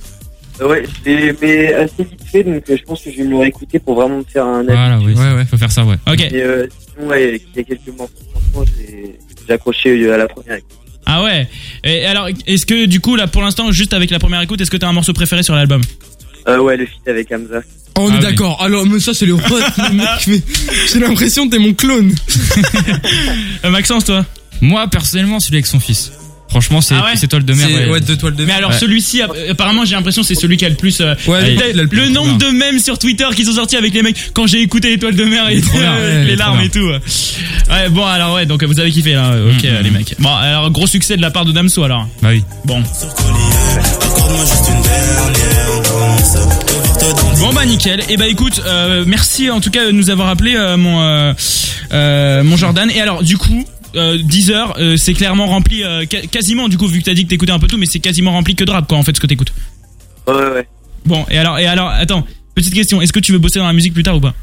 Speaker 14: Euh, ouais, je l'ai aimé assez vite fait, donc euh, je pense que je vais me le réécouter pour vraiment me faire un avis.
Speaker 3: oui. Ouais, ouais, faut faire ça, ouais.
Speaker 2: Ok.
Speaker 14: Et euh, sinon, ouais, il y a quelques morceaux, franchement, j'ai j'ai accroché euh, à la première écoute.
Speaker 2: ah ouais et alors est-ce que du coup là pour l'instant juste avec la première écoute est-ce que t'as un morceau préféré sur l'album
Speaker 14: Euh, ouais, le feat avec Hamza.
Speaker 12: Oh, on
Speaker 2: Ah
Speaker 12: est
Speaker 2: oui.
Speaker 12: d'accord. Alors, mais ça, c'est le pote, mec. mais J'ai l'impression que t'es mon clone.
Speaker 2: Euh, Maxence, toi
Speaker 3: Moi, personnellement, celui avec son fils. Franchement, c'est c'est toile de mer.
Speaker 12: C'est- ouais, deux toiles de
Speaker 2: Mais
Speaker 12: mer.
Speaker 2: alors
Speaker 3: Ouais.
Speaker 2: celui-ci, app- apparemment, j'ai l'impression c'est celui qui a le plus. euh,
Speaker 12: Ouais,
Speaker 2: le,
Speaker 12: il a le plus.
Speaker 2: nombre de mèmes sur Twitter qui sont sortis avec les mecs. Quand j'ai écouté Étoile de mer et
Speaker 12: est trop bien,
Speaker 2: euh,
Speaker 12: ouais, il
Speaker 2: les
Speaker 12: est trop
Speaker 2: larmes
Speaker 12: bien. Mm,
Speaker 2: et tout. Ouais, bon alors ouais, donc euh, vous avez kiffé là. euh, Ok euh, les mecs. Bon alors gros succès de la part de Damso alors.
Speaker 3: Bah oui.
Speaker 2: Bon. Bon bah nickel. Et bah écoute, euh, merci en tout cas de nous avoir appelé euh, mon euh, euh, mon Jordan. Et alors du coup. Euh, 10 heures, euh, c'est clairement rempli euh, ca- quasiment du coup vu que t'as dit que t'écoutais un peu tout mais c'est quasiment rempli que de rap quoi en fait ce que t'écoutes
Speaker 14: Ouais, ouais, ouais.
Speaker 2: Bon, et alors, et alors, attends, petite question, est-ce que tu veux bosser dans la musique plus tard ou pas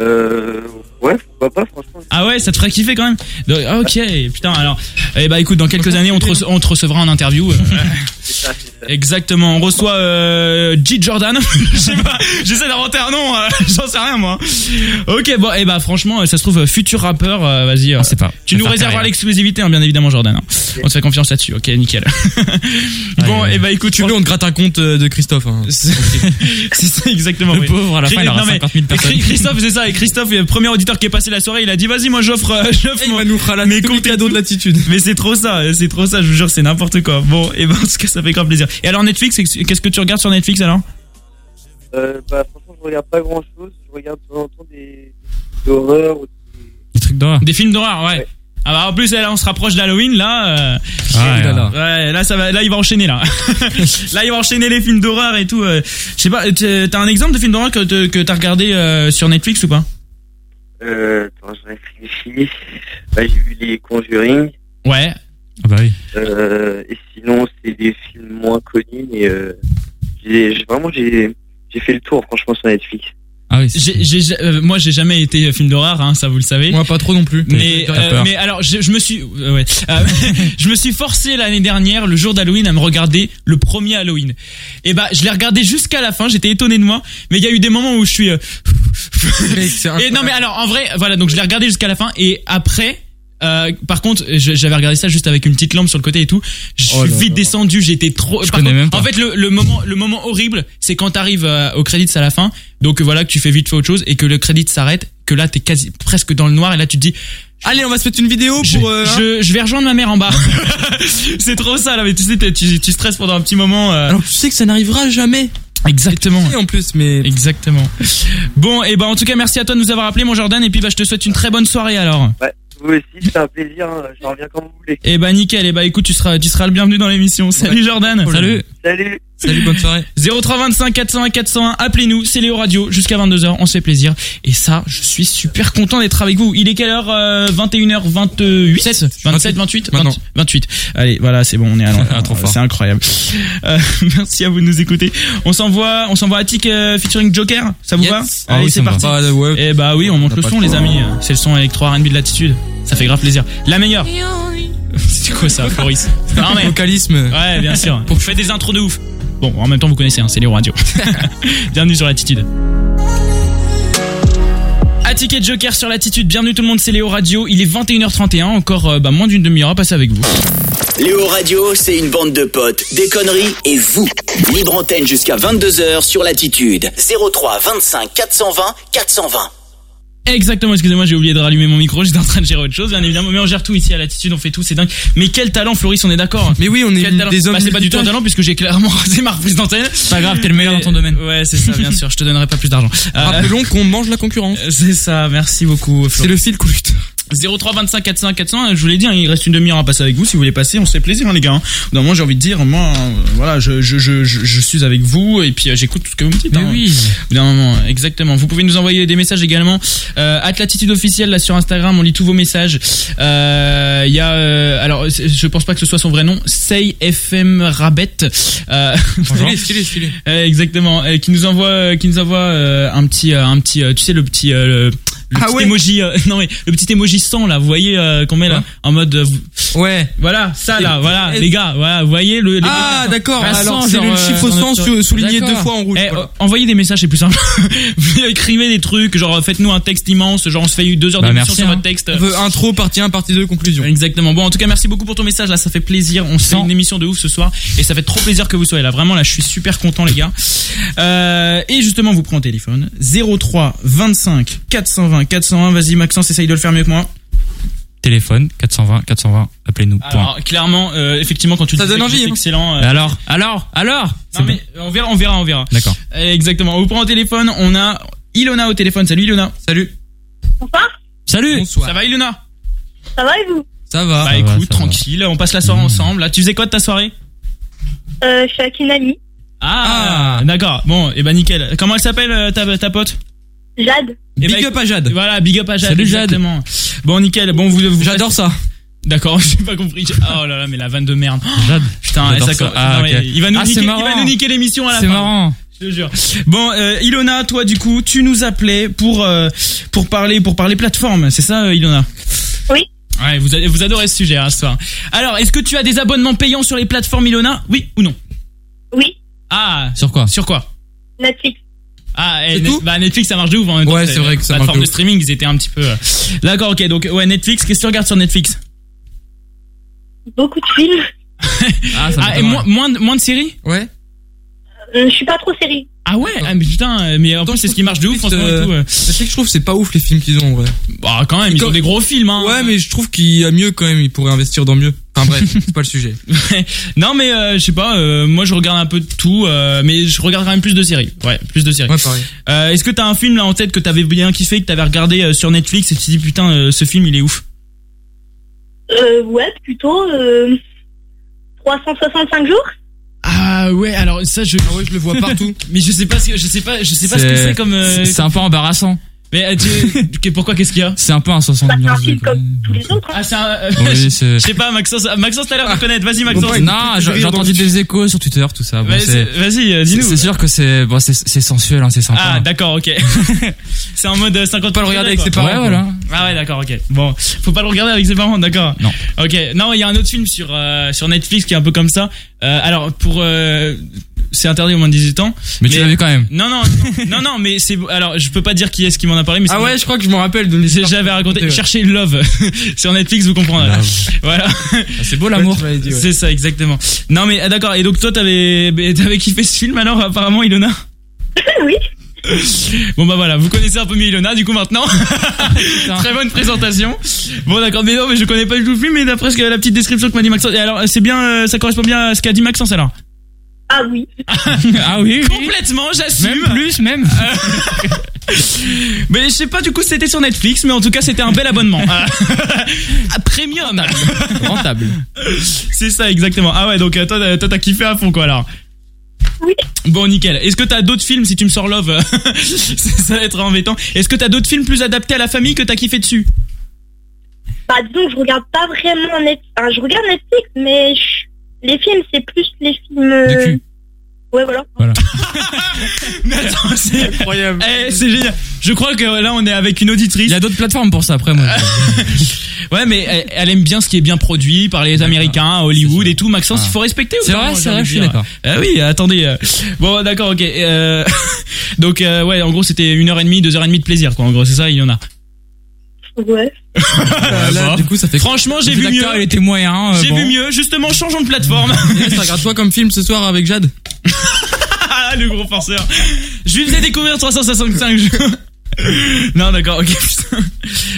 Speaker 16: Euh, ouais, pourquoi pas, franchement.
Speaker 2: Ah ouais, ça te ferait kiffer quand même. Donc, ah, ok, putain. Alors, eh bah écoute, dans quelques années, on te, rece- on te recevra en interview. euh. Exactement. On reçoit euh, G Jordan. Je sais pas. J'essaie d'inventer un nom. euh, J'en sais rien moi. Ok, bon, eh bah franchement, ça se trouve euh, futur rappeur. euh, Vas-y. On sait pas. Tu
Speaker 3: Ça
Speaker 2: nous
Speaker 3: va faire
Speaker 2: réserveras
Speaker 3: carrière.
Speaker 2: l'exclusivité, hein, bien évidemment, Jordan. hein. On te fait confiance là-dessus. Ok, nickel. bon, eh bah écoute, tu veux, on te gratte un compte euh, de Christophe. hein. C'est c'est ça, exactement.
Speaker 3: Le
Speaker 2: oui.
Speaker 3: pauvre, à la fin, il
Speaker 2: Non,
Speaker 3: aura
Speaker 2: mais-
Speaker 3: 50 000 personnes.
Speaker 2: Chris- Christophe, c'est ça. Et Christophe, le premier auditeur qui est passé la soirée, il a dit vas-y, moi j'offre, euh, j'offre mon- mes comptes cadeaux de l'attitude. Mais c'est trop ça, c'est trop ça. Je vous jure, c'est n'importe quoi. Bon, et ben en tout cas, ça fait grave plaisir. Et alors Netflix, qu'est-ce que tu regardes sur Netflix alors
Speaker 14: Euh, bah, franchement, je regarde pas grand chose. Je regarde de temps en temps des, des horreurs ou
Speaker 2: Des trucs d'horreur. Des films d'horreur, ouais. Ah bah en plus là on se rapproche d'Halloween là. euh,
Speaker 3: Ouais, là, là.
Speaker 2: ouais, là, ça va, là il va enchaîner là. là il va enchaîner les films d'horreur et tout. euh. Je sais pas, t'es- t'as un exemple de film d'horreur que te- que t'as regardé euh, sur Netflix ou pas
Speaker 14: Euh, attends, je réfléchis. Bah, j'ai vu les Conjuring.
Speaker 2: Ouais.
Speaker 12: Ah,
Speaker 3: bah oui.
Speaker 14: Euh, et sinon, c'est des films moins connus, mais euh, j'ai, j'ai- vraiment, j'ai, j'ai fait le tour, franchement, sur Netflix.
Speaker 3: Ah oui.
Speaker 2: moi, j'ai jamais été film d'horreur, hein, ça vous le savez.
Speaker 12: Moi, pas trop non plus.
Speaker 2: Mais,
Speaker 12: T'as
Speaker 2: euh,
Speaker 12: peur.
Speaker 2: mais alors, je, je me suis, euh, ouais, Euh, je me suis forcé l'année dernière, le jour d'Halloween, à me regarder le premier Halloween. Et bah, je l'ai regardé jusqu'à la fin. J'étais étonné de moi, mais il y a eu des moments où je suis. euh, et non, mais alors, en vrai, voilà. Donc, je l'ai regardé jusqu'à la fin, et après. euh, par contre, je- j'avais regardé ça juste avec une petite lampe sur le côté et tout. Je suis
Speaker 3: Oh là
Speaker 2: vite
Speaker 3: là.
Speaker 2: descendu, j'étais trop.
Speaker 3: Je
Speaker 2: par
Speaker 3: connais
Speaker 2: contre,
Speaker 3: même pas.
Speaker 2: En fait, le, le moment, le moment horrible, c'est quand t'arrives euh, au crédit à la fin. Donc euh, voilà, que tu fais vite fait autre chose et que le crédit s'arrête, que là t'es quasi presque dans le noir et là tu te dis. Allez, on va se mettre une vidéo pour. Je,
Speaker 12: euh, hein.
Speaker 2: je, je vais rejoindre ma mère en bas. c'est trop ça là, mais tu sais, t'es- tu, tu stresses pendant un petit moment. euh.
Speaker 12: Alors, tu sais que ça n'arrivera jamais.
Speaker 2: Exactement.
Speaker 12: en plus, mais.
Speaker 2: Exactement. Bon, et ben en tout cas, merci à toi de nous avoir appelé, mon Jordan. Et puis bah, je te souhaite une très bonne soirée alors.
Speaker 14: Ouais, vous aussi, c'est un plaisir. hein, Je reviens quand vous voulez.
Speaker 2: Et bah nickel. Et bah écoute, tu seras, tu seras le bienvenu dans l'émission. Salut Jordan.
Speaker 12: Oh
Speaker 2: Salut.
Speaker 14: Salut.
Speaker 2: Salut, bonne soirée. 0325 401 401, appelez-nous, c'est Léo Radio, jusqu'à 22h, on se fait plaisir. Et ça, je suis super content d'être avec vous. Il est quelle heure euh, 21h28 27, 28
Speaker 3: Maintenant.
Speaker 2: 20 28. Allez, voilà, c'est bon, on est à l'heure.
Speaker 3: Ah, trop fort.
Speaker 2: C'est incroyable. Euh, merci à vous de nous écouter. On s'envoie, on s'envoie à Tic euh, featuring Joker, ça vous va
Speaker 3: Ah
Speaker 2: Allez,
Speaker 3: oui, ça
Speaker 2: c'est
Speaker 3: me va.
Speaker 2: parti.
Speaker 3: Ah, ouais.
Speaker 2: Et bah oui, on monte
Speaker 3: On a
Speaker 2: le
Speaker 3: pas
Speaker 2: son
Speaker 3: le
Speaker 2: les
Speaker 3: choix.
Speaker 2: amis. C'est le son électro R&B de l'attitude. Ça fait grave plaisir. La meilleure. C'est quoi ça, Floris Non mais
Speaker 12: Vocalisme.
Speaker 2: Ouais, bien sûr. Pour que je fasse des intros de ouf. Bon, en même temps, vous connaissez, hein, c'est les radios. bienvenue sur l'attitude. À Ticket Joker sur l'attitude, bienvenue tout le monde, c'est Léo Radio. Il est 21h31, encore euh, bah, moins d'une demi-heure à passer avec vous.
Speaker 13: Léo Radio, c'est une bande de potes, des conneries et vous. Libre antenne jusqu'à 22h sur l'attitude. 03 25 420 420.
Speaker 2: Exactement, excusez-moi, j'ai oublié de rallumer mon micro, j'étais en train de gérer autre chose, bien évidemment, mais on gère tout ici à l'attitude, on fait tout, c'est dingue. Mais quel talent, Floris, on est d'accord
Speaker 12: Mais oui, on est
Speaker 2: Quel talent
Speaker 12: des hommes
Speaker 2: Bah, c'est pas du tout un
Speaker 12: multitâches.
Speaker 2: talent puisque j'ai clairement rasé ma reprise d'antenne.
Speaker 3: Pas grave, t'es le meilleur
Speaker 2: Mais-
Speaker 3: dans ton domaine.
Speaker 2: Ouais, c'est ça, bien sûr, je te donnerai pas plus d'argent. Euh,
Speaker 12: Rappelons qu'on mange la concurrence.
Speaker 2: C'est ça, merci beaucoup.
Speaker 12: C'est le fil conducteur.
Speaker 2: 03 25 400 400 je vous l'ai dit hein, il reste une demi-heure à passer avec vous si vous voulez passer on se fait plaisir hein, les gars hein. non moi j'ai envie de dire moi euh, voilà je, je, je, je, je suis avec vous et puis euh, j'écoute tout ce que vous me dites
Speaker 3: Mais
Speaker 2: hein.
Speaker 3: oui.
Speaker 2: Au bout d'un moment exactement vous pouvez nous envoyer des messages également euh, at latitude officielle là sur Instagram on lit tous vos messages Euh, il y a euh, alors c'est- je pense pas que ce soit son vrai nom Say FM Rabet euh,
Speaker 12: Stylé, stylé, stylé.
Speaker 2: euh, exactement, euh, qui nous envoie, euh, qui nous envoie euh, un petit, euh, un petit, euh, tu sais le petit, euh, le, le
Speaker 12: Ah
Speaker 2: petit
Speaker 12: ouais.
Speaker 2: emoji, euh, non mais le petit emoji sang là, vous voyez euh, qu'on met là, en mode, euh, vous-
Speaker 12: Ouais.
Speaker 2: voilà, ça là, voilà,
Speaker 12: Et-
Speaker 2: les gars, voilà, vous voyez le. les-
Speaker 12: Ah, d'accord.
Speaker 2: Un
Speaker 12: Alors,
Speaker 2: sang,
Speaker 12: c'est
Speaker 2: genre,
Speaker 12: le
Speaker 2: euh,
Speaker 12: chiffre
Speaker 2: dans
Speaker 12: 100
Speaker 2: notre-
Speaker 12: sou- souligné
Speaker 2: D'accord.
Speaker 12: deux fois en rouge.
Speaker 2: Eh,
Speaker 12: Voilà.
Speaker 2: euh, envoyez des messages, c'est plus simple. Vous Écrivez des trucs, genre euh, faites-nous un texte immense, genre on se fait deux heures
Speaker 12: Bah,
Speaker 2: d'émission
Speaker 12: merci,
Speaker 2: sur
Speaker 12: hein.
Speaker 2: votre texte.
Speaker 12: On veut intro, partie 1, partie 2, conclusion.
Speaker 2: Exactement. Bon, en tout cas, merci beaucoup pour ton message. Là, ça fait plaisir. On se fait une émission de ouf ce soir. Et ça fait trop plaisir que vous soyez là. Vraiment, là, je suis super content, les gars. Euh, et justement, vous prenez le téléphone. 03 25 420 401. Vas-y, Maxence, essaye de le faire mieux que moi.
Speaker 3: Téléphone 420 420, appelez-nous.
Speaker 2: Alors, clairement, euh, effectivement, quand tu
Speaker 3: Ça
Speaker 2: disais
Speaker 3: donne
Speaker 2: que
Speaker 3: envie,
Speaker 2: j'étais
Speaker 3: hein.
Speaker 2: excellent. euh,
Speaker 3: Alors, alors, alors.
Speaker 2: Non, mais euh, on verra, on verra, on verra.
Speaker 3: D'accord.
Speaker 2: Euh, Exactement. On vous prend au téléphone. On a Ilona au téléphone. Salut, Ilona. Salut.
Speaker 3: Salut.
Speaker 2: Ça va, Ilona
Speaker 17: Ça va et vous
Speaker 12: Ça va.
Speaker 2: Bah,
Speaker 3: Ça va,
Speaker 2: écoute,
Speaker 3: ça va. Mmh.
Speaker 2: tranquille. On passe la soirée ensemble. Là, tu faisais quoi de ta soirée
Speaker 17: euh, Je suis avec une amie,
Speaker 2: Ah, d'accord. Bon, et ben nickel. Comment elle s'appelle euh, ta, ta pote
Speaker 17: Jade.
Speaker 2: Big up à Jade. Voilà, big up à Jade.
Speaker 12: Salut, Jade.
Speaker 2: exactement. Bon, nickel. Bon, vous, vous
Speaker 12: J'adore ça.
Speaker 2: D'accord, j'ai pas compris. Oh là là, mais la vanne de merde. Oh,
Speaker 3: Jade.
Speaker 2: Putain,
Speaker 3: J'adore
Speaker 2: ça-
Speaker 3: ça. Ah,
Speaker 2: non, mais
Speaker 3: ok.
Speaker 2: il va nous
Speaker 3: Ah, c'est
Speaker 2: niquer, il
Speaker 3: marrant.
Speaker 2: va nous niquer l'émission à la
Speaker 3: C'est
Speaker 2: fin.
Speaker 3: marrant.
Speaker 2: Je te jure. Bon, euh, Ilona, toi du coup, tu nous appelais pour euh, pour parler pour parler plateforme, c'est ça, euh, Ilona
Speaker 17: Oui.
Speaker 2: Ouais, vous a- vous adorez ce sujet hein, ce soir. Alors, est-ce que tu as des abonnements payants sur les plateformes, Ilona Oui ou non
Speaker 17: Oui.
Speaker 2: Ah. Sur quoi Sur quoi
Speaker 17: Netflix.
Speaker 2: Ah, eh, Net- bah, Netflix, ça marche de ouf en même temps.
Speaker 12: Ouais, c'est vrai que ça
Speaker 2: La
Speaker 12: marche
Speaker 2: plateforme
Speaker 12: de
Speaker 2: de
Speaker 12: ouf.
Speaker 2: streaming, ils étaient un petit peu. euh, D'accord, ok. Donc, ouais, Netflix. Qu'est-ce que tu regardes sur Netflix
Speaker 17: Beaucoup de films.
Speaker 2: Ah, et moins, moins, de- moins de séries Ouais.
Speaker 17: Euh, Je suis pas trop série.
Speaker 2: Ah ouais ah, mais putain, euh, mais en plus c'est ce qui marche de ouf franchement et tout. euh.
Speaker 12: C'est que je trouve que c'est pas ouf les films qu'ils ont en vrai.
Speaker 2: Bah quand même, ils ont des gros films hein.
Speaker 12: Ouais, mais je trouve qu'il y a mieux quand même, ils pourraient investir dans mieux. Enfin bref, c'est pas le sujet.
Speaker 2: non mais euh, je sais pas, euh, moi je regarde un peu de tout, euh, mais je regarde quand même plus de séries. Ouais, plus de séries.
Speaker 12: Ouais, pareil.
Speaker 2: Euh, Est-ce que t'as un film là en tête que t'avais bien kiffé, que t'avais regardé euh, sur Netflix et tu te dis putain euh, ce film il est ouf
Speaker 17: Euh, ouais, plutôt euh, 365 jours.
Speaker 2: Ah ouais, alors ça je
Speaker 12: ouais, je le vois partout.
Speaker 2: mais je sais pas ce que- je sais pas je sais pas ce que c'est comme euh,
Speaker 3: C'est un peu embarrassant.
Speaker 2: Mais euh, tu- que- pourquoi qu'est-ce qu'il y a
Speaker 3: C'est un peu un 60 millions de
Speaker 2: Ah c'est un euh,
Speaker 3: Oui,
Speaker 2: je
Speaker 3: c'est-
Speaker 2: sais pas Maxence Maxence t'as l'air de connaître, vas-y Maxence.
Speaker 3: Non, j'ai j'ai entendu des échos sur Twitter, tout ça. Bon,
Speaker 2: Vas-y,
Speaker 3: c'est-
Speaker 2: vas-y,
Speaker 3: c'est-
Speaker 2: euh, dis-nous.
Speaker 3: C'est sûr que c'est bon, c'est c'est sensuel, hein, c'est sympa.
Speaker 2: Ah d'accord ok. c'est en mode euh, 50 pas le
Speaker 3: regarder avec ses parents, Ouais, voilà.
Speaker 2: Ah ouais d'accord ok. Bon faut pas le regarder avec ses parents d'accord.
Speaker 3: Non.
Speaker 2: Ok non il y a un autre film sur euh, sur Netflix qui est un peu comme ça. Euh, alors pour euh, c'est interdit au moins de 18 ans.
Speaker 3: Mais tu l'as vu quand même.
Speaker 2: Non non non non, non, mais c'est alors je peux pas dire qui est-ce qui m'en a parlé mais
Speaker 12: Ah
Speaker 2: c'est-
Speaker 12: ouais, je crois que je m'en rappelle de
Speaker 2: J'ai- j'avais raconté
Speaker 12: ouais.
Speaker 2: cherchez Love sur Netflix vous comprendrez voilà
Speaker 3: c'est beau l'amour
Speaker 12: ouais.
Speaker 2: c'est ça exactement non mais ah, d'accord et donc toi t'avais mais t'avais kiffé ce film alors apparemment Ilona
Speaker 17: oui
Speaker 2: bon bah voilà vous connaissez un peu mieux Ilona du coup maintenant très bonne présentation bon d'accord mais non mais je connais pas du tout le film mais d'après ce que la petite description que m'a dit Maxence et alors c'est bien euh, ça correspond bien à ce qu'a dit Maxence alors
Speaker 17: Ah oui.
Speaker 3: ah oui,
Speaker 2: complètement j'assume
Speaker 3: Même plus, même.
Speaker 2: mais je sais pas du coup c'était sur Netflix mais en tout cas c'était un bel abonnement Ah. Ah, premium
Speaker 3: Rentable.
Speaker 2: C'est ça, exactement. Ah ouais, donc euh, toi, euh, toi, t'as kiffé à fond, quoi, alors.
Speaker 17: Oui.
Speaker 2: Bon, nickel. Est-ce que t'as d'autres films, si tu me sors Love, euh, ça va être embêtant. Est-ce que t'as d'autres films plus adaptés à la famille que t'as kiffé dessus
Speaker 17: Bah disons que je regarde pas vraiment Netflix. Enfin, je regarde Netflix, mais je- les films, c'est plus les films. euh, Ouais, voilà.
Speaker 2: Mais attends, c'est incroyable. Eh, c'est génial. Je crois que là, on est avec une auditrice. Il y
Speaker 3: a d'autres plateformes pour ça, après, moi.
Speaker 2: Ah, ouais, mais elle, elle aime bien ce qui est bien produit par les Américains, Hollywood et tout. Maxence, il faut respecter. ou
Speaker 3: C'est
Speaker 2: pas,
Speaker 3: vrai,
Speaker 2: j'ai
Speaker 3: c'est
Speaker 2: envie
Speaker 3: vrai,
Speaker 2: de
Speaker 3: je suis
Speaker 2: dire.
Speaker 3: d'accord.
Speaker 2: Ah oui, attendez. euh, Bon, d'accord, ok. euh, Donc, euh, ouais, en gros, c'était une heure et demie, deux heures et demie de plaisir, quoi. En gros, c'est ça, il y en a.
Speaker 17: Ouais.
Speaker 12: Euh,
Speaker 3: du coup, ça fait.
Speaker 2: Franchement, j'ai vu mieux.
Speaker 3: L'acteur, il était moyen.
Speaker 2: J'ai vu mieux, justement, changeons de plateforme.
Speaker 12: Ça regarde quoi comme film ce soir avec Jade
Speaker 2: Ah, le gros forceur. Je lui faisais découvrir 365 jeux. Non, d'accord, ok, putain.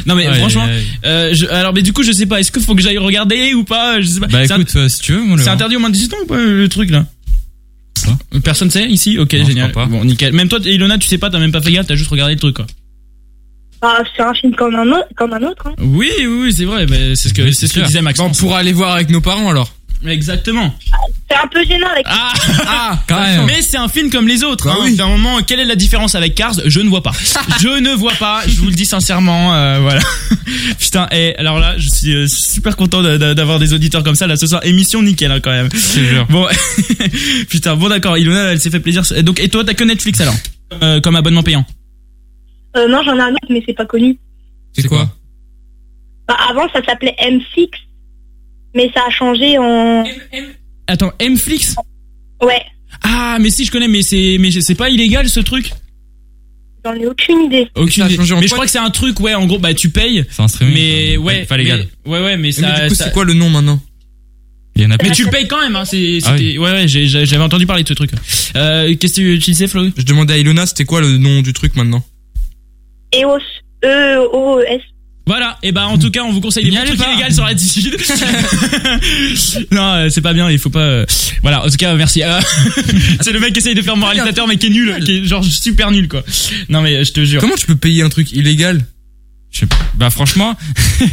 Speaker 2: Non, mais
Speaker 3: Aïe,
Speaker 2: franchement,
Speaker 3: aïe.
Speaker 2: euh, je- alors, mais du coup, je sais pas, est-ce qu'il faut que j'aille regarder ou pas Je sais pas.
Speaker 3: Bah
Speaker 2: C'est un-
Speaker 3: écoute, euh, si tu veux, on le
Speaker 2: c'est
Speaker 3: verra.
Speaker 2: interdit au moins de 18 ans ou pas euh, le truc là Euh, Personne sait ici Ok,
Speaker 3: je
Speaker 2: génial.
Speaker 3: crois pas.
Speaker 2: Bon, nickel. Même toi, Ilona, tu sais pas, t'as même pas fait gaffe, t'as juste regardé le truc quoi.
Speaker 17: Bah, c'est un film comme un autre. Comme un autre hein.
Speaker 2: Oui, oui, oui, c'est vrai, bah, c'est ce que, c'est ce que disait Maxence.
Speaker 12: On pourra aller voir avec nos parents alors.
Speaker 2: Exactement.
Speaker 17: C'est un peu gênant avec.
Speaker 2: Ah,
Speaker 12: quand même.
Speaker 2: Mais c'est un film comme les autres.
Speaker 12: Bah
Speaker 2: hein.
Speaker 12: oui.
Speaker 2: Fait un moment, quelle est la différence avec Cars Je ne vois pas. je ne vois pas. Je vous le dis sincèrement. euh, voilà. Putain. Et alors là, je suis euh, super content de- de- d'avoir des auditeurs comme ça là ce soir. Émission nickel hein, quand même. Bon. Putain. Bon d'accord. Ilona, elle s'est fait plaisir. Donc et toi, t'as que Netflix alors Euh, comme abonnement payant.
Speaker 17: Euh, non, j'en ai un autre, mais c'est pas connu.
Speaker 12: C'est quoi
Speaker 17: Bah, avant, ça s'appelait M6, mais ça a changé en.
Speaker 2: Attends, Mflix
Speaker 17: Ouais,
Speaker 2: Ah, mais si je connais, mais c'est mais c'est pas illégal ce truc.
Speaker 17: j'en ai aucune idée.
Speaker 2: Aucune idée.
Speaker 12: changé en
Speaker 2: Mais je
Speaker 12: quoi Ah,
Speaker 2: crois que c'est un truc, ouais, en gros, bah tu payes.
Speaker 3: C'est un streaming.
Speaker 2: Mais
Speaker 3: quoi.
Speaker 2: ouais,
Speaker 3: Pas légal.
Speaker 2: mais- ouais, ouais, mais
Speaker 12: Mais
Speaker 2: ça.
Speaker 12: du coup,
Speaker 2: ça-
Speaker 12: c'est quoi le nom maintenant
Speaker 3: Il y en a
Speaker 17: Ah,
Speaker 2: Mais tu le payes quand même, hein. C'est,
Speaker 12: Ah
Speaker 2: c'était- Ouais, ouais, j'ai- j'ai- j'avais entendu parler de ce truc. Euh, qu'est-ce que tu- tu disais, Flo
Speaker 12: Je demandais à Ilona, c'était quoi le nom du truc maintenant
Speaker 17: EOS. E-O-S.
Speaker 2: Voilà, et bah en tout cas, on vous conseille des
Speaker 3: N'y
Speaker 2: bons
Speaker 3: allez
Speaker 2: trucs
Speaker 3: pas.
Speaker 2: illégaux sur la Digide. non, euh, c'est pas bien, il faut pas. euh, Voilà, en tout cas, euh, merci. Euh, c'est le mec qui essaye de faire moralisateur, mais qui est nul, qui est genre super nul, quoi. Non, mais euh, je te jure.
Speaker 12: Comment tu peux payer un truc illégal
Speaker 3: Je sais pas. Bah franchement,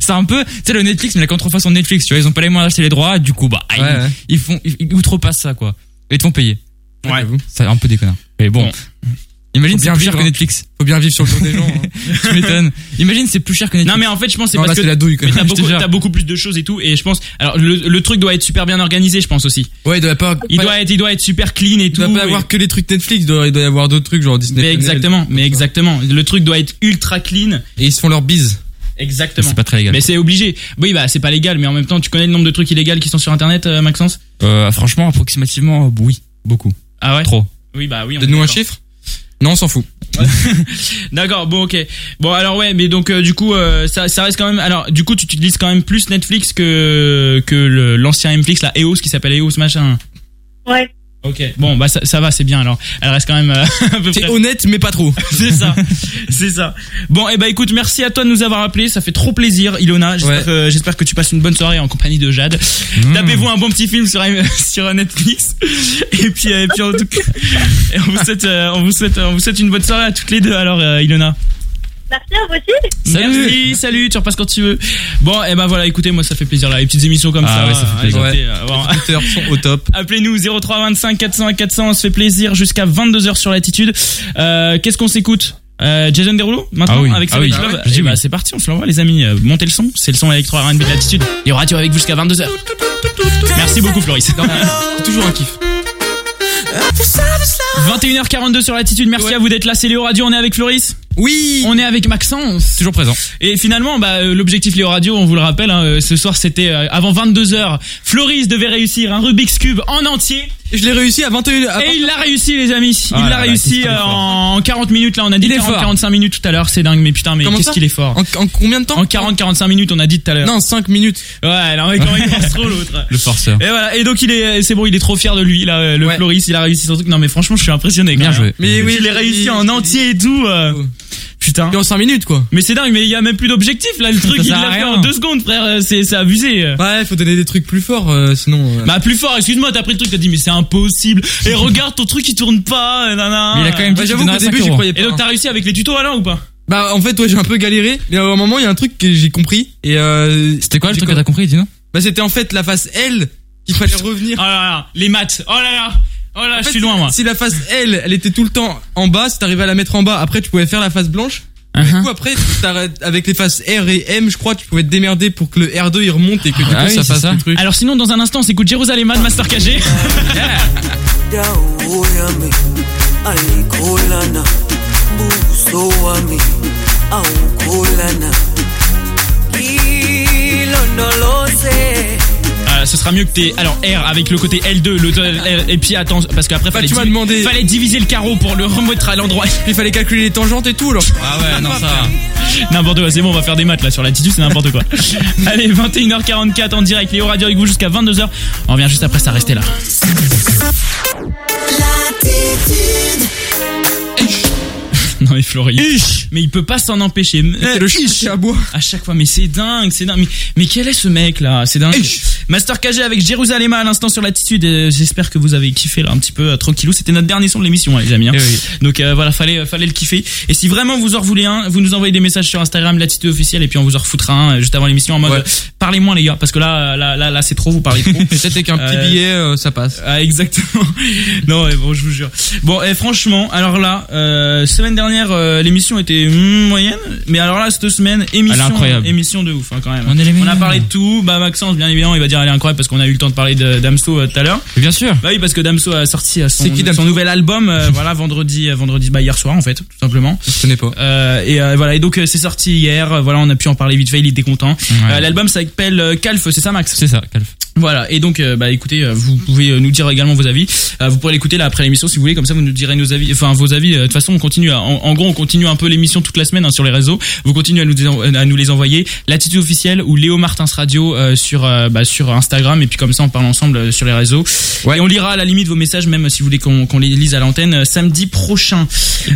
Speaker 3: c'est un peu, tu sais le Netflix, mais la contrefaçon de Netflix, tu vois, ils ont pas les moyens d'acheter les droits, du coup bah ils,
Speaker 12: Ouais, ouais.
Speaker 3: ils font ils, ils outrepassent ça quoi. Et ils te font payer.
Speaker 2: Ouais.
Speaker 3: C'est un peu déconnant. Mais bon, Imagine,
Speaker 12: Faut
Speaker 3: c'est
Speaker 12: bien
Speaker 3: plus
Speaker 12: vivre,
Speaker 3: cher que
Speaker 12: hein.
Speaker 3: Netflix.
Speaker 12: Faut bien vivre sur le dos des gens. hein.
Speaker 3: Tu m'étonnes. Imagine, c'est plus cher que Netflix.
Speaker 2: Non mais en fait je pense c'est
Speaker 3: Non,
Speaker 2: parce
Speaker 3: là,
Speaker 2: que
Speaker 3: c'est la douille, quand
Speaker 2: mais
Speaker 3: même, je
Speaker 2: t'as
Speaker 3: te
Speaker 2: beaucoup,
Speaker 3: jure.
Speaker 2: t'as beaucoup plus de choses et tout et je pense alors le, le truc doit être super bien organisé je pense aussi.
Speaker 12: Ouais, il doit pas.
Speaker 2: Il doit être il doit être super clean et tout.
Speaker 12: Il doit pas
Speaker 2: et-
Speaker 12: avoir que les trucs Netflix, il doit, il doit y avoir d'autres trucs genre Disney.
Speaker 2: Mais exactement, mais exactement. Le truc doit être ultra clean.
Speaker 12: Et ils se font leur bise.
Speaker 2: Exactement.
Speaker 3: C'est pas très légal.
Speaker 2: Mais c'est obligé. Oui bah c'est pas légal mais en même temps tu connais le nombre de trucs illégaux qui sont sur internet euh, Maxence
Speaker 3: Euh, franchement, approximativement, euh, oui. Beaucoup.
Speaker 2: Ah ouais
Speaker 3: Trop.
Speaker 2: Oui bah oui. on est
Speaker 12: Donne-nous un
Speaker 2: d'accord.
Speaker 12: chiffre. Non, on s'en fout.
Speaker 2: D'accord, bon ok. Bon alors ouais, mais donc euh, du coup euh, ça, ça reste quand même alors du coup tu utilises quand même plus Netflix que que le- l'ancien Netflix la EOS qui s'appelle EOS machin.
Speaker 17: Ouais.
Speaker 2: OK. Bon bah ça, ça va, c'est bien alors. Elle reste quand même euh, à peu près-
Speaker 12: honnête mais pas trop.
Speaker 2: c'est ça. C'est ça. Bon et eh bah écoute, merci à toi de nous avoir appelé, ça fait trop plaisir Ilona. J'espère que j'espère que tu passes une bonne soirée en compagnie de Jade.
Speaker 12: Mmh.
Speaker 2: Tapez-vous un bon petit film sur sur Netflix. Et puis euh, et puis en tout cas, et on vous souhaite euh, on vous souhaite on vous souhaite une bonne soirée à toutes les deux alors euh, Ilona.
Speaker 17: Merci à vous aussi.
Speaker 2: Salut. Merci, salut, tu repasses quand tu veux. Bon, et ben voilà, écoutez, moi ça fait plaisir là, les petites émissions comme
Speaker 12: Ah
Speaker 2: ça.
Speaker 12: ouais, ça fait plaisir.
Speaker 2: écoutez,
Speaker 12: Ouais.
Speaker 2: euh, bon.
Speaker 12: Les auditeurs sont au top.
Speaker 2: Appelez-nous 0325 400 400, on se fait plaisir jusqu'à 22h sur l'attitude. Euh, qu'est-ce qu'on s'écoute euh, Jason Derulo maintenant
Speaker 3: Ah oui,
Speaker 2: avec
Speaker 3: ah
Speaker 2: sa
Speaker 3: oui,
Speaker 2: Love.
Speaker 3: je dis
Speaker 2: Eh ben,
Speaker 3: oui.
Speaker 2: c'est parti, on se l'envoie les amis. Euh, Montez le son, c'est le son électro R&B de l'attitude. Il y aura tu avec vous jusqu'à 22h. Merci beaucoup Floris. toujours un kiff. 21h42 sur l'attitude. Merci à vous d'être là. C'est Léo Radio. On est avec Floris.
Speaker 12: Oui.
Speaker 2: On est avec Maxence.
Speaker 3: Toujours présent.
Speaker 2: Et finalement, bah, euh, l'objectif Léo Radio, on vous le rappelle, hein, euh, ce soir c'était euh, avant 22h. Floris devait réussir un Rubik's Cube en entier.
Speaker 12: Je l'ai réussi à 21h.
Speaker 2: Et il l'a réussi, les amis.
Speaker 12: Ah
Speaker 2: il
Speaker 12: là
Speaker 2: l'a
Speaker 12: là,
Speaker 2: réussi
Speaker 12: qu'est-ce qu'il est
Speaker 2: euh,
Speaker 12: fort.
Speaker 2: en 40 minutes. Là, on a dit
Speaker 12: Il est fort.
Speaker 2: 40-45 minutes tout à l'heure. C'est dingue, mais putain, mais
Speaker 12: Comment
Speaker 2: qu'est-ce
Speaker 12: ça
Speaker 2: qu'il est fort.
Speaker 12: En, en combien de temps
Speaker 2: En 40-45 minutes, on a dit tout à l'heure.
Speaker 12: Non, 5 minutes.
Speaker 2: Ouais, non, mais comment il pense trop l'autre.
Speaker 3: Le forceur.
Speaker 2: Et voilà. Et donc il est, c'est bon, il est trop fier de lui. Là, euh, le Floris, il a réussi son truc. Non, mais franchement, je suis impressionné. quand
Speaker 3: Bien
Speaker 2: même. hein.
Speaker 3: joué.
Speaker 2: Mais
Speaker 12: Mais
Speaker 2: oui,
Speaker 12: oui,
Speaker 2: il est réussi
Speaker 12: il- Oh.
Speaker 2: en entier et tout. euh, Putain.
Speaker 12: Et en 5 minutes quoi.
Speaker 2: Mais c'est dingue, mais il y a même plus d'objectif là. Le truc, il
Speaker 12: sert à
Speaker 2: l'a fait
Speaker 12: rien.
Speaker 2: en deux secondes, frère. euh, C'est, c'est abusé. euh.
Speaker 3: Bah,
Speaker 12: Ouais, faut donner des trucs plus forts euh, sinon. euh,
Speaker 2: Bah plus fort, excuse-moi, t'as pris le truc, t'as dit mais c'est impossible. Et regarde ton truc, il tourne pas. euh, Nanana.
Speaker 12: Mais il a quand même dit Ouais, qu'il j'avoue donnerait qu'au début, 5 j'y euros. croyais pas,
Speaker 2: Et donc
Speaker 12: hein.
Speaker 2: t'as réussi avec les tutos alors ou pas
Speaker 12: Bah en fait ouais j'ai un peu galéré mais à un moment il y a un truc que j'ai compris et euh,
Speaker 3: C'était quoi le
Speaker 12: j'ai
Speaker 3: truc
Speaker 12: com-
Speaker 3: que t'as compris, dis-nous Ah,
Speaker 12: Bah c'était en fait la face L qu'il fallait
Speaker 2: Oh
Speaker 12: revenir.
Speaker 2: là là, les maths. Oh là là. Oh là,
Speaker 12: En
Speaker 2: je
Speaker 12: fait,
Speaker 2: suis loin moi.
Speaker 12: Si la face L elle était tout le temps en bas, si t'arrivais à la mettre en bas, après tu pouvais faire la face blanche.
Speaker 3: Ah,
Speaker 12: Du coup après t'arrêtes- avec les faces R et M je crois tu pouvais te démerder pour que le R2 il remonte et que du coup
Speaker 3: Ah oui,
Speaker 12: ça
Speaker 3: c'est
Speaker 12: fasse
Speaker 3: ça.
Speaker 12: le truc.
Speaker 2: Alors sinon dans un instant on s'écoute Jérusalem de Master KG
Speaker 22: dawa yami aikolana buso wami aukolana kilondolose
Speaker 2: Voilà, Euh, ce sera mieux que t'es alors R avec le côté L2 le le- et puis attends parce qu'après fallait,
Speaker 12: Bah, tu m'as
Speaker 2: divi-
Speaker 12: demandé.
Speaker 2: fallait diviser le carreau pour le remettre à l'endroit
Speaker 12: Il fallait calculer les tangentes et tout alors.
Speaker 2: Ah ouais, non, ça. N'importe quoi, c'est bon, on va faire des maths là sur l'attitude, c'est n'importe quoi. Allez, 21h44 en direct, Léo Radio avec vous jusqu'à 22h. On revient juste après ça, restez là. Non, mais Floris. Mais il peut pas s'en empêcher.
Speaker 12: C'est le chien Eh, à bois.
Speaker 2: À chaque fois, mais c'est dingue, c'est dingue. Mais, mais quel est ce mec là C'est dingue. Master KG avec Jérusalem à l'instant sur l'attitude. Euh, J'espère que vous avez kiffé là un petit peu euh, tranquillou. C'était notre dernier son de l'émission, hein, les
Speaker 12: Eh
Speaker 2: amis. hein. Donc euh, voilà, fallait euh, fallait le kiffer. Et si vraiment vous en voulez un, vous nous envoyez des messages sur Instagram l'attitude officielle et puis on vous en refoutra un euh, juste avant l'émission en mode
Speaker 12: Ouais.
Speaker 2: euh, parlez moins les gars parce que là euh, là là, là, c'est trop, vous parlez trop.
Speaker 12: Peut-être qu'un petit
Speaker 2: Euh,
Speaker 12: billet euh, ça passe.
Speaker 2: Ah, exactement. non, mais bon, je vous jure. Bon, et franchement, alors là, euh, semaine dernière, euh, l'émission était mm, moyenne, mais alors là, cette semaine, émission,
Speaker 3: Elle est incroyable.
Speaker 2: émission de ouf, hein, quand même.
Speaker 3: On est les
Speaker 2: a
Speaker 3: meilleurs.
Speaker 2: parlé de tout. Bah, Maxence, bien évidemment, il va dire elle est incroyable parce qu'on a eu le temps de parler de- d'Amso euh, tout à l'heure.
Speaker 3: Bien sûr.
Speaker 2: Bah oui, parce que Damso a sorti euh, son,
Speaker 12: C'est qui, Damso
Speaker 2: son nouvel album, euh, voilà, vendredi, euh, vendredi, bah hier soir en fait, tout simplement.
Speaker 12: Je connais pas.
Speaker 2: Euh, et euh, voilà, et donc euh, c'est sorti hier. euh, Voilà, on a pu en parler vite fait. Il était content. Euh, L'album s'appelle euh, Calf, c'est ça, Max
Speaker 3: C'est ça, Calf.
Speaker 2: voilà et donc euh, bah écoutez euh, vous pouvez euh, nous dire également vos avis Euh, vous pourrez l'écouter là après l'émission si vous voulez comme ça vous nous direz nos avis enfin vos avis Euh, de toute façon on continue à- en, en gros on continue un peu l'émission toute la semaine hein, sur les réseaux vous continuez à nous à nous les envoyer l'attitude officielle ou Léo Martins Radio euh, sur euh, bah, sur Instagram et puis comme ça on parle ensemble euh, sur les réseaux et on lira à la limite vos messages même si vous voulez qu'on qu'on les lise à l'antenne euh, samedi prochain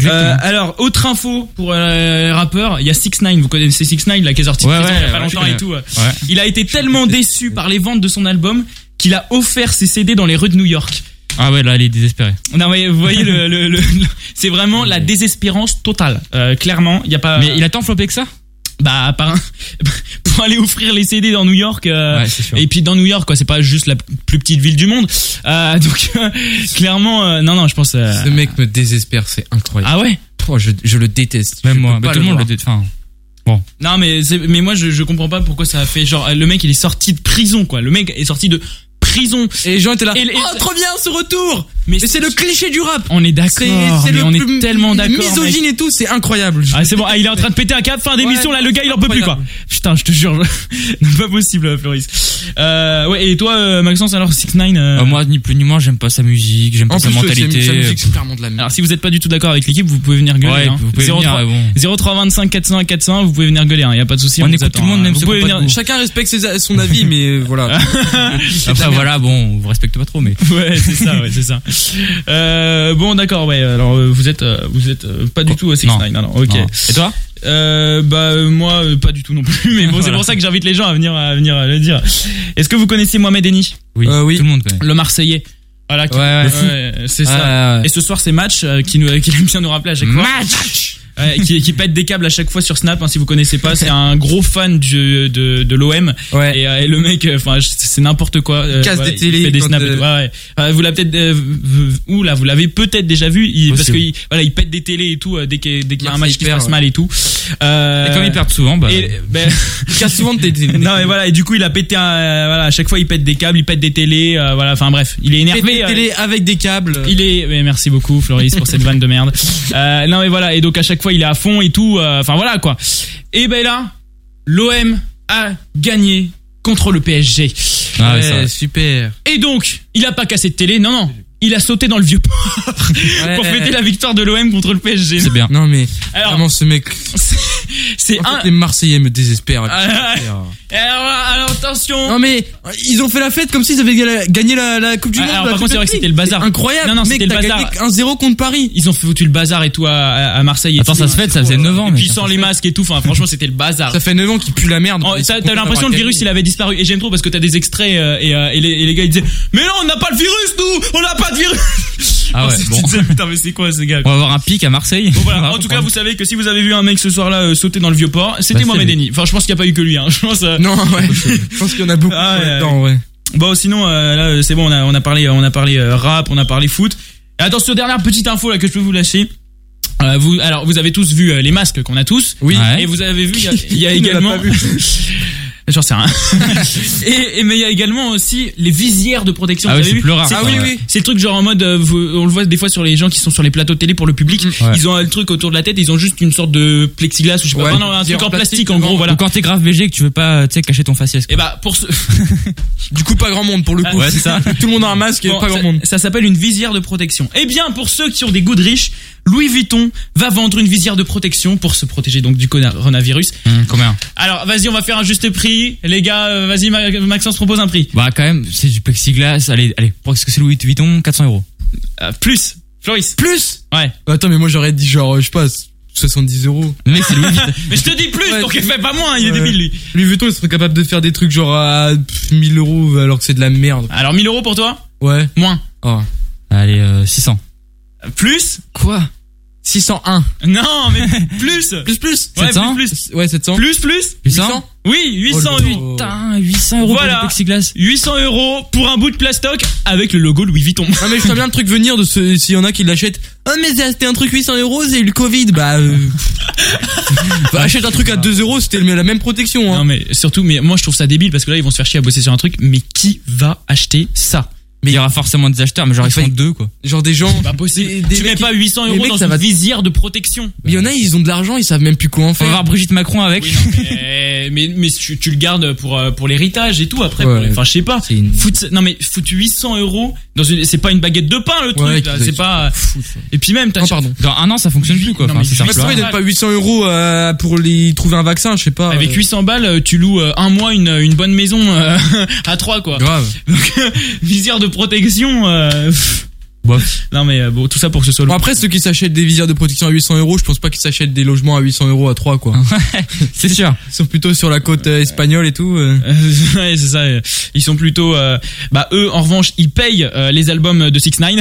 Speaker 2: Euh, alors autre info pour euh, les rappeurs il y a 6 9 vous connaissez 6 9 là qui est sorti
Speaker 3: Ouais,
Speaker 2: présent il y a
Speaker 3: ouais,
Speaker 2: pas
Speaker 3: ouais, je
Speaker 2: longtemps et
Speaker 3: connais.
Speaker 2: tout euh.
Speaker 3: Ouais.
Speaker 2: Il a été tellement déçu par les ventes de son album qu'il a offert ses CD dans les rues de New York.
Speaker 3: Ah ouais, là, il est désespéré.
Speaker 2: Non, mais vous voyez, le, le- le- le- c'est vraiment la désespérance totale. Euh, clairement, il y a pas.
Speaker 3: Mais il a tant flopé que ça
Speaker 2: bah à part pour aller offrir les CD dans New York euh,
Speaker 3: Ouais, c'est sûr.
Speaker 2: et puis dans New York quoi c'est pas juste la plus petite ville du monde Euh, donc euh, clairement euh, non non je pense euh,
Speaker 12: Ce mec me désespère, c'est incroyable.
Speaker 2: ah ouais
Speaker 12: Pouah, je, je le déteste.
Speaker 3: Même
Speaker 12: Je
Speaker 3: moi,
Speaker 12: peux
Speaker 3: mais
Speaker 12: pas
Speaker 3: tout le monde
Speaker 12: voir.
Speaker 3: le dé- enfin,
Speaker 2: non mais c'est- mais moi je, je comprends pas pourquoi ça a fait genre euh, le mec il est sorti de prison quoi le mec est sorti de prison
Speaker 12: et les gens étaient là
Speaker 2: oh trop bien ce retour mais, c'est le cliché du rap on est
Speaker 12: C'est-
Speaker 2: d'accord
Speaker 12: c'est
Speaker 2: mais
Speaker 12: le
Speaker 2: on
Speaker 12: plus
Speaker 2: est tellement d'accord mec.
Speaker 12: Misogyne et tout, c'est incroyable. Je-
Speaker 2: Ah c'est bon, ah, il est en train de péter un câble, fin d'émission là, le gars il en peut plus quoi. Putain, je te jure, je- pas possible Floris. Euh, ouais, et toi euh, Maxence alors 6 9
Speaker 3: euh, moi, ni plus ni moins, j'aime pas sa musique, j'aime
Speaker 2: En
Speaker 3: pas sa
Speaker 2: plus, euh, c'est-
Speaker 3: mentalité. Ah,
Speaker 2: sa musique, c'est
Speaker 12: clairement de la merde.
Speaker 2: Alors si vous n'êtes pas du tout d'accord avec l'équipe, vous pouvez venir gueuler.
Speaker 3: Ouais,
Speaker 2: hein.
Speaker 3: vous pouvez
Speaker 2: 03
Speaker 3: venir, ouais,
Speaker 2: 0325 401 401, vous pouvez venir gueuler, hein, y a pas de souci.
Speaker 3: On
Speaker 2: vous
Speaker 3: écoute
Speaker 2: attend,
Speaker 3: tout le monde,
Speaker 2: hein.
Speaker 3: même
Speaker 2: vous
Speaker 3: ceux
Speaker 2: pouvez
Speaker 3: qui ont
Speaker 2: venir.
Speaker 3: pas de goût.
Speaker 12: Chacun respecte ses- son avis, mais voilà.
Speaker 3: Après, voilà, bon, on vous respecte pas trop, mais.
Speaker 2: Ouais, c'est ça, ouais, c'est ça. Euh, bon, d'accord, ouais. Alors, euh, vous êtes, euh, vous êtes euh, pas du tout au 6 9 non, non, ok.
Speaker 3: Non. Et toi
Speaker 2: euh, Bah, euh, moi, euh, pas du tout non plus. Mais bon, c'est
Speaker 3: Voilà.
Speaker 2: pour ça que j'invite les gens à venir, à venir euh, le dire. Est-ce que vous connaissez Mohamed Eni
Speaker 3: Oui,
Speaker 12: Euh,
Speaker 3: tout le monde connaît.
Speaker 2: le Marseillais. Voilà, qui-
Speaker 3: Ouais, ouais.
Speaker 2: Le fou. Ouais, c'est ça.
Speaker 3: Ouais, ouais, ouais.
Speaker 2: Et ce soir, c'est match euh, qui nous, qu'il aime bien nous rappeler à chaque fois. Ouais, qui, qui pète des câbles à chaque fois sur Snap. hein, si vous connaissez pas, c'est un gros fan du- de, de l'OM. Et, euh, et le mec, euh, enfin, je- c'est n'importe quoi. euh,
Speaker 12: Casse
Speaker 2: voilà,
Speaker 12: des
Speaker 2: il
Speaker 12: télés
Speaker 2: fait des
Speaker 12: quand,
Speaker 2: snaps. et
Speaker 12: euh,
Speaker 2: tout. Ouais, ouais. Euh, vous l'avez peut-être, euh, v- v- ou là, vous l'avez peut-être déjà vu, il- parce
Speaker 3: Possible.
Speaker 2: qu'il, voilà, il pète des télés et tout euh, dès qu'il dès qu'il y a un
Speaker 3: Marseille
Speaker 2: match qui se
Speaker 3: perd,
Speaker 2: passe
Speaker 3: ouais.
Speaker 2: mal et tout.
Speaker 3: Et comme ils perdent souvent, bah,
Speaker 2: il casse souvent de télé. Non mais voilà, et du coup il a pété, un- euh, voilà, à chaque fois il pète des câbles, il pète des télés, euh, voilà, enfin bref, il est énervé.
Speaker 12: Pète des
Speaker 2: euh,
Speaker 12: télés avec des câbles.
Speaker 2: Il est, mais merci beaucoup Floris pour cette vanne de merde. Euh, non mais voilà, et donc à chaque fois il est à fond et tout, euh, enfin voilà quoi. Et ben là, l'OM a gagné contre le PSG.
Speaker 3: Ah ouais, ça, ouais.
Speaker 12: super.
Speaker 2: Euh, Et donc, il a pas cassé de télé, non non. Il a sauté dans le vieux port pour
Speaker 12: Ouais.
Speaker 2: fêter la victoire de l'OM contre le PSG.
Speaker 3: C'est bien.
Speaker 12: Non mais
Speaker 2: Alors-
Speaker 12: vraiment ce mec.
Speaker 2: C'est
Speaker 12: En fait,
Speaker 2: un-
Speaker 12: les Marseillais me désespèrent.
Speaker 2: Ah, Alors, alors, attention.
Speaker 12: Non mais euh, ils ont fait la fête comme s'ils avaient ga- gagné la, la Coupe du
Speaker 2: Ah,
Speaker 12: Monde.
Speaker 2: alors,
Speaker 12: la
Speaker 2: par contre, c'est vrai que
Speaker 12: Champions
Speaker 2: c'était le bazar.
Speaker 12: League. Incroyable.
Speaker 2: Non, non,
Speaker 12: mec,
Speaker 2: c'était le
Speaker 12: t'as
Speaker 2: bazar.
Speaker 12: gagné 1-0 contre Paris.
Speaker 2: Ils ont foutu le bazar et tout à, à- à Marseille. et
Speaker 3: Attends,
Speaker 2: tout. hein.
Speaker 3: ça se fait, ça faisait 9 ans,
Speaker 2: Et puis
Speaker 3: mec.
Speaker 2: sans les masques et tout, enfin, franchement, c'était le bazar.
Speaker 12: Ça fait 9 ans qu'ils puent la merde.
Speaker 2: Oh,
Speaker 12: Ils
Speaker 2: ça,
Speaker 12: sont
Speaker 2: T'as l'impression que
Speaker 12: contents
Speaker 2: le virus il avait disparu et j'aime trop parce que t'as des extraits euh, et, euh, et les, et les gars ils disaient mais non on n'a pas le virus nous on n'a pas de virus
Speaker 3: Ah ouais,
Speaker 2: Tu te
Speaker 3: bon.
Speaker 2: disais, putain mais c'est quoi ces gars
Speaker 3: On va avoir un pic à Marseille.
Speaker 2: Bon, voilà. En tout cas, vous savez que si vous avez vu un mec ce soir-là euh, sauter dans le vieux port, c'était
Speaker 3: Bah, c'est
Speaker 2: Mohamed
Speaker 3: lui.
Speaker 2: Eni. Enfin, je pense qu'il n'y a pas eu que lui. Hein. Je pense. euh,
Speaker 12: Non ouais. Je pense qu'il y en a beaucoup
Speaker 2: Ah, ouais,
Speaker 12: là-dedans ouais.
Speaker 2: Bon, sinon, euh, là, euh, c'est bon. On a, on a parlé, euh, on a parlé euh, rap, on a parlé foot. Et attention, dernière petite info là que je peux vous lâcher. Euh, vous, alors, vous avez tous vu euh, les masques qu'on a tous.
Speaker 12: Oui.
Speaker 2: Et vous avez vu, il y a- il y, a
Speaker 12: Qui ne l'a
Speaker 2: également.
Speaker 12: pas vu
Speaker 2: J'en sais rien. et, et- mais il y a également aussi les visières de protection.
Speaker 3: Ah oui,
Speaker 2: vous avez
Speaker 3: c'est
Speaker 2: vu
Speaker 3: plus rare,
Speaker 2: C'est-
Speaker 3: ça, ouais.
Speaker 2: C'est le truc genre en mode, euh, vous- on le voit des fois sur les gens qui sont sur les plateaux de télé pour le public.
Speaker 3: ouais.
Speaker 2: Ils ont euh, le truc autour de la tête, ils ont juste une sorte de plexiglas ou je sais pas.
Speaker 3: Ouais,
Speaker 2: enfin, non, un
Speaker 3: visière
Speaker 2: truc
Speaker 3: en
Speaker 2: en plastique,
Speaker 3: plastique
Speaker 2: en gros, voilà.
Speaker 3: Ou quand t'es grave BG et que tu veux pas, euh, tu sais, cacher ton faciès.
Speaker 2: Et bah pour ce.
Speaker 12: Du coup pas grand monde pour le
Speaker 2: Ah,
Speaker 12: coup.
Speaker 3: Ouais, c'est ça.
Speaker 12: Tout le monde a un masque et
Speaker 2: Bon,
Speaker 12: pas grand
Speaker 2: ça-
Speaker 12: monde.
Speaker 2: Ça s'appelle une visière de protection. Eh bien, pour ceux qui ont des goûts de riches, Louis Vuitton va vendre une visière de protection pour se protéger donc du coronavirus.
Speaker 3: Hum, combien
Speaker 2: Alors, vas-y, on va faire un juste prix. Les gars, euh, vas-y, Ma- Maxence propose un prix.
Speaker 3: Bah, quand même, c'est du plexiglas. Allez, allez, pour ce que c'est Louis Vuitton, 400 euros.
Speaker 2: Euh, plus, Floris.
Speaker 12: Plus.
Speaker 2: Ouais.
Speaker 12: Bah, Attends mais moi j'aurais dit genre euh, je passe 70 euros.
Speaker 3: Le mec, c'est Louis Vuitton.
Speaker 2: Mais je te dis plus
Speaker 12: Ouais.
Speaker 2: pour qu'il fait pas moins, il est
Speaker 12: Ouais.
Speaker 2: débile lui.
Speaker 12: Louis Vuitton ils seraient capables de faire des trucs genre à pff, 1000 euros alors que c'est de la merde.
Speaker 2: Alors, 1000 euros pour toi
Speaker 12: Ouais.
Speaker 2: Moins.
Speaker 12: Oh.
Speaker 3: Allez, euh, 600.
Speaker 2: Plus
Speaker 12: Quoi 601.
Speaker 2: Non, mais plus.
Speaker 12: Plus plus.
Speaker 2: Ouais,
Speaker 3: 700
Speaker 2: plus, plus.
Speaker 12: Ouais 700.
Speaker 2: Plus, plus.
Speaker 3: 800
Speaker 2: Oui, 800,
Speaker 12: Oh, le-
Speaker 2: oui.
Speaker 3: Putain, 800 euros
Speaker 2: Voilà.
Speaker 3: pour du plexiglas.
Speaker 2: 800 euros pour un bout de plastoc avec le logo Louis Vuitton.
Speaker 12: Non mais je sens bien le truc venir de ce s'il y en a qui l'achètent. Ah mais c'était un truc 800 euros c'est le Covid bah. euh, bah, achète un truc à 2 euros c'était le- la même protection hein.
Speaker 2: Non mais surtout, mais moi je trouve ça débile parce que là ils vont se faire chier à bosser sur un truc, mais qui va acheter ça
Speaker 3: Mais il y aura forcément des acheteurs, mais genre, ils font
Speaker 12: Ouais.
Speaker 3: deux, quoi.
Speaker 12: Genre des gens.
Speaker 2: Bah possible.
Speaker 12: Des- des
Speaker 2: tu mets
Speaker 12: mecs
Speaker 2: pas 800
Speaker 12: des
Speaker 2: euros
Speaker 12: mecs,
Speaker 2: dans
Speaker 12: ça
Speaker 2: une
Speaker 12: va-
Speaker 2: visière de protection.
Speaker 12: Mais il y en a ils ont de l'argent ils savent même plus quoi en
Speaker 3: On va
Speaker 12: faire.
Speaker 3: voir Brigitte Macron avec.
Speaker 2: Oui, non, mais, mais, mais tu, tu le gardes pour euh, pour l'héritage et tout après.
Speaker 12: Ouais.
Speaker 2: pour les- Enfin je sais pas.
Speaker 12: C'est une-
Speaker 2: Fout, non mais fout 800 euros dans une, c'est pas une baguette de pain le truc.
Speaker 12: Ouais,
Speaker 2: là,
Speaker 12: qu'ils
Speaker 2: c'est
Speaker 12: aillent
Speaker 2: pas. Et puis même t'as.
Speaker 12: Non, pardon.
Speaker 3: Oh, Dans un an, ça fonctionne plus, quoi.
Speaker 2: Non,
Speaker 3: Enfin,
Speaker 2: mais
Speaker 3: c'est
Speaker 2: je-
Speaker 3: ça.
Speaker 12: Bah, c'est vrai,
Speaker 2: Ouais.
Speaker 12: donne pas 800 euros euh, pour les trouver un vaccin, je sais pas.
Speaker 2: Avec
Speaker 12: euh,
Speaker 2: 800 balles, tu loues euh, un mois une, une bonne maison euh, à trois quoi.
Speaker 12: Grave.
Speaker 2: Donc visière de protection. euh, pff, Non mais euh, bon, tout ça pour que ce soit
Speaker 12: Bon, après, ceux qui s'achètent des visières de protection à 800 euros, je pense pas qu'ils s'achètent des logements à 800 euros à 3, quoi.
Speaker 2: c'est sûr.
Speaker 12: Ils sont plutôt sur la côte euh, espagnole et tout. euh.
Speaker 2: ouais, c'est ça. euh, Ils sont plutôt, euh, bah eux, en revanche, ils payent euh, les albums de Six Nine.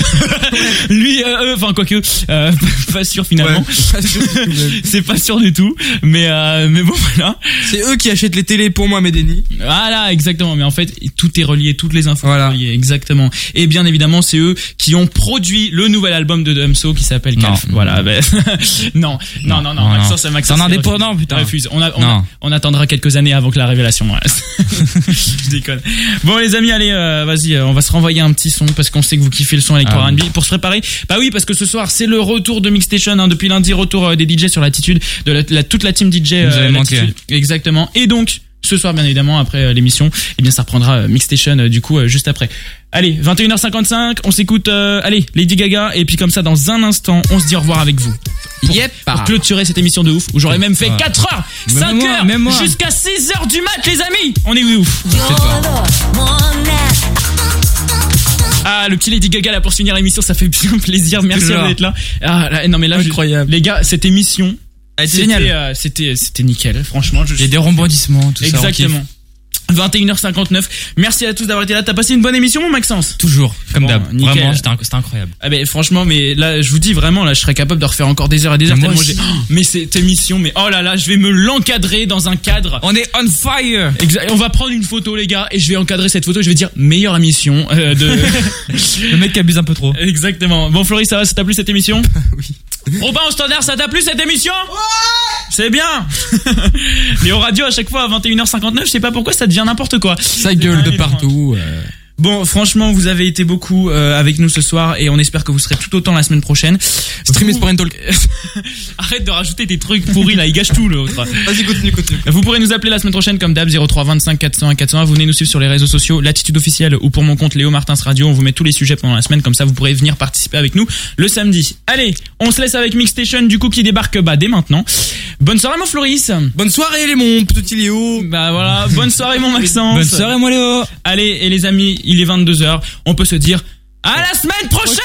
Speaker 2: Lui, euh, eux, enfin quoique, euh, pas sûr finalement. c'est pas sûr du tout. Mais euh, mais bon voilà.
Speaker 12: C'est eux qui achètent les télés pour moi, Medeni.
Speaker 2: Voilà, exactement. Mais en fait, tout est relié, toutes les infos sont reliées, exactement. Et bien évidemment, c'est eux qui ont produit le nouvel album de Damso qui s'appelle Calf. Voilà. bah, non, non, non, non,
Speaker 3: Non,
Speaker 2: Maxence,
Speaker 3: non.
Speaker 2: Maxence,
Speaker 3: C'est un indépendant,
Speaker 2: refuse.
Speaker 3: putain.
Speaker 2: Refuse. On, a- on,
Speaker 3: Non.
Speaker 2: on attendra quelques années avant que la révélation. ouais. Je déconne. Bon, les amis, allez, euh, vas-y, euh, on va se renvoyer un petit son parce qu'on sait que vous kiffez le son électro
Speaker 3: Ah oui.
Speaker 2: R&B. Pour se préparer, bah oui, parce que ce soir c'est le retour de Mixstation. hein. depuis lundi, retour euh, des DJ sur l'attitude de la, la- toute la team DJ.
Speaker 3: Vous avez manqué,
Speaker 2: Latitude. Euh, Exactement. Et donc. Ce soir, bien évidemment, après euh, l'émission, eh bien, ça reprendra euh, Mixstation euh, du coup euh, juste après. Allez, 21h55, on s'écoute. euh, allez, Lady Gaga, et puis comme ça, dans un instant, on se dit au revoir avec vous. Pour,
Speaker 3: Yep.
Speaker 2: pour clôturer cette émission de ouf, où j'aurais même fait
Speaker 3: Ouais.
Speaker 2: 4 heures,
Speaker 3: Même
Speaker 2: 5
Speaker 3: moi,
Speaker 2: heures,
Speaker 3: même moi.
Speaker 2: jusqu'à 6 heures du mat, les amis. On est ouf. Ah, le petit Lady Gaga là pour finir l'émission, ça fait bien plaisir. Merci
Speaker 3: Toujours.
Speaker 2: à vous d'être là. Ah, là, non mais là, incroyable. les gars, cette émission,
Speaker 3: Elle était
Speaker 2: c'était,
Speaker 3: géniale.
Speaker 2: euh, C'était, c'était nickel. Franchement, je.
Speaker 3: Il y a des rebondissements, tout ça. on kiffe.
Speaker 2: Exactement. 21h59. Merci à tous d'avoir été là. T'as passé une bonne émission, mon Maxence
Speaker 3: Toujours, comme
Speaker 2: Bon,
Speaker 3: d'hab.
Speaker 2: nickel.
Speaker 3: Vraiment, c'était inc- c'était incroyable.
Speaker 2: Ah ben franchement mais là je vous dis vraiment là je serais capable de refaire encore des heures et des heures
Speaker 3: Mais moi
Speaker 2: tellement j'ai
Speaker 3: aussi.
Speaker 2: Oh, mais cette émission mais oh là là je vais me l'encadrer dans un cadre
Speaker 3: On est on fire.
Speaker 2: Exact. On va prendre une photo, les gars, et je vais encadrer cette photo. Je vais dire meilleure émission euh, de.
Speaker 3: Le mec qui abuse un peu trop.
Speaker 2: Exactement. Bon, Floris, ça va Ça t'a plu cette émission
Speaker 3: Bah
Speaker 2: Oui. Robin au standard, ça t'a plu cette émission C'est bien. Mais aux radios à chaque fois à 21h59, je sais pas pourquoi ça devient n'importe quoi.
Speaker 12: Sa gueule de partout. euh.
Speaker 2: Bon, franchement, vous avez été beaucoup euh, avec nous ce soir et on espère que vous serez tout autant la semaine prochaine. Streamez Sport Talk. Arrête de rajouter des trucs pourris là, il gâche tout l'autre.
Speaker 12: Vas-y, continue, continue.
Speaker 2: Vous pourrez nous appeler la semaine prochaine comme d'hab 03 25 401 401. Vous venez nous suivre sur les réseaux sociaux, l'attitude officielle ou pour mon compte Léo Martins Radio. On vous met tous les sujets pendant la semaine comme ça vous pourrez venir participer avec nous le samedi. Allez, on se laisse avec Mixstation du coup qui débarque bah dès maintenant. Bonne soirée mon Floris.
Speaker 12: Bonne soirée les mon petit Léo.
Speaker 2: Bah voilà, bonne soirée mon Maxence.
Speaker 3: Bonne soirée,
Speaker 2: mon Léo. Allez et les amis, il est 22h, on peut se dire à la semaine prochaine.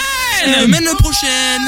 Speaker 12: Semaine prochaine.